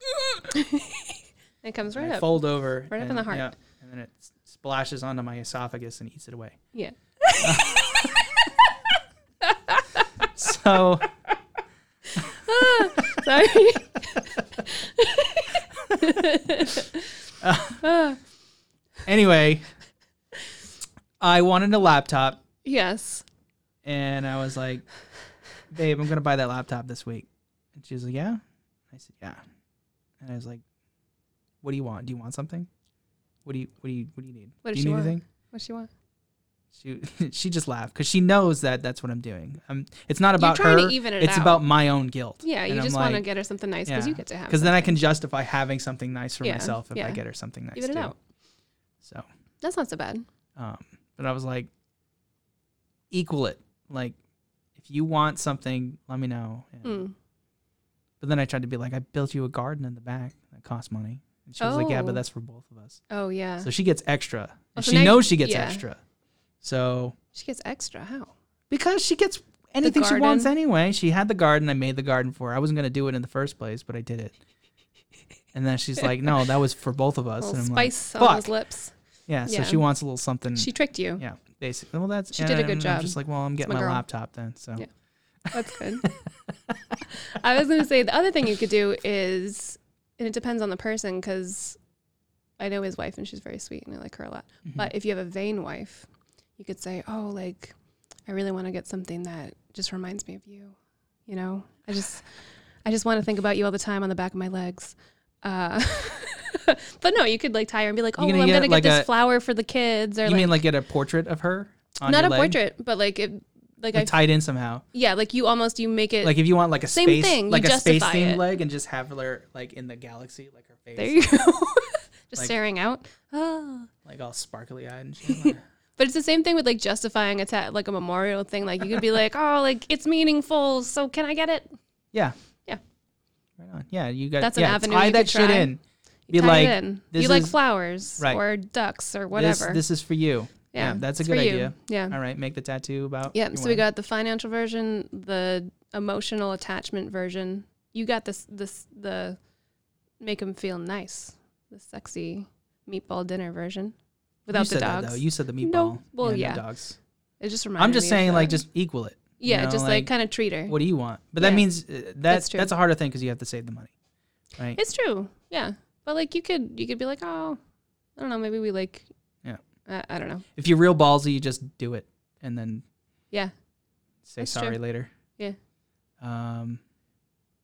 Speaker 1: it comes
Speaker 2: and
Speaker 1: right
Speaker 2: I
Speaker 1: up.
Speaker 2: fold over.
Speaker 1: Right up in
Speaker 2: and-
Speaker 1: the heart.
Speaker 2: yeah, and then it s- splashes onto my esophagus and eats it away.
Speaker 1: Yeah.
Speaker 2: So [laughs]
Speaker 1: Sorry. [laughs] Ah,
Speaker 2: anyway, I wanted a laptop
Speaker 1: yes.
Speaker 2: and I was like, babe, I'm going to buy that laptop this week. And she was like, yeah. I said, yeah. And I was like, what do you want? Do you want something? What do you, what do you, what do you need?
Speaker 1: What
Speaker 2: do
Speaker 1: does
Speaker 2: you
Speaker 1: she
Speaker 2: need
Speaker 1: want?
Speaker 2: anything?
Speaker 1: What she want?
Speaker 2: She, [laughs] she just laughed because she knows that that's what I'm doing. i it's not about
Speaker 1: trying to
Speaker 2: her.
Speaker 1: even it
Speaker 2: it's
Speaker 1: out.
Speaker 2: about my own guilt.
Speaker 1: Yeah, you
Speaker 2: And I'm
Speaker 1: just want to
Speaker 2: like,
Speaker 1: get her something nice because
Speaker 2: Yeah.
Speaker 1: you get to have.
Speaker 2: Because then I can justify having something nice for
Speaker 1: Yeah,
Speaker 2: myself if
Speaker 1: yeah.
Speaker 2: I get her something nice.
Speaker 1: even it
Speaker 2: too.
Speaker 1: out.
Speaker 2: So,
Speaker 1: That's not so bad.
Speaker 2: um, but I was like, equal it. Like, if you want something, let me know. And-
Speaker 1: Mm.
Speaker 2: But then I tried to be like, I built you a garden in the back that costs money. And she was like, Yeah,
Speaker 1: Oh.
Speaker 2: but that's for both of us.
Speaker 1: Oh yeah. Oh,
Speaker 2: So she gets extra. and
Speaker 1: so
Speaker 2: she
Speaker 1: now you-
Speaker 2: knows she gets
Speaker 1: yeah.
Speaker 2: extra. So,
Speaker 1: she gets extra. How?
Speaker 2: because she gets anything she wants
Speaker 1: garden.
Speaker 2: anyway. She had the garden. I made the garden for her. I wasn't going to do it in the first place, but I did it. And
Speaker 1: [laughs]
Speaker 2: then she's like, No, that was for both of us.
Speaker 1: little
Speaker 2: and I'm
Speaker 1: spice
Speaker 2: like,
Speaker 1: on
Speaker 2: Fuck.
Speaker 1: those lips.
Speaker 2: Yeah, so
Speaker 1: Yeah.
Speaker 2: she wants a little something.
Speaker 1: She tricked you.
Speaker 2: yeah, basically. Well, that's
Speaker 1: She did a good
Speaker 2: and
Speaker 1: job.
Speaker 2: I'm just like, well, I'm getting
Speaker 1: my
Speaker 2: my,
Speaker 1: girl.
Speaker 2: laptop then. So
Speaker 1: Yeah. That's
Speaker 2: [laughs]
Speaker 1: good. I was going to say the other thing you could do is, and it depends on the person because I know his wife and she's very sweet and I like her a lot.
Speaker 2: Mm-hmm.
Speaker 1: But if you have a vain wife, you could say, oh, like, I really want to get something that just reminds me of you. You know, I just, I just want to think about you all the time on the back of my legs. Uh, [laughs] but no, you could like tie her and be like, oh,
Speaker 2: You're gonna
Speaker 1: well, I'm
Speaker 2: get,
Speaker 1: going to get
Speaker 2: like,
Speaker 1: this
Speaker 2: a-
Speaker 1: flower for the kids or
Speaker 2: you
Speaker 1: like,
Speaker 2: mean like get a portrait of her? On
Speaker 1: not
Speaker 2: your
Speaker 1: a
Speaker 2: leg?
Speaker 1: portrait, but like, it, like,
Speaker 2: Like
Speaker 1: I,
Speaker 2: tied in somehow.
Speaker 1: yeah, like you almost, you make it.
Speaker 2: Like if you want like a
Speaker 1: Same
Speaker 2: space,
Speaker 1: thing, you
Speaker 2: like a space
Speaker 1: justify
Speaker 2: themed
Speaker 1: it.
Speaker 2: leg, and just have her like in the galaxy, like her face,
Speaker 1: There you go. [laughs] Just
Speaker 2: Like-
Speaker 1: staring out. Ah.
Speaker 2: like all sparkly eyed. And shit.
Speaker 1: [laughs] But it's the same thing with like justifying a ta- like a memorial thing. Like you could be like, oh, like it's meaningful, so can I get it?
Speaker 2: yeah,
Speaker 1: Yeah.
Speaker 2: right on. Yeah, you got
Speaker 1: That's an
Speaker 2: yeah,
Speaker 1: avenue
Speaker 2: Tie
Speaker 1: you
Speaker 2: that
Speaker 1: could
Speaker 2: shit
Speaker 1: try.
Speaker 2: in.
Speaker 1: You
Speaker 2: Be
Speaker 1: tie
Speaker 2: like,
Speaker 1: it in.
Speaker 2: this
Speaker 1: you like
Speaker 2: is-
Speaker 1: flowers
Speaker 2: Right.
Speaker 1: or ducks or
Speaker 2: This,
Speaker 1: whatever.
Speaker 2: this is for you. Yeah, that's a
Speaker 1: it's
Speaker 2: good
Speaker 1: for you.
Speaker 2: idea.
Speaker 1: Yeah.
Speaker 2: All right, make the tattoo about.
Speaker 1: Yeah.
Speaker 2: your
Speaker 1: So we
Speaker 2: wife.
Speaker 1: got the financial version, the emotional attachment version. You got this this the make them feel nice, the sexy meatball dinner version without
Speaker 2: you
Speaker 1: the
Speaker 2: said that,
Speaker 1: dogs.
Speaker 2: though. You said the meatball.
Speaker 1: No, well,
Speaker 2: and the
Speaker 1: yeah.
Speaker 2: dogs.
Speaker 1: it just reminds
Speaker 2: I'm just saying, like, just equal it. you
Speaker 1: yeah,
Speaker 2: know,
Speaker 1: just like, kind of treat her.
Speaker 2: what do you want? But
Speaker 1: Yeah.
Speaker 2: that means uh, that,
Speaker 1: That's
Speaker 2: that's
Speaker 1: true.
Speaker 2: a harder thing because you have to save the money, right?
Speaker 1: It's true. Yeah. But like you could you could be like, "Oh, I don't know, maybe we like
Speaker 2: Yeah.
Speaker 1: I, I don't know.
Speaker 2: if you're real ballsy, you just do it and then
Speaker 1: Yeah.
Speaker 2: say
Speaker 1: That's
Speaker 2: sorry
Speaker 1: true.
Speaker 2: later.
Speaker 1: Yeah.
Speaker 2: Um.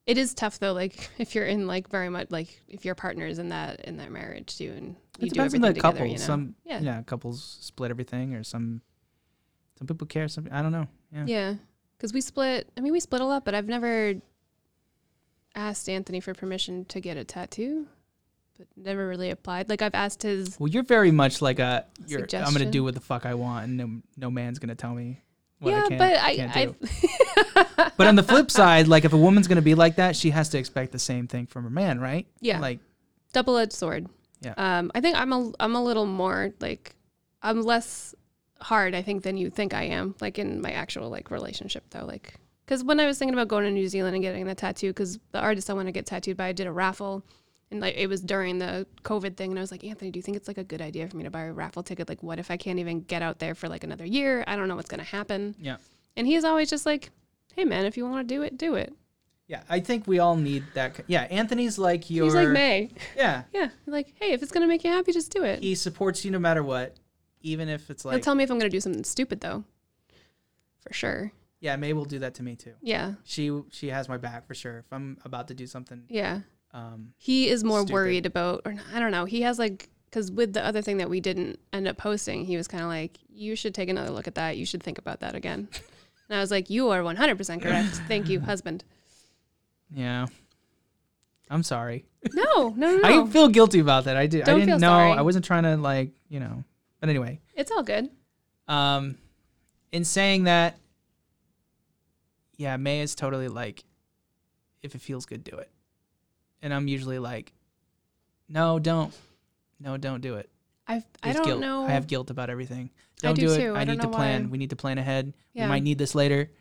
Speaker 1: It is tough though like if you're in like very much like if your partner is in that in that marriage too and you do
Speaker 2: it depends on
Speaker 1: everything
Speaker 2: the
Speaker 1: together,
Speaker 2: couple.
Speaker 1: you know.
Speaker 2: Some
Speaker 1: Yeah.
Speaker 2: yeah. couples split everything, or some some people care. Some I don't know. Yeah.
Speaker 1: yeah. because we split. I mean, we split a lot, but I've never asked Anthony for permission to get a tattoo, but never really applied. Like I've asked his.
Speaker 2: Well, you're very much like a. You're, I'm gonna
Speaker 1: Suggestion.
Speaker 2: do what the fuck I want, and no, no man's gonna tell me. What
Speaker 1: yeah,
Speaker 2: I can,
Speaker 1: but I.
Speaker 2: can't
Speaker 1: I
Speaker 2: do. But on
Speaker 1: [laughs]
Speaker 2: the flip side, like if a woman's gonna be like that, she has to expect the same thing from her man, right?
Speaker 1: Yeah.
Speaker 2: Like
Speaker 1: double edged sword.
Speaker 2: Yeah.
Speaker 1: Um, I think I'm a I'm a little more like I'm less hard I think than you think I am like in my actual like relationship though like because when I was thinking about going to New Zealand and getting the tattoo because the artist I want to get tattooed by did a raffle and like it was during the COVID thing and I was like Anthony do you think it's like a good idea for me to buy a raffle ticket like what if I can't even get out there for like another year I don't know what's gonna happen
Speaker 2: yeah.
Speaker 1: and he's always just like hey man if you want to do it do it
Speaker 2: Yeah, I think we all need that. ki- Yeah, Anthony's like your.
Speaker 1: he's like May [laughs]
Speaker 2: Yeah,
Speaker 1: yeah like hey if it's gonna make you happy just do it
Speaker 2: he supports you no matter what, even if it's
Speaker 1: He'll
Speaker 2: like,
Speaker 1: tell me if I'm going to do something stupid, though. For sure.
Speaker 2: yeah, May will do that to me too.
Speaker 1: Yeah.
Speaker 2: She she has my back for sure. If I'm about to do something,
Speaker 1: Yeah.
Speaker 2: um,
Speaker 1: He is more
Speaker 2: Stupid.
Speaker 1: worried about, or I don't know. He has like, because with the other thing that we didn't end up posting, he was kind of like, you should take another look at that. You should think about that
Speaker 2: [laughs]
Speaker 1: again. and I was like, you are 100% correct. Thank you,
Speaker 2: [laughs]
Speaker 1: husband.
Speaker 2: yeah. I'm sorry.
Speaker 1: No, no, no.
Speaker 2: I
Speaker 1: no.
Speaker 2: feel guilty about that. I do. I
Speaker 1: Don't
Speaker 2: didn't
Speaker 1: feel
Speaker 2: know.
Speaker 1: sorry.
Speaker 2: I wasn't trying to like you know. But anyway,
Speaker 1: it's all good.
Speaker 2: um, in saying that, yeah, May is totally like, if it feels good, do it. And I'm usually like, no, don't, no, don't do it.
Speaker 1: I, I
Speaker 2: There's
Speaker 1: don't
Speaker 2: guilt.
Speaker 1: know.
Speaker 2: I have guilt about everything.
Speaker 1: I
Speaker 2: Don't
Speaker 1: do
Speaker 2: do, it.
Speaker 1: too.
Speaker 2: I,
Speaker 1: I don't
Speaker 2: need to
Speaker 1: know why.
Speaker 2: plan. We need to plan ahead.
Speaker 1: Yeah.
Speaker 2: We might need this later.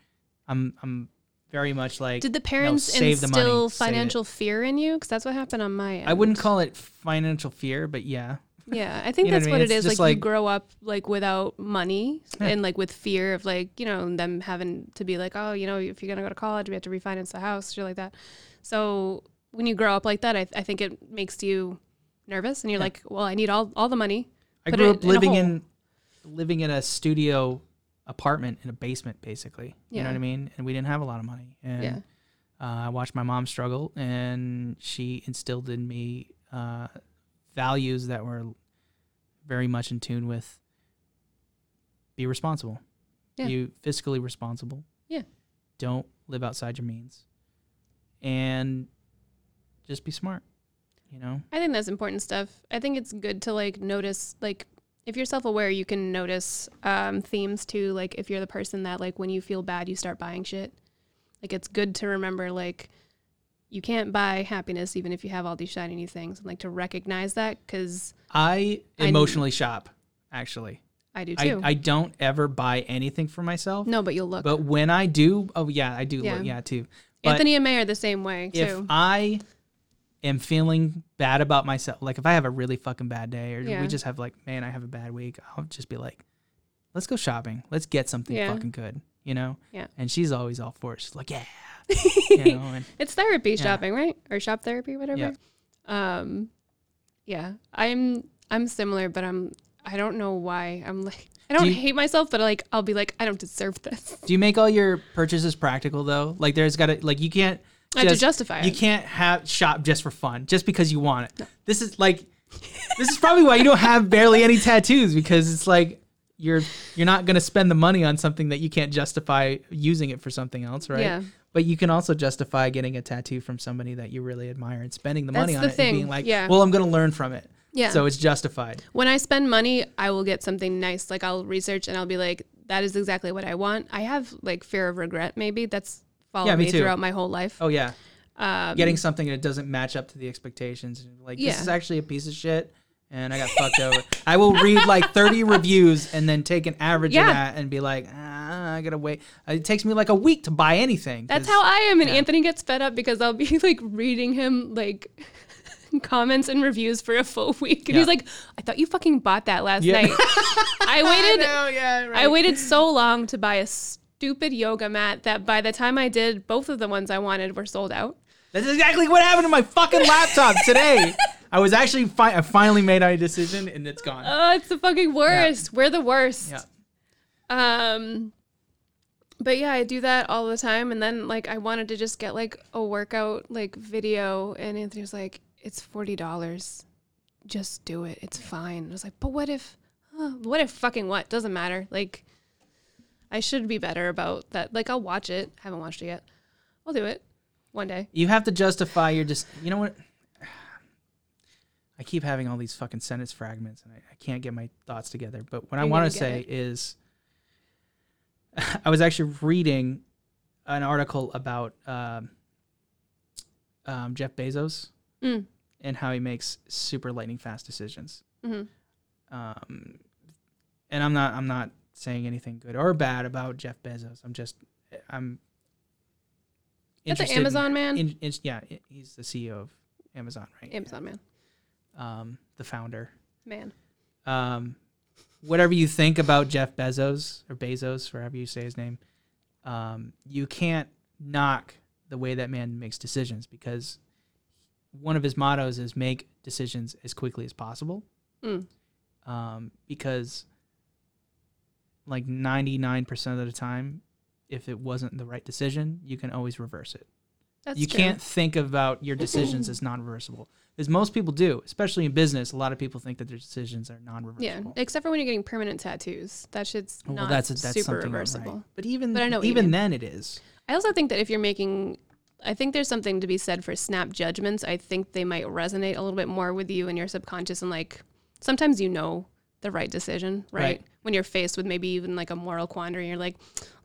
Speaker 2: I'm I'm very much like
Speaker 1: Did the parents
Speaker 2: save the money,
Speaker 1: instill
Speaker 2: save it.
Speaker 1: financial fear in you? Because that's what happened on my end.
Speaker 2: I wouldn't call it financial fear, but yeah.
Speaker 1: Yeah, I think
Speaker 2: You know what
Speaker 1: that's
Speaker 2: I
Speaker 1: what,
Speaker 2: mean?
Speaker 1: it
Speaker 2: It's
Speaker 1: is.
Speaker 2: just
Speaker 1: Like,
Speaker 2: like-
Speaker 1: you grow up like without money
Speaker 2: Yeah.
Speaker 1: and like with fear of like you know them having to be like oh you know if you're gonna go to college we have to refinance the house shit like that. So when you grow up like that, I, I think it makes you nervous and you're like well I need all all the money.
Speaker 2: I
Speaker 1: Put
Speaker 2: grew
Speaker 1: it
Speaker 2: up
Speaker 1: in a
Speaker 2: living
Speaker 1: hole.
Speaker 2: in living in a studio apartment in a basement basically. You know
Speaker 1: Yeah.
Speaker 2: what I mean? And we didn't have a lot of money. And
Speaker 1: Yeah.
Speaker 2: uh, I watched my mom struggle and she instilled in me uh, values that were very much in tune with be responsible.
Speaker 1: Yeah.
Speaker 2: You fiscally responsible.
Speaker 1: Yeah.
Speaker 2: Don't live outside your means. And just be smart. You know?
Speaker 1: I think that's important stuff. I think it's good to like notice like if you're self-aware, you can notice um, themes too. Like if you're the person that like when you feel bad, you start buying shit. Like it's good to remember like you can't buy happiness even if you have all these shiny new things, and like to recognize that because
Speaker 2: I
Speaker 1: I-
Speaker 2: emotionally shop, actually.
Speaker 1: I do
Speaker 2: I,
Speaker 1: too.
Speaker 2: I don't ever buy anything for myself.
Speaker 1: no, but you'll look.
Speaker 2: But when I do, oh yeah, I do. Yeah,
Speaker 1: Yeah.
Speaker 2: look, yeah too. But
Speaker 1: Anthony and May are the same way
Speaker 2: if
Speaker 1: too.
Speaker 2: I am feeling bad about myself, like if I have a really fucking bad day, or
Speaker 1: Yeah.
Speaker 2: we just have like, man, I have a bad week, I'll just be like, let's go shopping. Let's get something
Speaker 1: Yeah.
Speaker 2: fucking good, you know?
Speaker 1: Yeah.
Speaker 2: And she's always all for it. She's
Speaker 1: [laughs]
Speaker 2: like, yeah. you know, and
Speaker 1: It's therapy
Speaker 2: Yeah.
Speaker 1: shopping, right? Or shop therapy, whatever. Um yeah. I'm I'm similar, but I'm I don't know why. I'm like I don't
Speaker 2: you-
Speaker 1: hate myself, but like I'll be like I don't deserve
Speaker 2: [laughs]
Speaker 1: this.
Speaker 2: do you make all your purchases practical though? Like there's got to, like you can't.
Speaker 1: I have to justify
Speaker 2: You
Speaker 1: it.
Speaker 2: can't have shop just for fun, just because you want it. This is like, this is probably why you don't have barely any tattoos because it's like you're you're not gonna spend the money on something that you can't justify using it for something else, right?
Speaker 1: Yeah.
Speaker 2: But you can also justify getting a tattoo from somebody that you really admire and spending the money
Speaker 1: That's
Speaker 2: on
Speaker 1: the
Speaker 2: it and being
Speaker 1: thing,
Speaker 2: like,
Speaker 1: yeah.
Speaker 2: well, I'm gonna learn from it.
Speaker 1: Yeah.
Speaker 2: So it's justified.
Speaker 1: When I spend money, I will get something nice. Like I'll research and I'll be like that is exactly what I want. I have like fear of regret maybe. That's followed
Speaker 2: Yeah, me
Speaker 1: me,
Speaker 2: too.
Speaker 1: throughout my whole life.
Speaker 2: Oh yeah.
Speaker 1: Um,
Speaker 2: Getting something that doesn't match up to the expectations. Like this
Speaker 1: Yeah.
Speaker 2: is actually a piece of shit. And I got fucked over. I will read like
Speaker 1: [laughs]
Speaker 2: 30 reviews and then take an average of
Speaker 1: Yeah.
Speaker 2: that and be like, ah, I gotta wait. It takes me like a week to buy anything.
Speaker 1: That's
Speaker 2: 'cause-
Speaker 1: how I am. And
Speaker 2: yeah.
Speaker 1: Anthony gets fed up because I'll be [laughs] like reading him like [laughs] comments and reviews for a full week. And
Speaker 2: Yeah.
Speaker 1: he's like, I thought you fucking bought that last
Speaker 2: Yeah. [laughs]
Speaker 1: night. I waited
Speaker 2: know, yeah,
Speaker 1: I waited so long to buy a stupid yoga mat that by the time I did, both of the ones I wanted were sold out.
Speaker 2: That's exactly what happened to my fucking laptop
Speaker 1: [laughs]
Speaker 2: today. I was actually, fi- I finally made my decision and it's gone.
Speaker 1: Oh, it's the fucking worst. We're the worst.
Speaker 2: yeah.
Speaker 1: Um but yeah, I do that all the time and then like I wanted to just get like a workout like video and Anthony was like, "It's $40. Just do it. It's fine." I was like, "But what if huh, what if fucking what? Doesn't matter." Like I should be better about that. Like I'll watch it. Haven't watched it yet. I'll do it one day.
Speaker 2: You have to justify your just. You know what? [sighs] I keep having all these fucking sentence fragments, and I, I can't get my thoughts together. But what I
Speaker 1: You're
Speaker 2: want
Speaker 1: gonna
Speaker 2: to
Speaker 1: get
Speaker 2: say is, [laughs] I was actually reading an article about um, um, Jeff Bezos
Speaker 1: Mm.
Speaker 2: and how he makes super lightning fast decisions.
Speaker 1: Mhm.
Speaker 2: Um, and I'm not I'm not saying anything good or bad about Jeff Bezos. I'm just I'm.
Speaker 1: That's an
Speaker 2: interested in-
Speaker 1: Amazon man.
Speaker 2: in, in, yeah, i- he's the CEO of Amazon, right?
Speaker 1: Amazon man.
Speaker 2: Um, the founder.
Speaker 1: Man.
Speaker 2: Um, whatever you think about Jeff Bezos or Bezos, wherever you say his name, um, you can't knock the way that man makes decisions because one of his mottos is make decisions as quickly as possible.
Speaker 1: Mm.
Speaker 2: Um, because like 99% of the time, if it wasn't the right decision, you can always reverse it
Speaker 1: That's
Speaker 2: you
Speaker 1: true.
Speaker 2: can't think about your decisions as non-reversible, as most people do, especially in business. A lot of people think that their decisions are
Speaker 1: Yeah,
Speaker 2: non-reversible.
Speaker 1: except for when you're getting permanent tattoos. That shit's
Speaker 2: well,
Speaker 1: not
Speaker 2: that's that's
Speaker 1: super
Speaker 2: something
Speaker 1: reversible.
Speaker 2: Right. But even
Speaker 1: But I know what you
Speaker 2: even
Speaker 1: mean.
Speaker 2: then, it is.
Speaker 1: I also think that if you're making, I think there's something to be said for snap judgments. I think they might resonate a little bit more with you in your subconscious. And like sometimes you know the right decision, right?
Speaker 2: Right.
Speaker 1: When you're faced with maybe even like a moral quandary, you're like,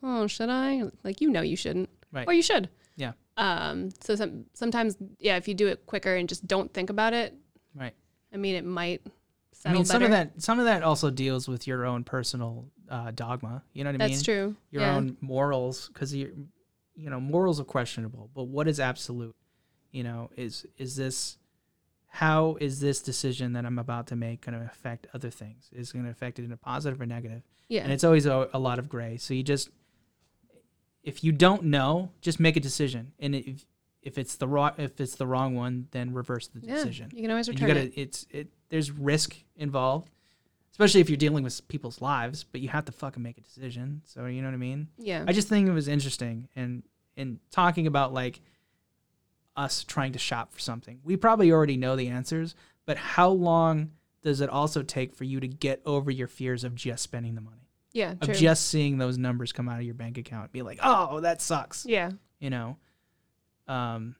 Speaker 1: oh, should I? Like, you know, you shouldn't.
Speaker 2: Right.
Speaker 1: Or you should.
Speaker 2: Yeah.
Speaker 1: Um, so some, sometimes, yeah, if you do it quicker and just don't think about it,
Speaker 2: Right.
Speaker 1: I mean, it might
Speaker 2: I
Speaker 1: settle
Speaker 2: mean, some
Speaker 1: better.
Speaker 2: of that some of that also deals with your own personal uh, dogma. You know what I mean?
Speaker 1: That's true.
Speaker 2: Your
Speaker 1: yeah.
Speaker 2: own morals, because you you know morals are questionable, but what is absolute? You know, is is this how is this decision that I'm about to make going to affect other things? Is it going to affect it in a positive or negative?
Speaker 1: Yeah.
Speaker 2: and it's always a, a lot of gray. So you just, if you don't know, just make a decision, and if if it's the wrong if it's the wrong one, then reverse the
Speaker 1: yeah.
Speaker 2: decision.
Speaker 1: You can always
Speaker 2: And you
Speaker 1: return it.
Speaker 2: gotta it's it. There's risk involved, especially if you're dealing with people's lives. But you have to fucking make a decision. So you know what I mean.
Speaker 1: Yeah.
Speaker 2: I just think it was interesting, and and talking about like us trying to shop for something, we probably already know the answers, but how long? Does it also take for you to get over your fears of just spending the money?
Speaker 1: yeah.
Speaker 2: of
Speaker 1: True.
Speaker 2: just seeing those numbers come out of your bank account and be like, oh, that sucks.
Speaker 1: yeah.
Speaker 2: You know, um,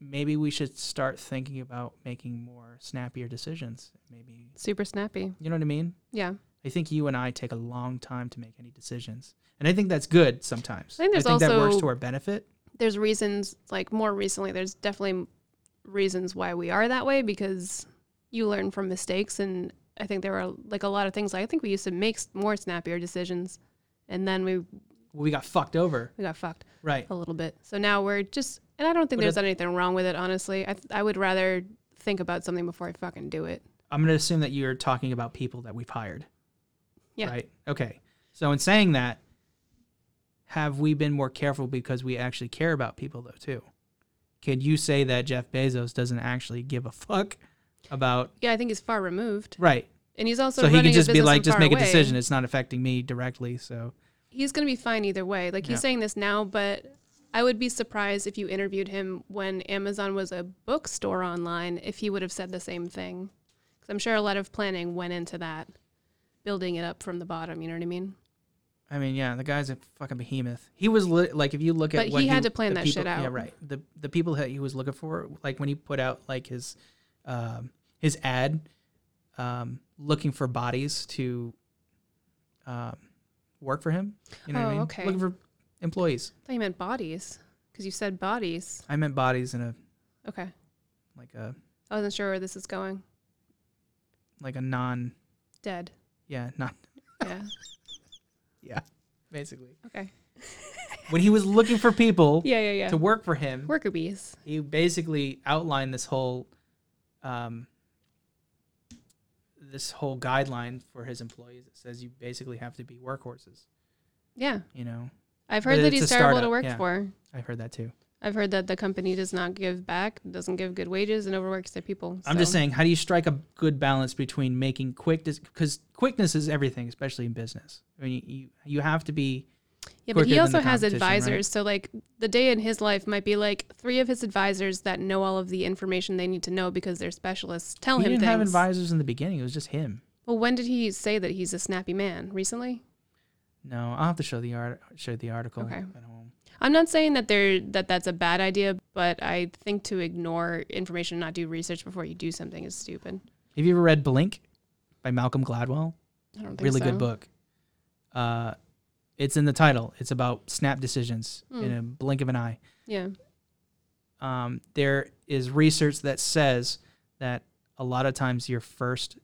Speaker 2: maybe we should start thinking about making more snappier decisions. Maybe,
Speaker 1: Super snappy.
Speaker 2: you know what I mean?
Speaker 1: Yeah.
Speaker 2: I think you and I take a long time to make any decisions. And I think that's good sometimes.
Speaker 1: I think there's
Speaker 2: that works
Speaker 1: also-
Speaker 2: to our benefit.
Speaker 1: there's reasons like more recently there's definitely reasons why we are that way because you learn from mistakes and i think there were like a lot of things i think we used to make s- more snappier decisions and then we
Speaker 2: We got fucked over.
Speaker 1: we got fucked
Speaker 2: Right.
Speaker 1: a little bit so now we're just and i don't think
Speaker 2: But
Speaker 1: there's anything wrong with it honestly I, th- I would rather think about something before i fucking do it
Speaker 2: I'm going to assume that you're talking about people that we've hired.
Speaker 1: Yeah.
Speaker 2: Right. Okay. So in saying that, have we been more careful because we actually care about people though too? Could you say that Jeff Bezos doesn't actually give a fuck about
Speaker 1: yeah i think he's far removed
Speaker 2: right?
Speaker 1: and he's also
Speaker 2: So, he
Speaker 1: running
Speaker 2: could
Speaker 1: a
Speaker 2: just be
Speaker 1: business
Speaker 2: like,
Speaker 1: from
Speaker 2: just
Speaker 1: far
Speaker 2: make a
Speaker 1: away.
Speaker 2: decision. It's not affecting me directly. So
Speaker 1: he's going to be fine either way. Like
Speaker 2: Yeah.
Speaker 1: he's saying this now, but I would be surprised if you interviewed him when Amazon was a bookstore online if he would have said the same thing. Cuz I'm sure a lot of planning went into that, building it up from the bottom, you know what I mean?
Speaker 2: I mean, yeah, the guy's a fucking behemoth. He was li- like, if you look at
Speaker 1: But
Speaker 2: what
Speaker 1: he had to plan
Speaker 2: the
Speaker 1: that
Speaker 2: people-
Speaker 1: shit out.
Speaker 2: Yeah, right. The the people that he was looking for, like when he put out like his um, his ad, um, looking for bodies to um, work for him. You know what I
Speaker 1: Oh,
Speaker 2: mean?
Speaker 1: okay.
Speaker 2: Looking for employees.
Speaker 1: I thought you meant bodies cuz you said bodies.
Speaker 2: I meant bodies in a
Speaker 1: Okay.
Speaker 2: like a
Speaker 1: I wasn't sure where this is going.
Speaker 2: like a non
Speaker 1: Dead.
Speaker 2: yeah [laughs] not
Speaker 1: Yeah.
Speaker 2: yeah basically
Speaker 1: Okay.
Speaker 2: when he was looking for people
Speaker 1: [laughs] Yeah, yeah, yeah.
Speaker 2: to work for him.
Speaker 1: Worker bees.
Speaker 2: he basically outlined this whole um, this whole guideline for his employees that says you basically have to be workhorses
Speaker 1: Yeah.
Speaker 2: you know
Speaker 1: I've
Speaker 2: But
Speaker 1: heard that
Speaker 2: it's
Speaker 1: he's
Speaker 2: a
Speaker 1: terrible
Speaker 2: startup,
Speaker 1: to work
Speaker 2: yeah.
Speaker 1: for.
Speaker 2: i've heard that too
Speaker 1: I've heard that the company does not give back, doesn't give good wages, and overworks their people.
Speaker 2: i'm just
Speaker 1: so-
Speaker 2: saying how do you strike a good balance between making quick because quickness is everything especially in business i mean you, you have to be
Speaker 1: Yeah, but
Speaker 2: quicker
Speaker 1: he
Speaker 2: than
Speaker 1: also
Speaker 2: the
Speaker 1: has
Speaker 2: competition, right?
Speaker 1: advisors. So, like, the day in his life might be like three of his advisors that know all of the information they need to know because they're specialists tell
Speaker 2: he
Speaker 1: him
Speaker 2: didn't
Speaker 1: things.
Speaker 2: have advisors in the beginning it was just him
Speaker 1: Well, when did he say that he's a snappy man? Recently?
Speaker 2: No, I'll have to show the art show the article
Speaker 1: Okay.
Speaker 2: at home.
Speaker 1: I'm not saying that there that that's a bad idea, but I think to ignore information and not do research before you do something is stupid.
Speaker 2: Have you ever read Blink by Malcolm Gladwell?
Speaker 1: I don't think
Speaker 2: Really
Speaker 1: so.
Speaker 2: good book. Uh, it's in the title. It's about snap decisions in
Speaker 1: Hmm.
Speaker 2: a blink of an eye.
Speaker 1: Yeah.
Speaker 2: um, there is research that says that a lot of times your first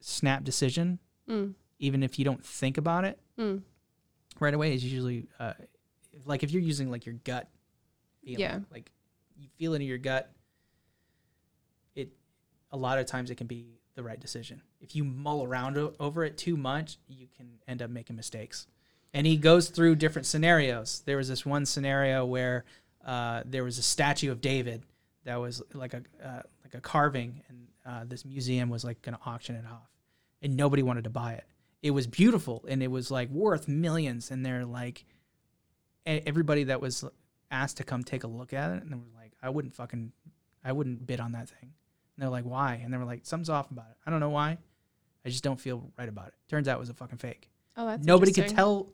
Speaker 2: snap decision,
Speaker 1: Mm.
Speaker 2: even if you don't think about it
Speaker 1: Mm.
Speaker 2: right away, is usually uh, like if you're using like your gut feeling,
Speaker 1: Yeah.
Speaker 2: like you feel it in your gut. It a lot of times it can be the right decision. If you mull around o- over it too much, you can end up making mistakes. And he goes through different scenarios. There was this one scenario where uh, there was a statue of David that was like a uh, like a carving, and uh, this museum was like going to auction it off, and nobody wanted to buy it. It was beautiful, and it was like worth millions. And they're like, e- everybody that was asked to come take a look at it, and they were like, I wouldn't fucking, I wouldn't bid on that thing. And they're like, why? And they were like, something's off about it. I don't know why. I just don't feel right about it. Turns out it was a fucking fake.
Speaker 1: Oh, that's
Speaker 2: Nobody could
Speaker 1: interesting.
Speaker 2: tell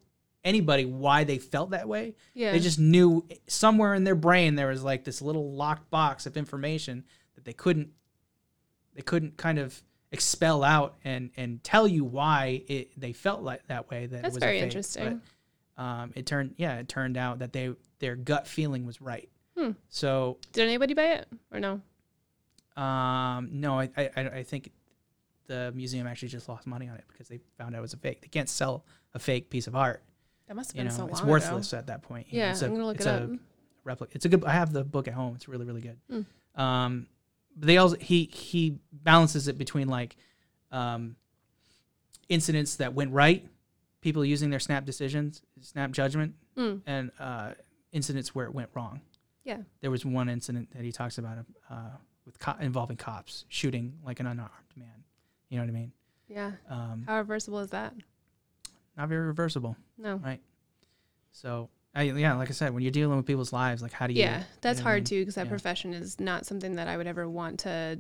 Speaker 2: anybody why they felt that way.
Speaker 1: Yeah.
Speaker 2: They just knew somewhere in their brain there was like this little locked box of information that they couldn't they couldn't kind of expel out and and tell you why it, they felt like that way. That it
Speaker 1: That's
Speaker 2: was a
Speaker 1: very
Speaker 2: fake.
Speaker 1: interesting.
Speaker 2: But, um, it turned yeah, it turned out that they their gut feeling was right.
Speaker 1: Hmm.
Speaker 2: So
Speaker 1: Did anybody buy it or no?
Speaker 2: um, no, I, I I I think the museum actually just lost money on it because they found out it was a fake. They can't sell a fake piece of art.
Speaker 1: That must have
Speaker 2: You
Speaker 1: been
Speaker 2: know,
Speaker 1: so long
Speaker 2: it's
Speaker 1: ago.
Speaker 2: worthless at that point. you know.
Speaker 1: Yeah,
Speaker 2: It's a-
Speaker 1: I'm gonna look
Speaker 2: it's
Speaker 1: it up.
Speaker 2: a replica. It's a good. I have the book at home. It's really really good.
Speaker 1: Mm.
Speaker 2: Um, but they also he he balances it between like, um, incidents that went right, people using their snap decisions, snap judgment,
Speaker 1: Mm.
Speaker 2: and uh, incidents where it went wrong.
Speaker 1: Yeah.
Speaker 2: There was one incident that he talks about uh, with co- involving cops shooting like an unarmed man. You know what I mean?
Speaker 1: Yeah.
Speaker 2: Um,
Speaker 1: How reversible is that?
Speaker 2: not very reversible.
Speaker 1: No.
Speaker 2: So I, yeah, like I said, when you're dealing with people's lives, like how do you?
Speaker 1: Yeah, that's
Speaker 2: know what I mean?
Speaker 1: hard too because that
Speaker 2: Yeah.
Speaker 1: profession is not something that I would ever want to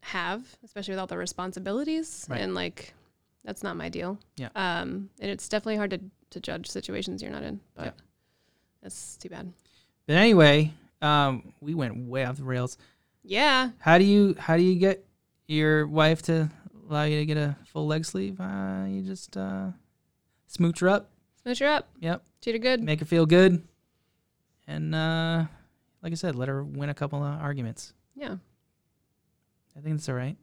Speaker 1: have, especially with all the responsibilities
Speaker 2: Right.
Speaker 1: and like that's not my deal.
Speaker 2: Yeah.
Speaker 1: Um, and it's definitely hard to to judge situations you're not in, but
Speaker 2: Yeah.
Speaker 1: that's too bad.
Speaker 2: But anyway, um, we went way off the rails.
Speaker 1: Yeah.
Speaker 2: How do you how do you get your wife to allow you to get a full leg sleeve? Uh, you just uh, smooch her up.
Speaker 1: Smooch her up.
Speaker 2: Yep,
Speaker 1: Treat her good.
Speaker 2: make her feel good, and uh, like I said, let her win a couple of arguments.
Speaker 1: Yeah.
Speaker 2: I think that's all right.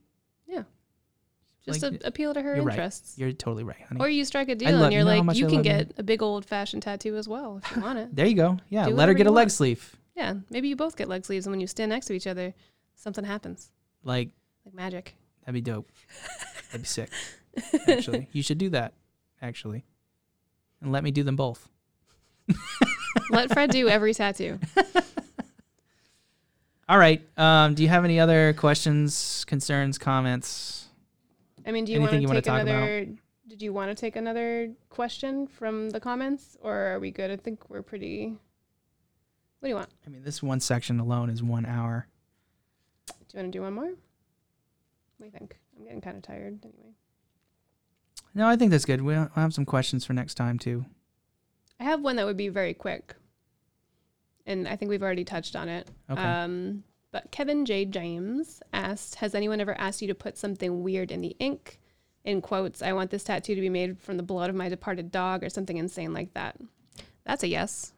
Speaker 1: Just
Speaker 2: Like,
Speaker 1: a- appeal to her
Speaker 2: you're right.
Speaker 1: interests.
Speaker 2: You're totally right, honey.
Speaker 1: Or you strike a deal
Speaker 2: love-
Speaker 1: and you're
Speaker 2: you know how
Speaker 1: like,
Speaker 2: much
Speaker 1: you
Speaker 2: I
Speaker 1: can
Speaker 2: love you."
Speaker 1: get a big old fashioned tattoo as well if you want
Speaker 2: [laughs]
Speaker 1: it.
Speaker 2: there you go. Yeah,
Speaker 1: Do
Speaker 2: let her
Speaker 1: whatever
Speaker 2: get a
Speaker 1: you
Speaker 2: leg
Speaker 1: want.
Speaker 2: sleeve.
Speaker 1: Yeah. Maybe you both get leg sleeves and when you stand next to each other, something happens.
Speaker 2: Like
Speaker 1: Like magic.
Speaker 2: that'd be dope. that'd
Speaker 1: [laughs]
Speaker 2: be sick. Actually, you should do that. Actually, and let me do them both.
Speaker 1: Let Fred do every tattoo.
Speaker 2: All right. Um, do you have any other questions, concerns, comments?
Speaker 1: I mean, do you want
Speaker 2: Anything
Speaker 1: to
Speaker 2: you wanna
Speaker 1: take
Speaker 2: talk
Speaker 1: another? Did you want to take another question from the comments, or are we good? I think we're pretty. What do you want?
Speaker 2: I mean, this one section alone is one hour.
Speaker 1: Do you want to do one more? What do you think? I'm getting kind of tired anyway.
Speaker 2: No, I think that's good. We'll I'll have some questions for next time too.
Speaker 1: I have one that would be very quick, and I think we've already touched on it.
Speaker 2: Okay.
Speaker 1: Um, but Kevin J. James asked, "Has anyone ever asked you to put something weird in the ink?" In quotes, I want this tattoo to be made from the blood of my departed dog, or something insane like that. That's a yes.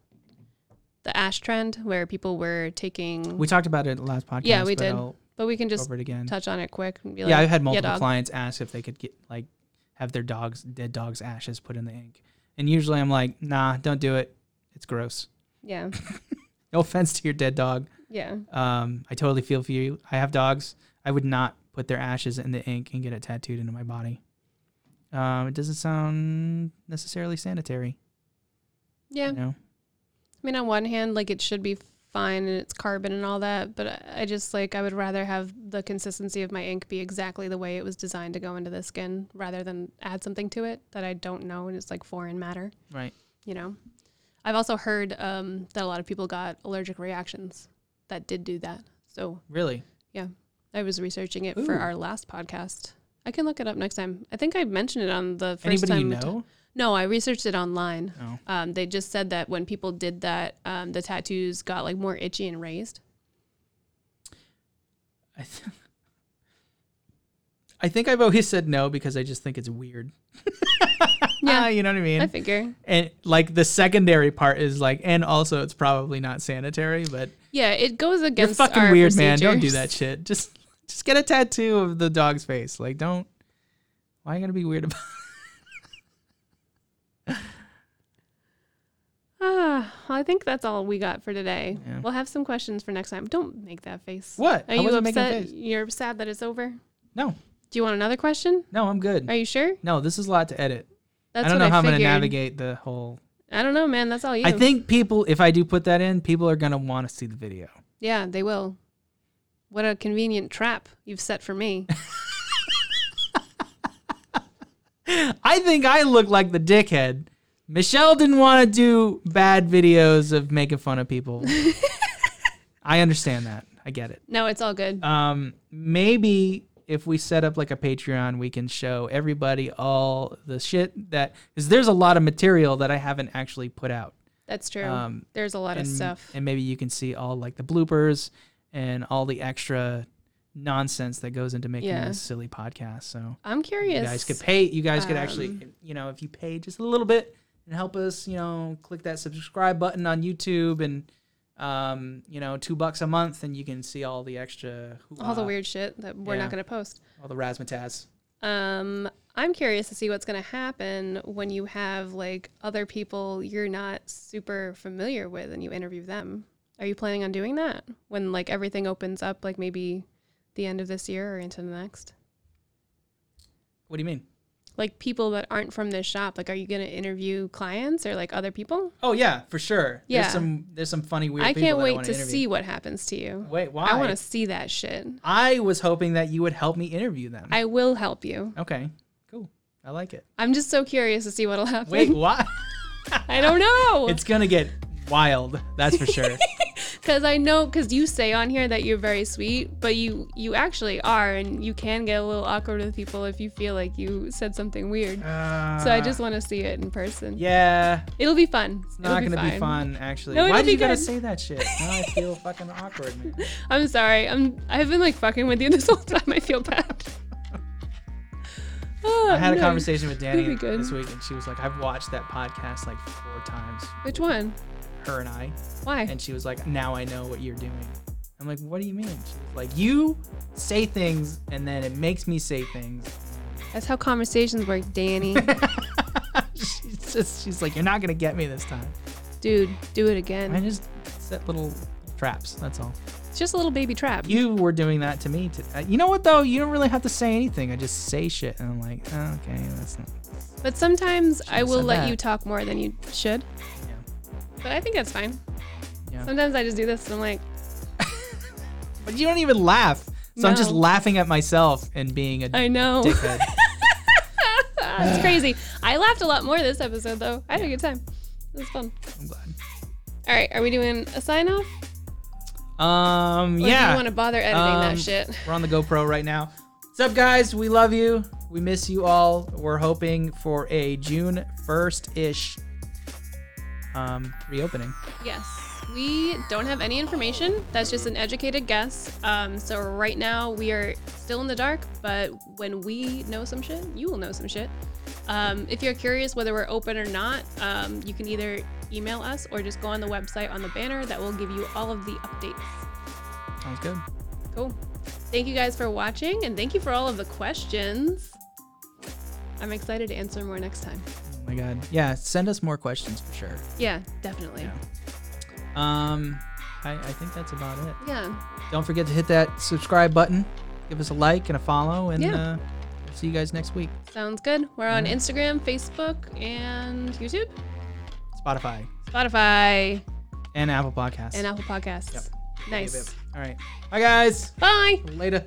Speaker 1: The ash trend, where people were taking,
Speaker 2: we talked about it last podcast.
Speaker 1: Yeah, we
Speaker 2: but
Speaker 1: did.
Speaker 2: I'll
Speaker 1: but we can
Speaker 2: go
Speaker 1: just
Speaker 2: over it again.
Speaker 1: touch on it quick. And be
Speaker 2: yeah, I've had multiple
Speaker 1: dog."
Speaker 2: clients ask if they could get like have their dogs dead dogs ashes put in the ink, and usually I'm like, nah, don't do it. It's gross.
Speaker 1: yeah,
Speaker 2: No [laughs] offense to your dead dog.
Speaker 1: yeah,
Speaker 2: Um, I totally feel for you. I have dogs. I would not put their ashes in the ink and get it tattooed into my body. Um, it doesn't sound necessarily sanitary.
Speaker 1: yeah.
Speaker 2: You know?
Speaker 1: I mean, on one hand, like it should be fine and it's carbon and all that, but I- I just like I would rather have the consistency of my ink be exactly the way it was designed to go into the skin rather than add something to it that I don't know and it's like foreign matter,
Speaker 2: Right.
Speaker 1: you know. I've also heard um, that a lot of people got allergic reactions that did do that. So
Speaker 2: Really?
Speaker 1: I was researching it for
Speaker 2: Ooh.
Speaker 1: our last podcast. I can look it up next time. I think I mentioned it on the first
Speaker 2: Anybody
Speaker 1: time.
Speaker 2: you
Speaker 1: we ta-
Speaker 2: know?
Speaker 1: No, I researched it online.
Speaker 2: Oh.
Speaker 1: Um, they just said that when people did that, um, the tattoos got like more itchy and raised.
Speaker 2: I, th- [laughs] I think I've always said no because I just think it's weird.
Speaker 1: Yeah.
Speaker 2: Ah, you know what I mean?
Speaker 1: Um, I figure.
Speaker 2: and like the secondary part is like, and also it's probably not sanitary, but
Speaker 1: Yeah, it goes
Speaker 2: you're
Speaker 1: against.
Speaker 2: fucking
Speaker 1: our
Speaker 2: weird, man. Don't do
Speaker 1: procedures.
Speaker 2: that shit. Just just get a tattoo of the dog's face. Like, don't. Why are you gonna be weird about? [laughs]
Speaker 1: Ah, well, [sighs] I think that's all we got for today.
Speaker 2: Yeah.
Speaker 1: We'll have some questions for next time. Don't make that face.
Speaker 2: What?
Speaker 1: Are
Speaker 2: I
Speaker 1: you
Speaker 2: wasn't making a
Speaker 1: upset?
Speaker 2: face.
Speaker 1: You're sad that it's over.
Speaker 2: No,
Speaker 1: Do you want another question?
Speaker 2: no, I'm good.
Speaker 1: Are you sure?
Speaker 2: No, this is a lot to edit.
Speaker 1: That's
Speaker 2: I don't
Speaker 1: what
Speaker 2: know how
Speaker 1: I
Speaker 2: I'm
Speaker 1: figured.
Speaker 2: gonna navigate the whole.
Speaker 1: I don't know, man. That's all you.
Speaker 2: I think people, if I do put that in, people are gonna want to see the video.
Speaker 1: Yeah, they will. What a convenient trap you've set for
Speaker 2: [laughs]
Speaker 1: me.
Speaker 2: I think I look like the dickhead. Michelle didn't want to do bad videos of making fun
Speaker 1: [laughs]
Speaker 2: of people. I understand that. I get it.
Speaker 1: no, it's all good.
Speaker 2: Um, maybe if we set up like a Patreon, we can show everybody all the shit that because there's a lot of material that I haven't actually put out.
Speaker 1: That's true.
Speaker 2: um,
Speaker 1: There's a lot
Speaker 2: and,
Speaker 1: of stuff.
Speaker 2: And maybe you can see all like the bloopers and all the extra nonsense that goes into making
Speaker 1: Yeah.
Speaker 2: this silly podcast. So
Speaker 1: I'm curious.
Speaker 2: you guys could pay you guys could actually
Speaker 1: Um,
Speaker 2: you know if you pay just a little bit and help us you know click that subscribe button on youtube and um you know two bucks a month and you can see all the extra
Speaker 1: all the
Speaker 2: hoo-ha,
Speaker 1: weird shit that we're
Speaker 2: yeah.
Speaker 1: not going to post.
Speaker 2: all the razzmatazz
Speaker 1: Um, I'm curious to see what's going to happen when you have like other people you're not super familiar with and you interview them. Are you planning on doing that when like everything opens up, like maybe the end of this year or into the next?
Speaker 2: what do you mean
Speaker 1: Like people that aren't from this shop, like are you going to interview clients or like other people?
Speaker 2: oh yeah for sure
Speaker 1: Yeah.
Speaker 2: there's some there's some funny weird
Speaker 1: I
Speaker 2: people
Speaker 1: can't
Speaker 2: that
Speaker 1: wait
Speaker 2: wanna
Speaker 1: to
Speaker 2: interview.
Speaker 1: see what happens to you.
Speaker 2: wait why
Speaker 1: I want to see that shit.
Speaker 2: I was hoping that you would help me interview them
Speaker 1: I will help you.
Speaker 2: okay cool i
Speaker 1: [laughs]
Speaker 2: like it
Speaker 1: I'm just so curious to see what'll happen.
Speaker 2: wait why
Speaker 1: [laughs] I don't know.
Speaker 2: it's gonna get wild that's for sure
Speaker 1: Because I know, because you say on here that you're very sweet, but you you actually are, and you can get a little awkward with people if you feel like you said something weird.
Speaker 2: uh,
Speaker 1: [laughs] so I just want to see it in person.
Speaker 2: yeah
Speaker 1: It'll be fun. It's
Speaker 2: not gonna be fun, actually.
Speaker 1: No,
Speaker 2: Why
Speaker 1: it'll
Speaker 2: did
Speaker 1: be
Speaker 2: you gotta
Speaker 1: good.
Speaker 2: say
Speaker 1: [laughs]
Speaker 2: that shit? Now I feel fucking awkward, man.
Speaker 1: I'm sorry. I'm I've been like fucking with you [laughs] this whole time. I feel
Speaker 2: [laughs]
Speaker 1: bad. Oh,
Speaker 2: I had a
Speaker 1: no.
Speaker 2: conversation with Danny
Speaker 1: It'll be good.
Speaker 2: this week, and she was like, "I've watched that podcast like four times,
Speaker 1: Which one?
Speaker 2: her and I,"
Speaker 1: Why?
Speaker 2: and she was like, "Now I know what you're doing." I'm like, "What do you mean?" She was like, "You say things, and then it makes me say things." [laughs]
Speaker 1: That's how conversations work, Danny.
Speaker 2: she's just, she's like, "You're not gonna get me this time."
Speaker 1: Dude, do it
Speaker 2: I
Speaker 1: again.
Speaker 2: just set little traps. That's all.
Speaker 1: It's just a little baby trap.
Speaker 2: You were doing that to me. To, uh, you know what though? You don't really have to say anything. I just say shit, and I'm like, oh, "Okay, that's not."
Speaker 1: But sometimes I
Speaker 2: have
Speaker 1: will
Speaker 2: said
Speaker 1: let
Speaker 2: that.
Speaker 1: you talk more than you should.
Speaker 2: Yeah.
Speaker 1: But I think that's fine.
Speaker 2: Yeah.
Speaker 1: Sometimes I just do this and I'm like,
Speaker 2: But you don't even laugh. So I'm just
Speaker 1: No.
Speaker 2: laughing at myself and being a
Speaker 1: I know. [laughs]
Speaker 2: dickhead.
Speaker 1: it's crazy. I laughed a lot more this episode though. I had a good time. It was fun.
Speaker 2: I'm glad.
Speaker 1: All right, are we doing a sign off?
Speaker 2: Um,
Speaker 1: Or Do
Speaker 2: yeah.
Speaker 1: you want to bother editing
Speaker 2: Um,
Speaker 1: that shit?
Speaker 2: We're on the GoPro right now. What's up, guys? We love you. We miss you all. We're hoping for a June 1st ish um, reopening.
Speaker 1: Yes. We don't have any information. That's just an educated guess. Um, so right now we are still in the dark, but when we know some shit, you will know some shit. Um, if you're curious whether we're open or not, um, you can either email us or just go on the website on the banner that will give you all of the updates.
Speaker 2: Sounds good. Oh
Speaker 1: Cool. Thank you guys for watching and thank you for all of the questions. I'm excited to answer more next time.
Speaker 2: Oh my God. Yeah, send us more questions for sure.
Speaker 1: Yeah, definitely.
Speaker 2: Yeah. Um, I, I think that's about it.
Speaker 1: yeah.
Speaker 2: Don't forget to hit that subscribe button, give us a like and a follow, and
Speaker 1: Yeah.
Speaker 2: uh, see you guys next week.
Speaker 1: Sounds good. We're on Instagram, Facebook, and YouTube,
Speaker 2: Spotify
Speaker 1: Spotify,
Speaker 2: and Apple Podcasts.
Speaker 1: and Apple Podcasts.
Speaker 2: Yep.
Speaker 1: Nice.
Speaker 2: All right. Bye, guys.
Speaker 1: Bye.
Speaker 2: Later.